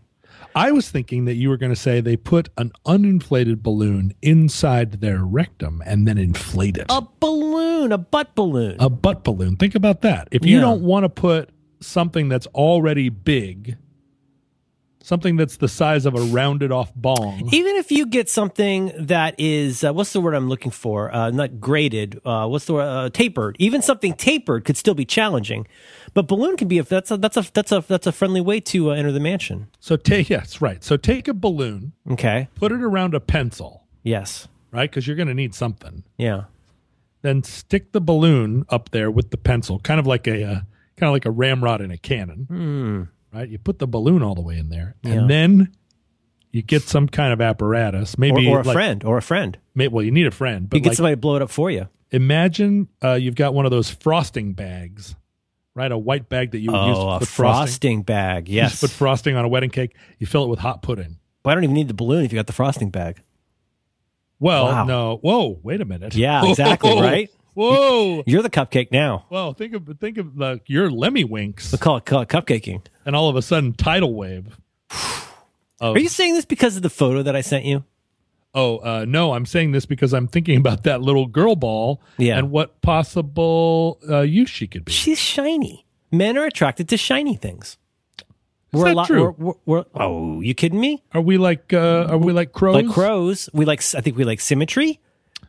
Speaker 2: I was thinking that you were going to say they put an uninflated balloon inside their rectum and then inflate it.
Speaker 1: A balloon, a butt balloon.
Speaker 2: a butt balloon. Think about that. If you
Speaker 1: Yeah.
Speaker 2: don't want to put something that's already big, something that's the size of a rounded off bong,
Speaker 1: Even if you get something that is uh, what's the word I'm looking for? Uh, not graded. Uh, what's the word? Uh, tapered. Even something tapered could still be challenging, but balloon can be. If that's a that's a that's a that's a friendly way to uh, enter the mansion.
Speaker 2: so take yes, right. So take a balloon,
Speaker 1: Okay.
Speaker 2: put it around a pencil,
Speaker 1: Yes.
Speaker 2: right? Because you're going to need something.
Speaker 1: Yeah.
Speaker 2: Then stick the balloon up there with the pencil, kind of like a uh, kind of like a ramrod in a cannon, right? You put the balloon all the way in there,
Speaker 1: Hmm. Yeah.
Speaker 2: and then you get some kind of apparatus,
Speaker 1: Or,
Speaker 2: maybe
Speaker 1: or a
Speaker 2: like,
Speaker 1: friend. Or a friend.
Speaker 2: may- well, you need a friend,
Speaker 1: You
Speaker 2: but
Speaker 1: get
Speaker 2: like,
Speaker 1: somebody to blow it up for you.
Speaker 2: imagine uh, you've got one of those frosting bags, right? A white bag that you would use
Speaker 1: Oh,
Speaker 2: to
Speaker 1: a
Speaker 2: put
Speaker 1: frosting,
Speaker 2: frosting.
Speaker 1: bag.
Speaker 2: You
Speaker 1: Yes.
Speaker 2: just put frosting on a wedding cake. You fill it with hot pudding.
Speaker 1: Well, I don't even need the balloon if you got the frosting bag.
Speaker 2: Well,
Speaker 1: Wow.
Speaker 2: no. Whoa, wait a minute.
Speaker 1: Yeah, exactly, right?
Speaker 2: Whoa.
Speaker 1: You're the cupcake now.
Speaker 2: Whoa, think of think of like your Lemmy Winks,
Speaker 1: We call it, call it cupcaking.
Speaker 2: and all of a sudden tidal wave.
Speaker 1: Are you saying this because of the photo that I sent you?
Speaker 2: Oh uh, no, I'm saying this because I'm thinking about that little girl ball
Speaker 1: Yeah.
Speaker 2: and what possible uh, use she could be.
Speaker 1: She's shiny. Men are attracted to shiny things. We're
Speaker 2: that
Speaker 1: a lot.
Speaker 2: true?
Speaker 1: We're, we're, we're, oh, you kidding me?
Speaker 2: Are we like uh, are we like crows?
Speaker 1: Like crows, we like. I think we like symmetry.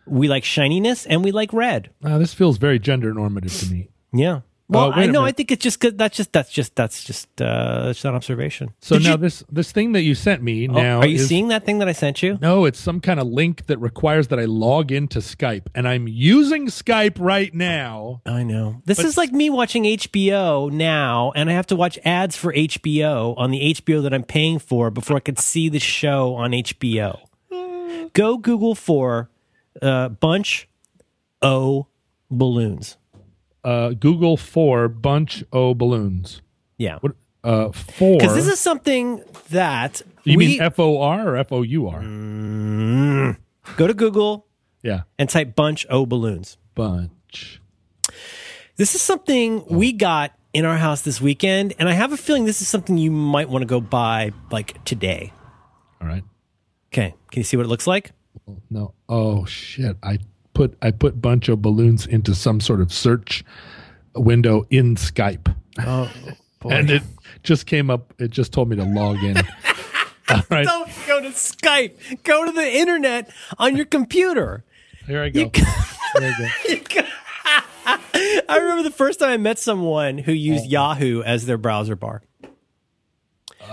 Speaker 1: We like shininess, and we like red.
Speaker 2: Uh, this feels very gender normative to me.
Speaker 1: Yeah. Well,
Speaker 2: Oh, wait
Speaker 1: I
Speaker 2: a
Speaker 1: know.
Speaker 2: minute.
Speaker 1: I think it's just 'cause that's just that's just that's just uh, that's an observation.
Speaker 2: So
Speaker 1: Did
Speaker 2: now
Speaker 1: you-
Speaker 2: this this thing that you sent me
Speaker 1: oh,
Speaker 2: now
Speaker 1: are you
Speaker 2: is,
Speaker 1: seeing that thing that I sent you?
Speaker 2: No, it's some kind of link that requires that I log into Skype, and I'm using Skype right now.
Speaker 1: I know. This is like me watching HBO now, and I have to watch ads for HBO on the HBO that I'm paying for before I could see the show on HBO. Go Google for uh, bunch O balloons.
Speaker 2: Uh, Google for bunch o balloons.
Speaker 1: Yeah,
Speaker 2: What uh, for?
Speaker 1: because this is something that
Speaker 2: you
Speaker 1: we Mm.
Speaker 2: mean F O R or F O U R?
Speaker 1: go to Google
Speaker 2: Yeah,
Speaker 1: and type bunch O balloons.
Speaker 2: bunch.
Speaker 1: This is something we got in our house this weekend, and I have a feeling this is something you might want to go buy like today.
Speaker 2: All right.
Speaker 1: Okay, can you see what it looks like?
Speaker 2: No. Oh shit! I put I put bunch o balloons into some sort of search window in Skype.
Speaker 1: Oh, boy.
Speaker 2: and it just came up. It just told me to log in. All right,
Speaker 1: Don't go to Skype. Go to the internet on your computer.
Speaker 2: here I go. There I go.
Speaker 1: I remember the first time I met someone who used
Speaker 2: Uh-huh.
Speaker 1: Yahoo as their browser bar.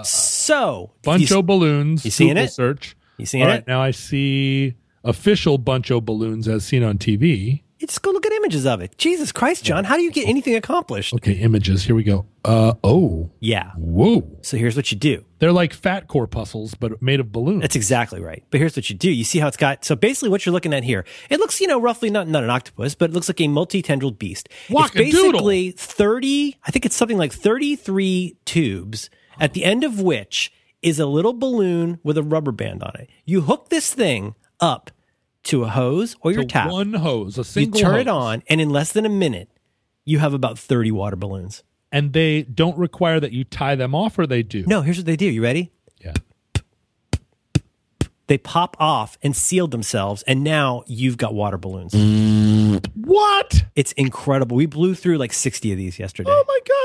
Speaker 1: So,
Speaker 2: Bunch
Speaker 1: you,
Speaker 2: o balloons. You
Speaker 1: seeing it?
Speaker 2: Search.
Speaker 1: you seeing
Speaker 2: All right,
Speaker 1: it?
Speaker 2: now I see official bunch o balloons as seen on TV.
Speaker 1: You Just go look at images of it. Jesus Christ, John, how do you get anything accomplished?
Speaker 2: Okay, images. Here we go. Uh oh.
Speaker 1: Yeah.
Speaker 2: Whoa.
Speaker 1: So here's what you do.
Speaker 2: They're like fat corpuscles, but made of balloons.
Speaker 1: That's exactly right. But here's what you do. You see how it's got. So basically, what you're looking at here, it looks, you know, roughly not not an octopus, but it looks like a multi-tendrilled beast. it's
Speaker 2: Whack-a-doodle.
Speaker 1: basically thirty. I think it's something like thirty-three tubes, at the end of which is a little balloon with a rubber band on it. You hook this thing up to a hose or your tap.
Speaker 2: One hose, a
Speaker 1: You
Speaker 2: single.
Speaker 1: turn it
Speaker 2: hose.
Speaker 1: on, and in less than a minute, you have about thirty water balloons.
Speaker 2: and they don't require that you tie them off, or they do.
Speaker 1: No, here's what they do. You ready?
Speaker 2: Yeah.
Speaker 1: They pop off and seal themselves, and now you've got water balloons.
Speaker 2: What?
Speaker 1: It's incredible. We blew through like 60 of these yesterday.
Speaker 2: Oh my god!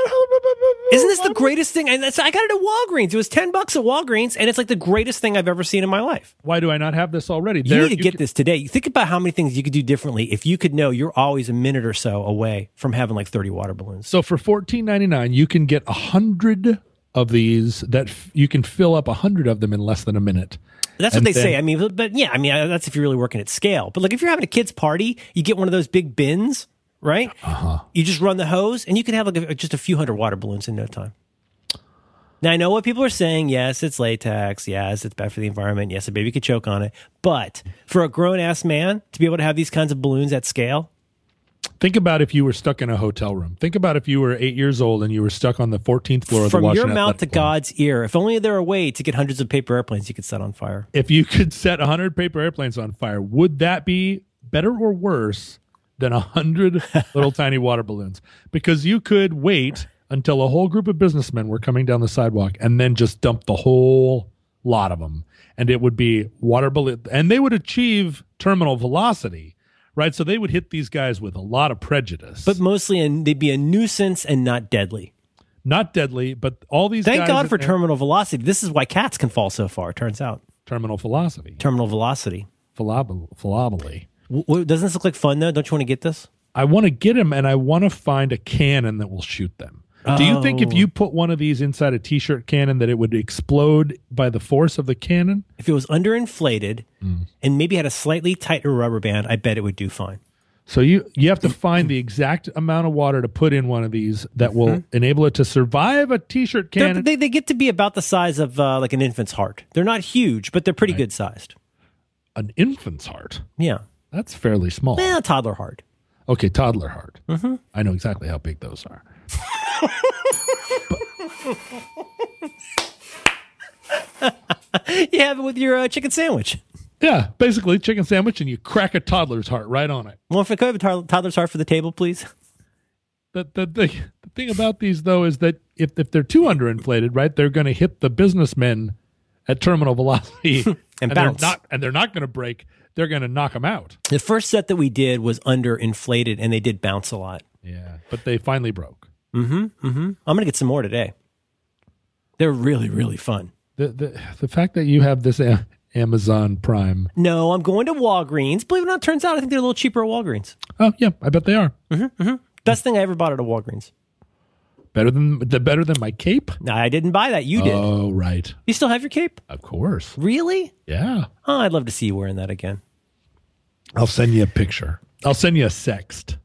Speaker 1: Isn't this the greatest thing? And that's, I got it at Walgreens. It was 10 bucks at Walgreens, and it's like the greatest thing I've ever seen in my life.
Speaker 2: Why do I not have this already?
Speaker 1: You need to get this today. You Think about how many things you could do differently if you could know you're always a minute or so away from having like 30 water balloons.
Speaker 2: So for fourteen ninety nine, you can get a hundred of these. That f- you can fill up a hundred of them in less than a minute.
Speaker 1: That's what
Speaker 2: And
Speaker 1: they
Speaker 2: then-
Speaker 1: say. I mean, but- but yeah, I mean, I- that's if you're really working at scale. But like if you're having a kid's party, you get one of those big bins,
Speaker 2: Uh-huh.
Speaker 1: right? You just run the hose, and you can have like a, just a few hundred water balloons in no time. Now I know what people are saying. Yes, it's latex. Yes, it's bad for the environment. Yes, a baby could choke on it. But for a grown ass man to be able to have these kinds of balloons at scale,
Speaker 2: Think about if you were stuck in a hotel room. Think about if you were eight years old and you were stuck on the 14th floor of the
Speaker 1: from your mouth
Speaker 2: Washington
Speaker 1: to
Speaker 2: Athletic Club.
Speaker 1: God's ear. If only there were a way to get hundreds of paper airplanes you could set on fire.
Speaker 2: If you could set 100 paper airplanes on fire, would that be better or worse than 100 little tiny water balloons? Because you could wait until a whole group of businessmen were coming down the sidewalk and then just dump the whole lot of them. And it would be water balloon. And they would achieve terminal velocity, right? So they would hit these guys with a lot of prejudice.
Speaker 1: But mostly, and they'd be a nuisance and not deadly.
Speaker 2: not deadly, but all these
Speaker 1: Thank
Speaker 2: guys
Speaker 1: God
Speaker 2: in
Speaker 1: for
Speaker 2: there-
Speaker 1: terminal velocity. This is why cats can fall so far. Turns out,
Speaker 2: terminal philosophy,
Speaker 1: terminal velocity.
Speaker 2: Philob- philoboly.
Speaker 1: W- w- doesn't this look like fun though? Don't you want to get this?
Speaker 2: I want to get them, and I want to find a cannon that will shoot them. Do you think if
Speaker 1: Oh.
Speaker 2: you put one of these inside a t-shirt cannon that it would explode by the force of the cannon?
Speaker 1: If it was underinflated and maybe had a slightly tighter rubber band, I bet it would do fine.
Speaker 2: So you you have to find the exact amount of water to put in one of these that will enable it to survive a t-shirt
Speaker 1: They're-
Speaker 2: cannon.
Speaker 1: They, they get to be about the size of uh, like an infant's heart. They're not huge, but they're pretty good sized.
Speaker 2: An infant's heart.
Speaker 1: Yeah.
Speaker 2: That's fairly small.
Speaker 1: Eh, toddler heart.
Speaker 2: Okay, toddler heart. I know exactly how big those are.
Speaker 1: You have it with your uh, chicken sandwich.
Speaker 2: Yeah, basically chicken sandwich, and you crack a toddler's heart right on it.
Speaker 1: Well, if I could have a toddler- toddler's heart for the table, please.
Speaker 2: the, the, the, the thing about these though is that if, if they're too underinflated, right, they're going to hit the businessmen at terminal velocity and,
Speaker 1: bounce.
Speaker 2: They're not, and they're not going to break. They're going to knock them out.
Speaker 1: The first set that we did was underinflated and they did bounce a lot.
Speaker 2: Yeah, but they finally broke.
Speaker 1: I'm going to get some more today. They're really, really fun.
Speaker 2: The the the fact that you have this a- Amazon Prime.
Speaker 1: No, I'm going to Walgreens. Believe it or not, turns out I think they're a little cheaper at Walgreens.
Speaker 2: Oh yeah, I bet they are
Speaker 1: Best thing I ever bought at a Walgreens.
Speaker 2: better than the better than my cape.
Speaker 1: No, I didn't buy that. You did.
Speaker 2: Oh right,
Speaker 1: You still have your cape?
Speaker 2: of course.
Speaker 1: Really?
Speaker 2: Yeah,
Speaker 1: Oh, I'd love to see you wearing that again.
Speaker 2: I'll send you a picture. I'll send you a sext.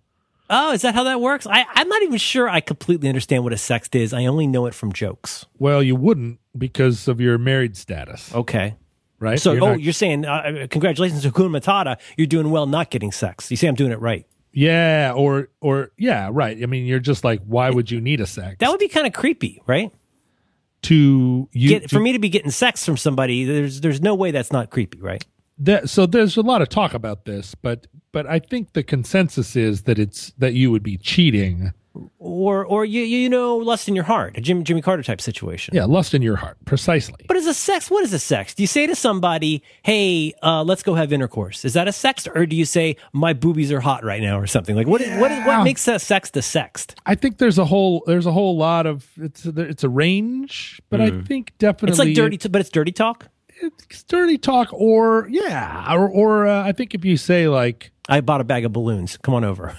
Speaker 1: Oh, is that how that works? I, I'm not even sure I completely understand what a sext is. I only know it from jokes.
Speaker 2: Well, you wouldn't because of your married status,
Speaker 1: Okay.
Speaker 2: right?
Speaker 1: So,
Speaker 2: You're
Speaker 1: oh,
Speaker 2: not-
Speaker 1: you're saying, uh, congratulations to Hakuna Matata. You're doing well not getting sex. You say I'm doing it right.
Speaker 2: Yeah, or or yeah, right. I mean, you're just like, why would you need a sex
Speaker 1: That would be kind of creepy, right?
Speaker 2: to you?
Speaker 1: Get, for me to be getting sex from somebody, there's there's no way that's not creepy, right?
Speaker 2: that, so there's a lot of talk about this, but but I think the consensus is that it's that you would be cheating.
Speaker 1: Or or you you know lust in your heart, a Jim, Jimmy Carter type situation.
Speaker 2: Yeah, lust in your heart, precisely.
Speaker 1: But is a sex? What is a sex? Do you say to somebody, "Hey, uh, let's go have intercourse"? Is that a sext, or do you say, "My boobies are hot right now" or something? Like what? What, is, what
Speaker 2: Yeah.
Speaker 1: makes a sext a sext?
Speaker 2: I think there's a whole there's a whole lot of it's a, it's a range, but I think definitely
Speaker 1: It's like dirty, t- but it's dirty talk.
Speaker 2: it's dirty talk, or yeah, or or uh, I think if you say like
Speaker 1: I bought a bag of balloons. Come on over.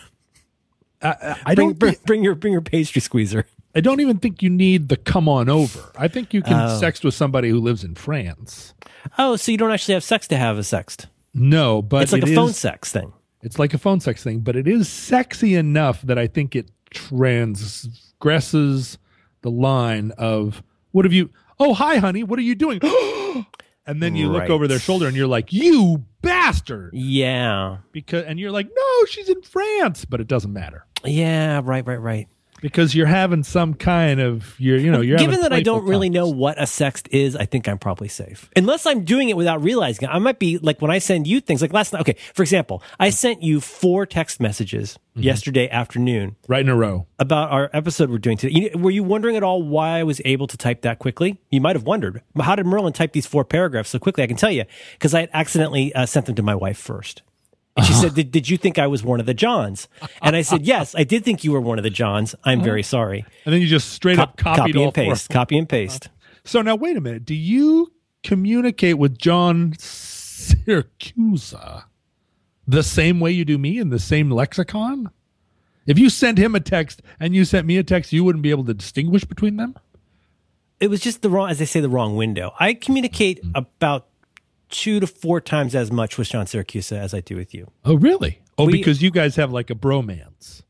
Speaker 2: I, I
Speaker 1: Bring,
Speaker 2: don't
Speaker 1: bring, bring your bring your pastry squeezer.
Speaker 2: I don't even think you need the come on over. I think you can sext with somebody who lives in France.
Speaker 1: Oh, so you don't actually have sex to have a sext?
Speaker 2: No, but
Speaker 1: It's like
Speaker 2: it
Speaker 1: a phone
Speaker 2: is-
Speaker 1: sex thing.
Speaker 2: It's like a phone sex thing, but it is sexy enough that I think it transgresses the line of what have you? Oh, hi, honey. What are you doing? and then you
Speaker 1: Right.
Speaker 2: look over their shoulder and you're like, you bastard.
Speaker 1: Yeah,
Speaker 2: Because and you're like, no, she's in France, but it doesn't matter
Speaker 1: yeah, right, right, right.
Speaker 2: because you're having some kind of you're you know you're
Speaker 1: Given
Speaker 2: having
Speaker 1: that I
Speaker 2: playful
Speaker 1: don't really know
Speaker 2: context.
Speaker 1: what a sext is, I think I'm probably safe. Unless I'm doing it without realizing it. I might be like when I send you things, like last night. Okay, for example, I sent you four text messages
Speaker 2: Mm-hmm.
Speaker 1: yesterday afternoon
Speaker 2: right in a row.
Speaker 1: about our episode we're doing today. You, were you wondering at all why I was able to type that quickly? You might have wondered. But How did Merlin type these four paragraphs so quickly? I can tell you because I had accidentally uh, sent them to my wife first. And she said, did, did you think I was one of the Johns? And I said, Yes, I did think you were one of the Johns. I'm very sorry.
Speaker 2: And then you just straight up copied Oh. all
Speaker 1: and
Speaker 2: four.
Speaker 1: paste. Copy and paste.
Speaker 2: So now, wait a minute. Do you communicate with John Syracusa the same way you do me in the same lexicon? If you sent him a text and you sent me a text, you wouldn't be able to distinguish between them?
Speaker 1: it was just the wrong, as they say, the wrong window. I communicate about two to four times as much with Sean Syracuse as I do with you.
Speaker 2: Oh, really? Oh,
Speaker 1: We-
Speaker 2: because you guys have like a bromance.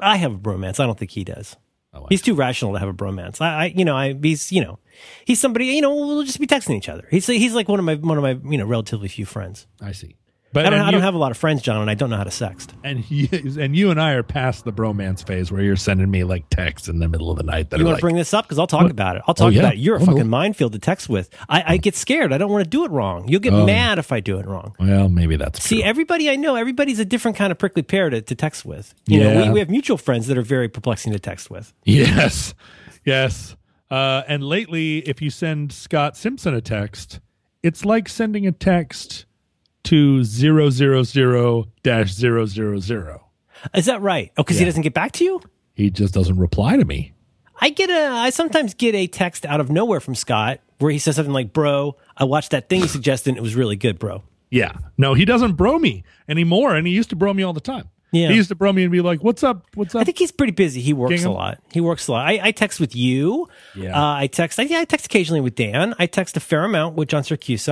Speaker 1: I have a bromance. I don't think he does.
Speaker 2: my wife.
Speaker 1: He's too rational to have a bromance. I, I you know, I he's you know, he's somebody you know we'll just be texting each other. He's he's like one of my one of my you know relatively few friends.
Speaker 2: I see. But
Speaker 1: I don't
Speaker 2: and
Speaker 1: I
Speaker 2: you,
Speaker 1: don't have a lot of friends, John, and I don't know how to sext.
Speaker 2: and he is, and you and I are past the bromance phase where you're sending me like texts in the middle of the night that
Speaker 1: You
Speaker 2: are
Speaker 1: want
Speaker 2: like,
Speaker 1: to bring this up because I'll talk about it. I'll talk
Speaker 2: yeah.
Speaker 1: about it. You're a
Speaker 2: Oh, no.
Speaker 1: fucking minefield to text with. I, I get scared. I don't want to do it wrong. You'll
Speaker 2: Oh.
Speaker 1: get mad if I do it wrong.
Speaker 2: well, maybe that's
Speaker 1: See,
Speaker 2: true.
Speaker 1: everybody I know, everybody's a different kind of prickly pear to, to text with. You know,
Speaker 2: Yeah.
Speaker 1: we, we have mutual friends that are very perplexing to text with.
Speaker 2: Yes, yes. Uh, and lately, if you send Scott Simpson a text, it's like sending a text to zero zero zero dash zero zero zero.
Speaker 1: Is that right? Oh, because he doesn't get back to you?
Speaker 2: He just doesn't reply to me.
Speaker 1: I get a. I sometimes get a text out of nowhere from Scott where he says something like, "Bro, I watched that thing you suggested. and It was really good, bro."
Speaker 2: Yeah. No, he doesn't bro me anymore, and he used to bro me all the time.
Speaker 1: Yeah.
Speaker 2: He used to bro me and be like, "What's up? What's
Speaker 1: I
Speaker 2: up?"
Speaker 1: think he's pretty busy. He works
Speaker 2: Gingham?
Speaker 1: a lot. He works a lot. I, I text with you.
Speaker 2: Yeah.
Speaker 1: Uh, I text. I, yeah, I text occasionally with Dan. I text a fair amount with John Syracuse.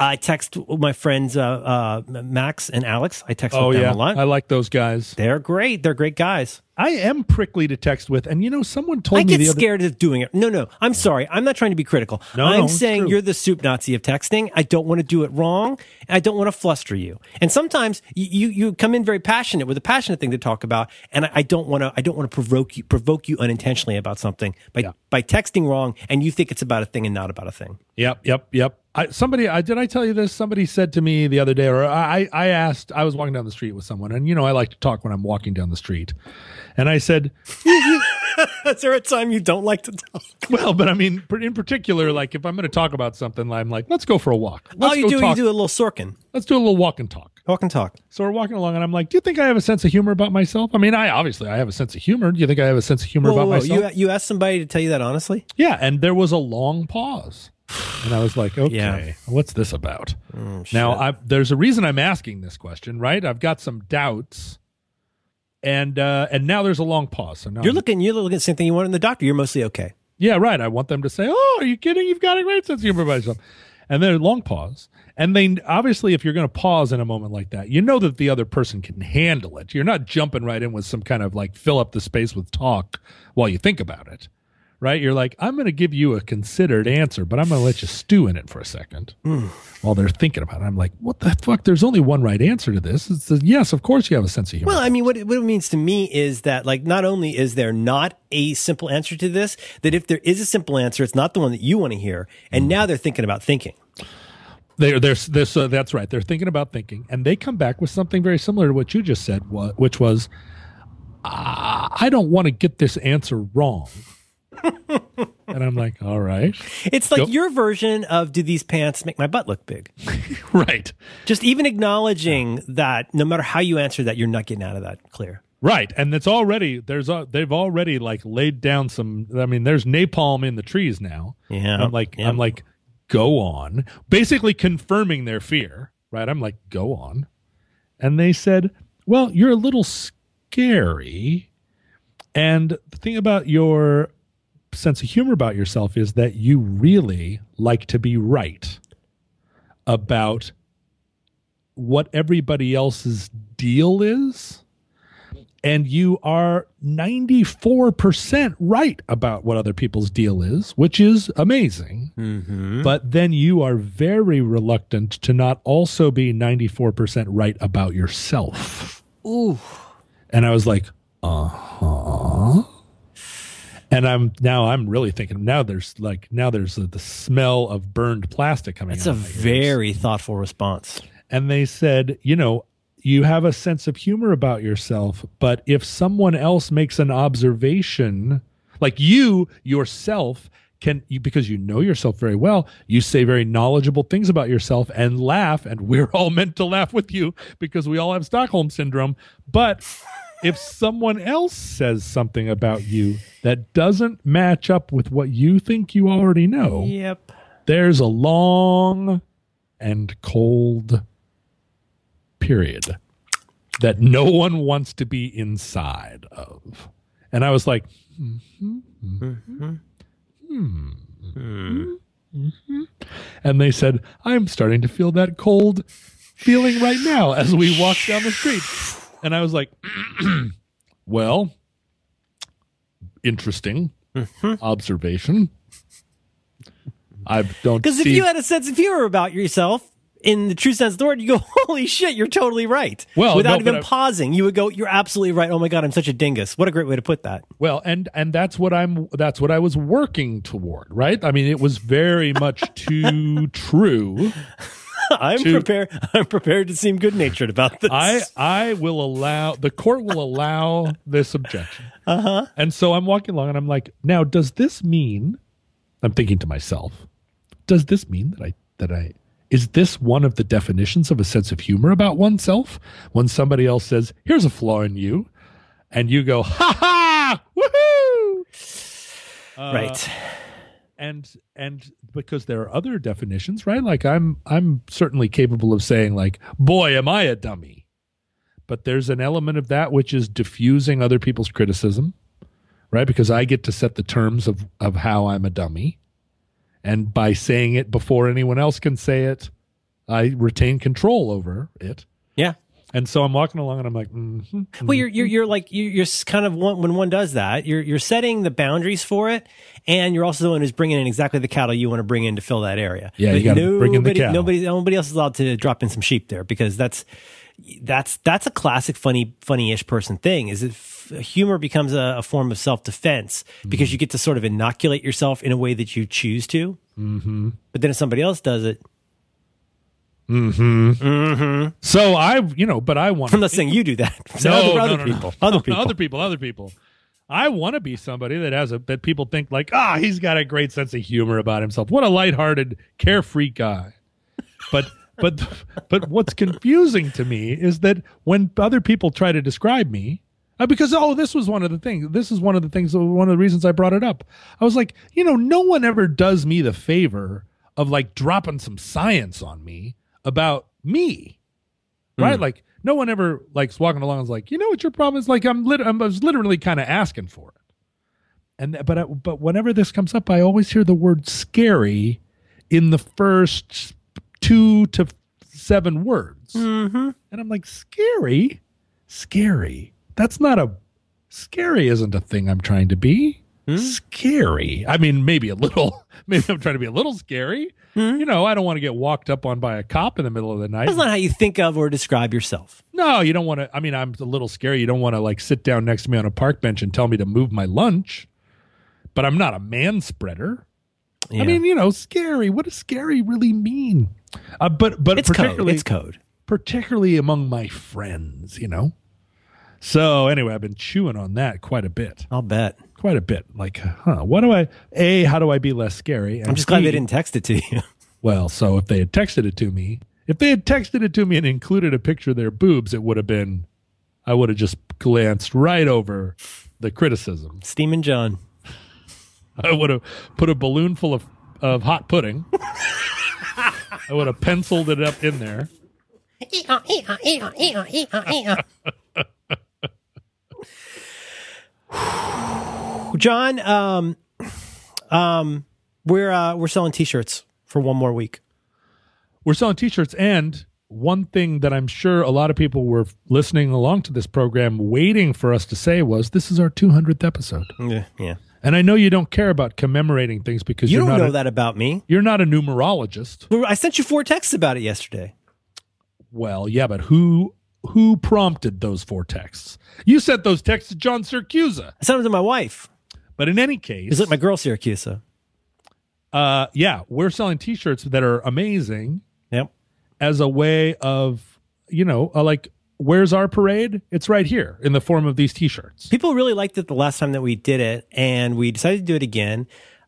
Speaker 1: I text my friends uh, uh, Max and Alex. I text
Speaker 2: oh
Speaker 1: with them
Speaker 2: yeah,
Speaker 1: a lot.
Speaker 2: I like those guys.
Speaker 1: They're great. They're great guys.
Speaker 2: I am prickly to text with, and you know, someone told
Speaker 1: I
Speaker 2: me
Speaker 1: get
Speaker 2: the other.
Speaker 1: scared of doing it. No, no. I'm sorry. I'm not trying to be critical.
Speaker 2: No, no,
Speaker 1: I'm
Speaker 2: it's
Speaker 1: saying
Speaker 2: true.
Speaker 1: you're the soup Nazi of texting. I don't want to do it wrong. And I don't want to fluster you. And sometimes you, you you come in very passionate with a passionate thing to talk about, and I, I don't want to I don't want to provoke you provoke you unintentionally about something by by texting wrong, and you think it's about a thing and not about a thing.
Speaker 2: Yep, yep, yep. I, somebody, I did I tell you this? Somebody said to me the other day, or I, I asked, I was walking down the street with someone, and you know, I like to talk when I'm walking down the street, and I said,
Speaker 1: Is there a time you don't like to talk?
Speaker 2: well, but I mean, pr- in particular, like if I'm going to talk about something, I'm like, let's go for a walk. Let's
Speaker 1: All Oh, you
Speaker 2: go
Speaker 1: do
Speaker 2: talk.
Speaker 1: you do a little Sorkin,
Speaker 2: Let's do a little walk and talk.
Speaker 1: walk and talk.
Speaker 2: So we're walking along, and I'm like, do you think I have a sense of humor about myself? I mean, I obviously I have a sense of humor. Do you think I have a sense of humor
Speaker 1: Whoa,
Speaker 2: about
Speaker 1: whoa, whoa.
Speaker 2: myself?
Speaker 1: You you ask somebody to tell you that honestly?
Speaker 2: Yeah, and there was a long pause. And I was like, okay,
Speaker 1: Yeah. Oh,
Speaker 2: what's this about? now, I, there's a reason I'm asking this question, right? I've got some doubts. And uh, and now there's a long pause. So now
Speaker 1: You're
Speaker 2: I'm-
Speaker 1: looking you're looking at the same thing you want in the doctor. You're mostly okay.
Speaker 2: yeah, right. I want them to say, "Oh, are you kidding? You've got a great sense of humor about yourself." And then a long pause. And then obviously, if you're going to pause in a moment like that, you know that the other person can handle it. You're not jumping right in with some kind of like fill up the space with talk while you think about it, right? You're like, I'm going to give you a considered answer, but I'm going to let you stew in it for a second while they're thinking about it. I'm like, what the fuck? There's only one right answer to this. It's the, yes, of course you have a sense of humor.
Speaker 1: Well, I mean, what it, what it means to me is that, like, not only is there not a simple answer to this, that if there is a simple answer, it's not the one that you want to hear. And now they're thinking about thinking.
Speaker 2: They're, they're, they're, so that's right. They're thinking about thinking, and they come back with something very similar to what you just said, wha- which was, "Ah, I don't want to get this answer wrong. and I'm like, all right,
Speaker 1: It's like
Speaker 2: Go-
Speaker 1: your version of "Do these pants make my butt look big?"
Speaker 2: right,
Speaker 1: Just even acknowledging that, no matter how you answer that, you're not getting out of that clear.
Speaker 2: right. And it's already there's a, they've already like laid down some. I mean, there's napalm in the trees now.
Speaker 1: Yeah,
Speaker 2: I'm like,
Speaker 1: yeah.
Speaker 2: I'm like, go on, basically confirming their fear. Right. I'm like, go on. And they said, well, you're a little scary. And the thing about your sense of humor about yourself is that you really like to be right about what everybody else's deal is. And you are 94% right about what other people's deal is, which is amazing.
Speaker 1: Mm-hmm.
Speaker 2: But then you are very reluctant to not also be 94% right about yourself.
Speaker 1: Ooh,
Speaker 2: And I was like, uh huh. And I'm now I'm really thinking now there's like now there's the, the smell of burned plastic coming
Speaker 1: it's
Speaker 2: out.
Speaker 1: a
Speaker 2: of my ears.
Speaker 1: very thoughtful response.
Speaker 2: and they said, you know, you have a sense of humor about yourself, but if someone else makes an observation, like you yourself can you, because you know yourself very well, you say very knowledgeable things about yourself and laugh and we're all meant to laugh with you because we all have Stockholm syndrome, but if someone else says something about you that doesn't match up with what you think you already know,
Speaker 1: Yep.
Speaker 2: there's a long and cold period that no one wants to be inside of. And I was like, "Mm-hmm. Hmm. Hmm. and they said, I'm starting to feel that cold feeling right now as we walk down the street. And I was like, well, interesting
Speaker 1: Mm-hmm.
Speaker 2: observation. I don't
Speaker 1: Because if
Speaker 2: see-
Speaker 1: you had a sense of humor about yourself, in the true sense of the word, you go, holy shit, you're totally right.
Speaker 2: Well,
Speaker 1: without
Speaker 2: no, but
Speaker 1: even
Speaker 2: I-
Speaker 1: pausing, you would go, you're absolutely right. Oh my God, I'm such a dingus. What a great way to put that.
Speaker 2: Well, and and that's what I'm that's what I was working toward, right? I mean, it was very much too true.
Speaker 1: I'm prepared. I'm prepared to seem good natured about this.
Speaker 2: I I will allow the court will allow this objection. Uh-huh. And so I'm walking along and I'm like, "Now, does this mean I'm thinking to myself, does this mean that I that I is this one of the definitions of a sense of humor about oneself when somebody else says, "Here's a flaw in you." And you go, "Ha ha! Woohoo!" uh,
Speaker 1: right.
Speaker 2: and and because there are other definitions right like i'm i'm certainly capable of saying like boy am i a dummy but there's an element of that which is diffusing other people's criticism right because i get to set the terms of of how i'm a dummy and by saying it before anyone else can say it i retain control over it
Speaker 1: Yeah.
Speaker 2: and so i'm walking along and i'm like mm-hmm,
Speaker 1: Well, you're you're, you're like you're, you're s- kind of one, when one does that, you're you're setting the boundaries for it, and you're also the one who's bringing in exactly the cattle you want to bring in to fill that area.
Speaker 2: Yeah, you
Speaker 1: Like,
Speaker 2: gotta bring in the
Speaker 1: nobody-
Speaker 2: cattle.
Speaker 1: Nobody nobody else is allowed to drop in some sheep there because that's that's that's a classic funny funny-ish person thing. Is it f- humor becomes a, a form of self defense
Speaker 2: Mm-hmm.
Speaker 1: because you get to sort of inoculate yourself in a way that you choose to. Mm-hmm. But then if somebody else does it,
Speaker 2: so i you know but i want
Speaker 1: I'm not saying you do that. So other, other people, other
Speaker 2: No,
Speaker 1: people,
Speaker 2: other people, other people. I want to be somebody that has a that people think like, ah, he's got a great sense of humor about himself. What a lighthearted, carefree guy. But but but what's confusing to me is that when other people try to describe me, uh, because oh, this was one of the things. This is one of the things. One of the reasons I brought it up. I was like, you know, no one ever does me the favor of like dropping some science on me about me right? Like no one ever likes walking along and is like, you know what your problem is? Like I'm lit- I'm I was literally kind of asking for it. And th- but I, but whenever this comes up, I always hear the word scary in the first two to seven words,
Speaker 1: Hmm.
Speaker 2: and I'm like, scary, scary. That's not a scary. Isn't a thing I'm trying to be. Scary. I mean, maybe a little. Maybe I'm trying to be a little scary. You know, I don't want to get walked up on by a cop in the middle of the night.
Speaker 1: That's not how you think of or describe yourself.
Speaker 2: No, you don't want to. I mean, I'm a little scary. You don't want to like sit down next to me on a park bench and tell me to move my lunch. But I'm not a man spreader.
Speaker 1: Yeah.
Speaker 2: I mean, you know, scary. What does scary really mean? Uh, but but
Speaker 1: it's code.
Speaker 2: particularly
Speaker 1: It's code.
Speaker 2: particularly among my friends, you know. So anyway, I've been chewing on that quite a bit,
Speaker 1: I'll bet.
Speaker 2: quite a bit. Like, huh? What do I? A, how do I be less scary?
Speaker 1: I'm just glad they didn't text it to you.
Speaker 2: Well, so if they had texted it to me, if they had texted it to me and included a picture of their boobs, it would have been, I would have just glanced right over the criticism.
Speaker 1: Steam and John.
Speaker 2: I would have put a balloon full of, of hot pudding. I would have penciled it up in there.
Speaker 1: John, um, um, we're uh, we're selling T-shirts for one more week.
Speaker 2: We're selling t shirts. And one thing that I'm sure a lot of people were listening along to this program waiting for us to say was this is our 200th episode.
Speaker 1: Yeah, yeah.
Speaker 2: And I know you don't care about commemorating things because
Speaker 1: You
Speaker 2: you're
Speaker 1: don't
Speaker 2: not
Speaker 1: know
Speaker 2: a,
Speaker 1: that about me.
Speaker 2: You're not a numerologist.
Speaker 1: I sent you four texts about it yesterday.
Speaker 2: Well, yeah, but who who prompted those four texts? You sent those texts to John Syracuse.
Speaker 1: I sent them to my wife.
Speaker 2: But in any case,
Speaker 1: It's like my girl Syracuse. so-
Speaker 2: uh, yeah, we're selling T-shirts that are amazing
Speaker 1: Yep.
Speaker 2: as a way of you know, uh, like where's our parade? It's right here in the form of these T-shirts.
Speaker 1: People really liked it the last time that we did it, and we decided to do it again.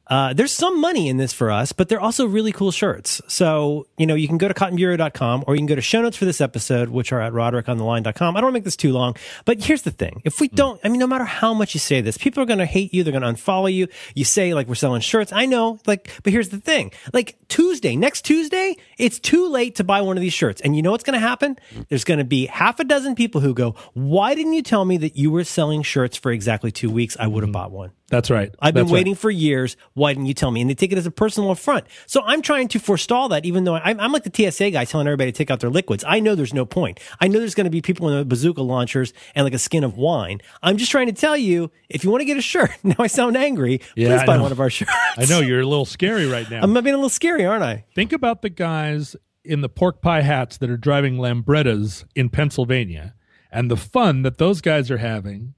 Speaker 1: Uh, there's some money in this for us, but they're also really cool shirts. So, you know, you can go to cottonbureau.com or you can go to show notes for this episode, which are at roderickontheline.com. I don't want to make this too long, but here's the thing. If we don't, I mean, no matter how much you say this, people are going to hate you. They're going to unfollow you. You say like we're selling shirts. I know, like, but here's the thing. Like Tuesday, next Tuesday, it's too late to buy one of these shirts. And you know what's going to happen? There's going to be half a dozen people who go, why didn't you tell me that you were selling shirts for exactly two weeks? I would have bought one.
Speaker 2: That's right.
Speaker 1: I've been
Speaker 2: That's right.
Speaker 1: waiting for years. Why didn't you tell me? And they take it as a personal affront. So I'm trying to forestall that, even though I'm, I'm like the TSA guy telling everybody to take out their liquids. I know there's no point. I know there's going to be people in the bazooka launchers and like a skin of wine. I'm just trying to tell you if you want to get a shirt, now I sound angry,
Speaker 2: Yeah,
Speaker 1: please
Speaker 2: I
Speaker 1: buy
Speaker 2: know.
Speaker 1: one of our shirts.
Speaker 2: I know you're a little scary right now.
Speaker 1: I'm being a little scary, aren't I?
Speaker 2: Think about the guys in the pork pie hats that are driving Lambrettas in Pennsylvania and the fun that those guys are having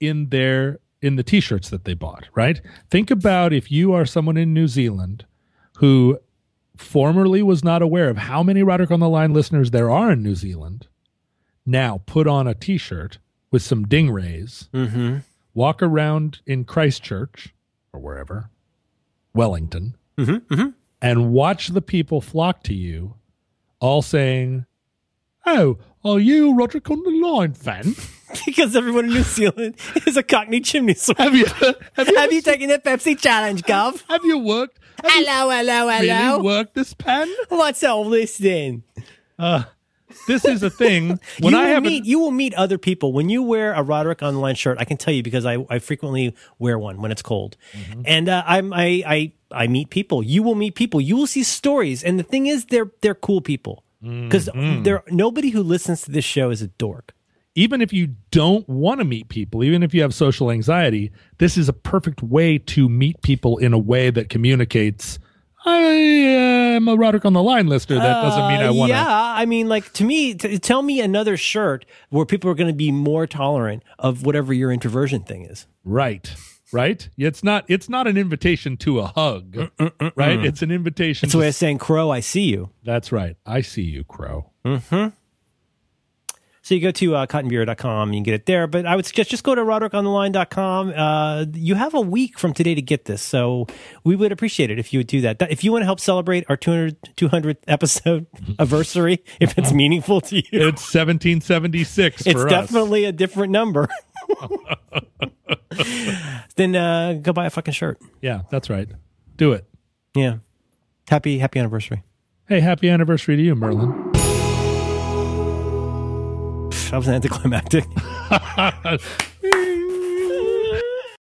Speaker 2: in their in the t-shirts that they bought, right? Think about if you are someone in New Zealand who formerly was not aware of how many Roderick on the Line listeners there are in New Zealand. Now put on a t-shirt with some dingrays,
Speaker 1: Mm-hmm.
Speaker 2: walk around in Christchurch or wherever, Wellington,
Speaker 1: Mm-hmm. Mm-hmm.
Speaker 2: and watch the people flock to you, all saying, Oh, are you Roderick on the line fan?
Speaker 1: Because everyone in New Zealand is a Cockney chimney sweep.
Speaker 2: Have you have you
Speaker 1: Have you taken the Pepsi challenge, Gov?
Speaker 2: have you worked have
Speaker 1: Hello, hello,
Speaker 2: you really
Speaker 1: hello.
Speaker 2: worked this pen?
Speaker 1: What's all this then?
Speaker 2: This is a thing. When
Speaker 1: you
Speaker 2: I
Speaker 1: will
Speaker 2: have
Speaker 1: meet, you will meet other people when you wear a Roderick Online shirt. I can tell you because I, I frequently wear one when it's cold,
Speaker 2: Mm-hmm.
Speaker 1: and uh, I'm I, I I meet people. You will meet people. You will see stories, and the thing is, they're they're cool people
Speaker 2: Mm-hmm.
Speaker 1: because there nobody who listens to this show is a dork.
Speaker 2: even if you don't want to meet people, even if you have social anxiety, this is a perfect way to meet people in a way that communicates. I am a Roderick on the line listener. That doesn't mean I
Speaker 1: Uh,
Speaker 2: want to.
Speaker 1: yeah, I mean, like to me, t- tell me another shirt where people are going to be more tolerant of whatever your introversion thing is.
Speaker 2: Right. Right. It's not. It's not an invitation to a hug. Right. It's an invitation.
Speaker 1: That's why I
Speaker 2: to,
Speaker 1: was saying, "Crow, I see you."
Speaker 2: that's right. I see you, Crow.
Speaker 1: So you go to uh, cottonbeer.com, you can get it there. But I would suggest just go to roderick.online.com. Uh, you have a week from today to get this. So we would appreciate it if you would do that. That- If you want to help celebrate our 200, 200th episode anniversary, if it's meaningful to you,
Speaker 2: It's 1776
Speaker 1: it's
Speaker 2: for us.
Speaker 1: definitely a different number. then uh, go buy a fucking shirt.
Speaker 2: Yeah, that's right. Do it.
Speaker 1: Yeah. Happy, happy anniversary.
Speaker 2: Hey, happy anniversary to you, Merlin.
Speaker 1: Pff, that was anticlimactic.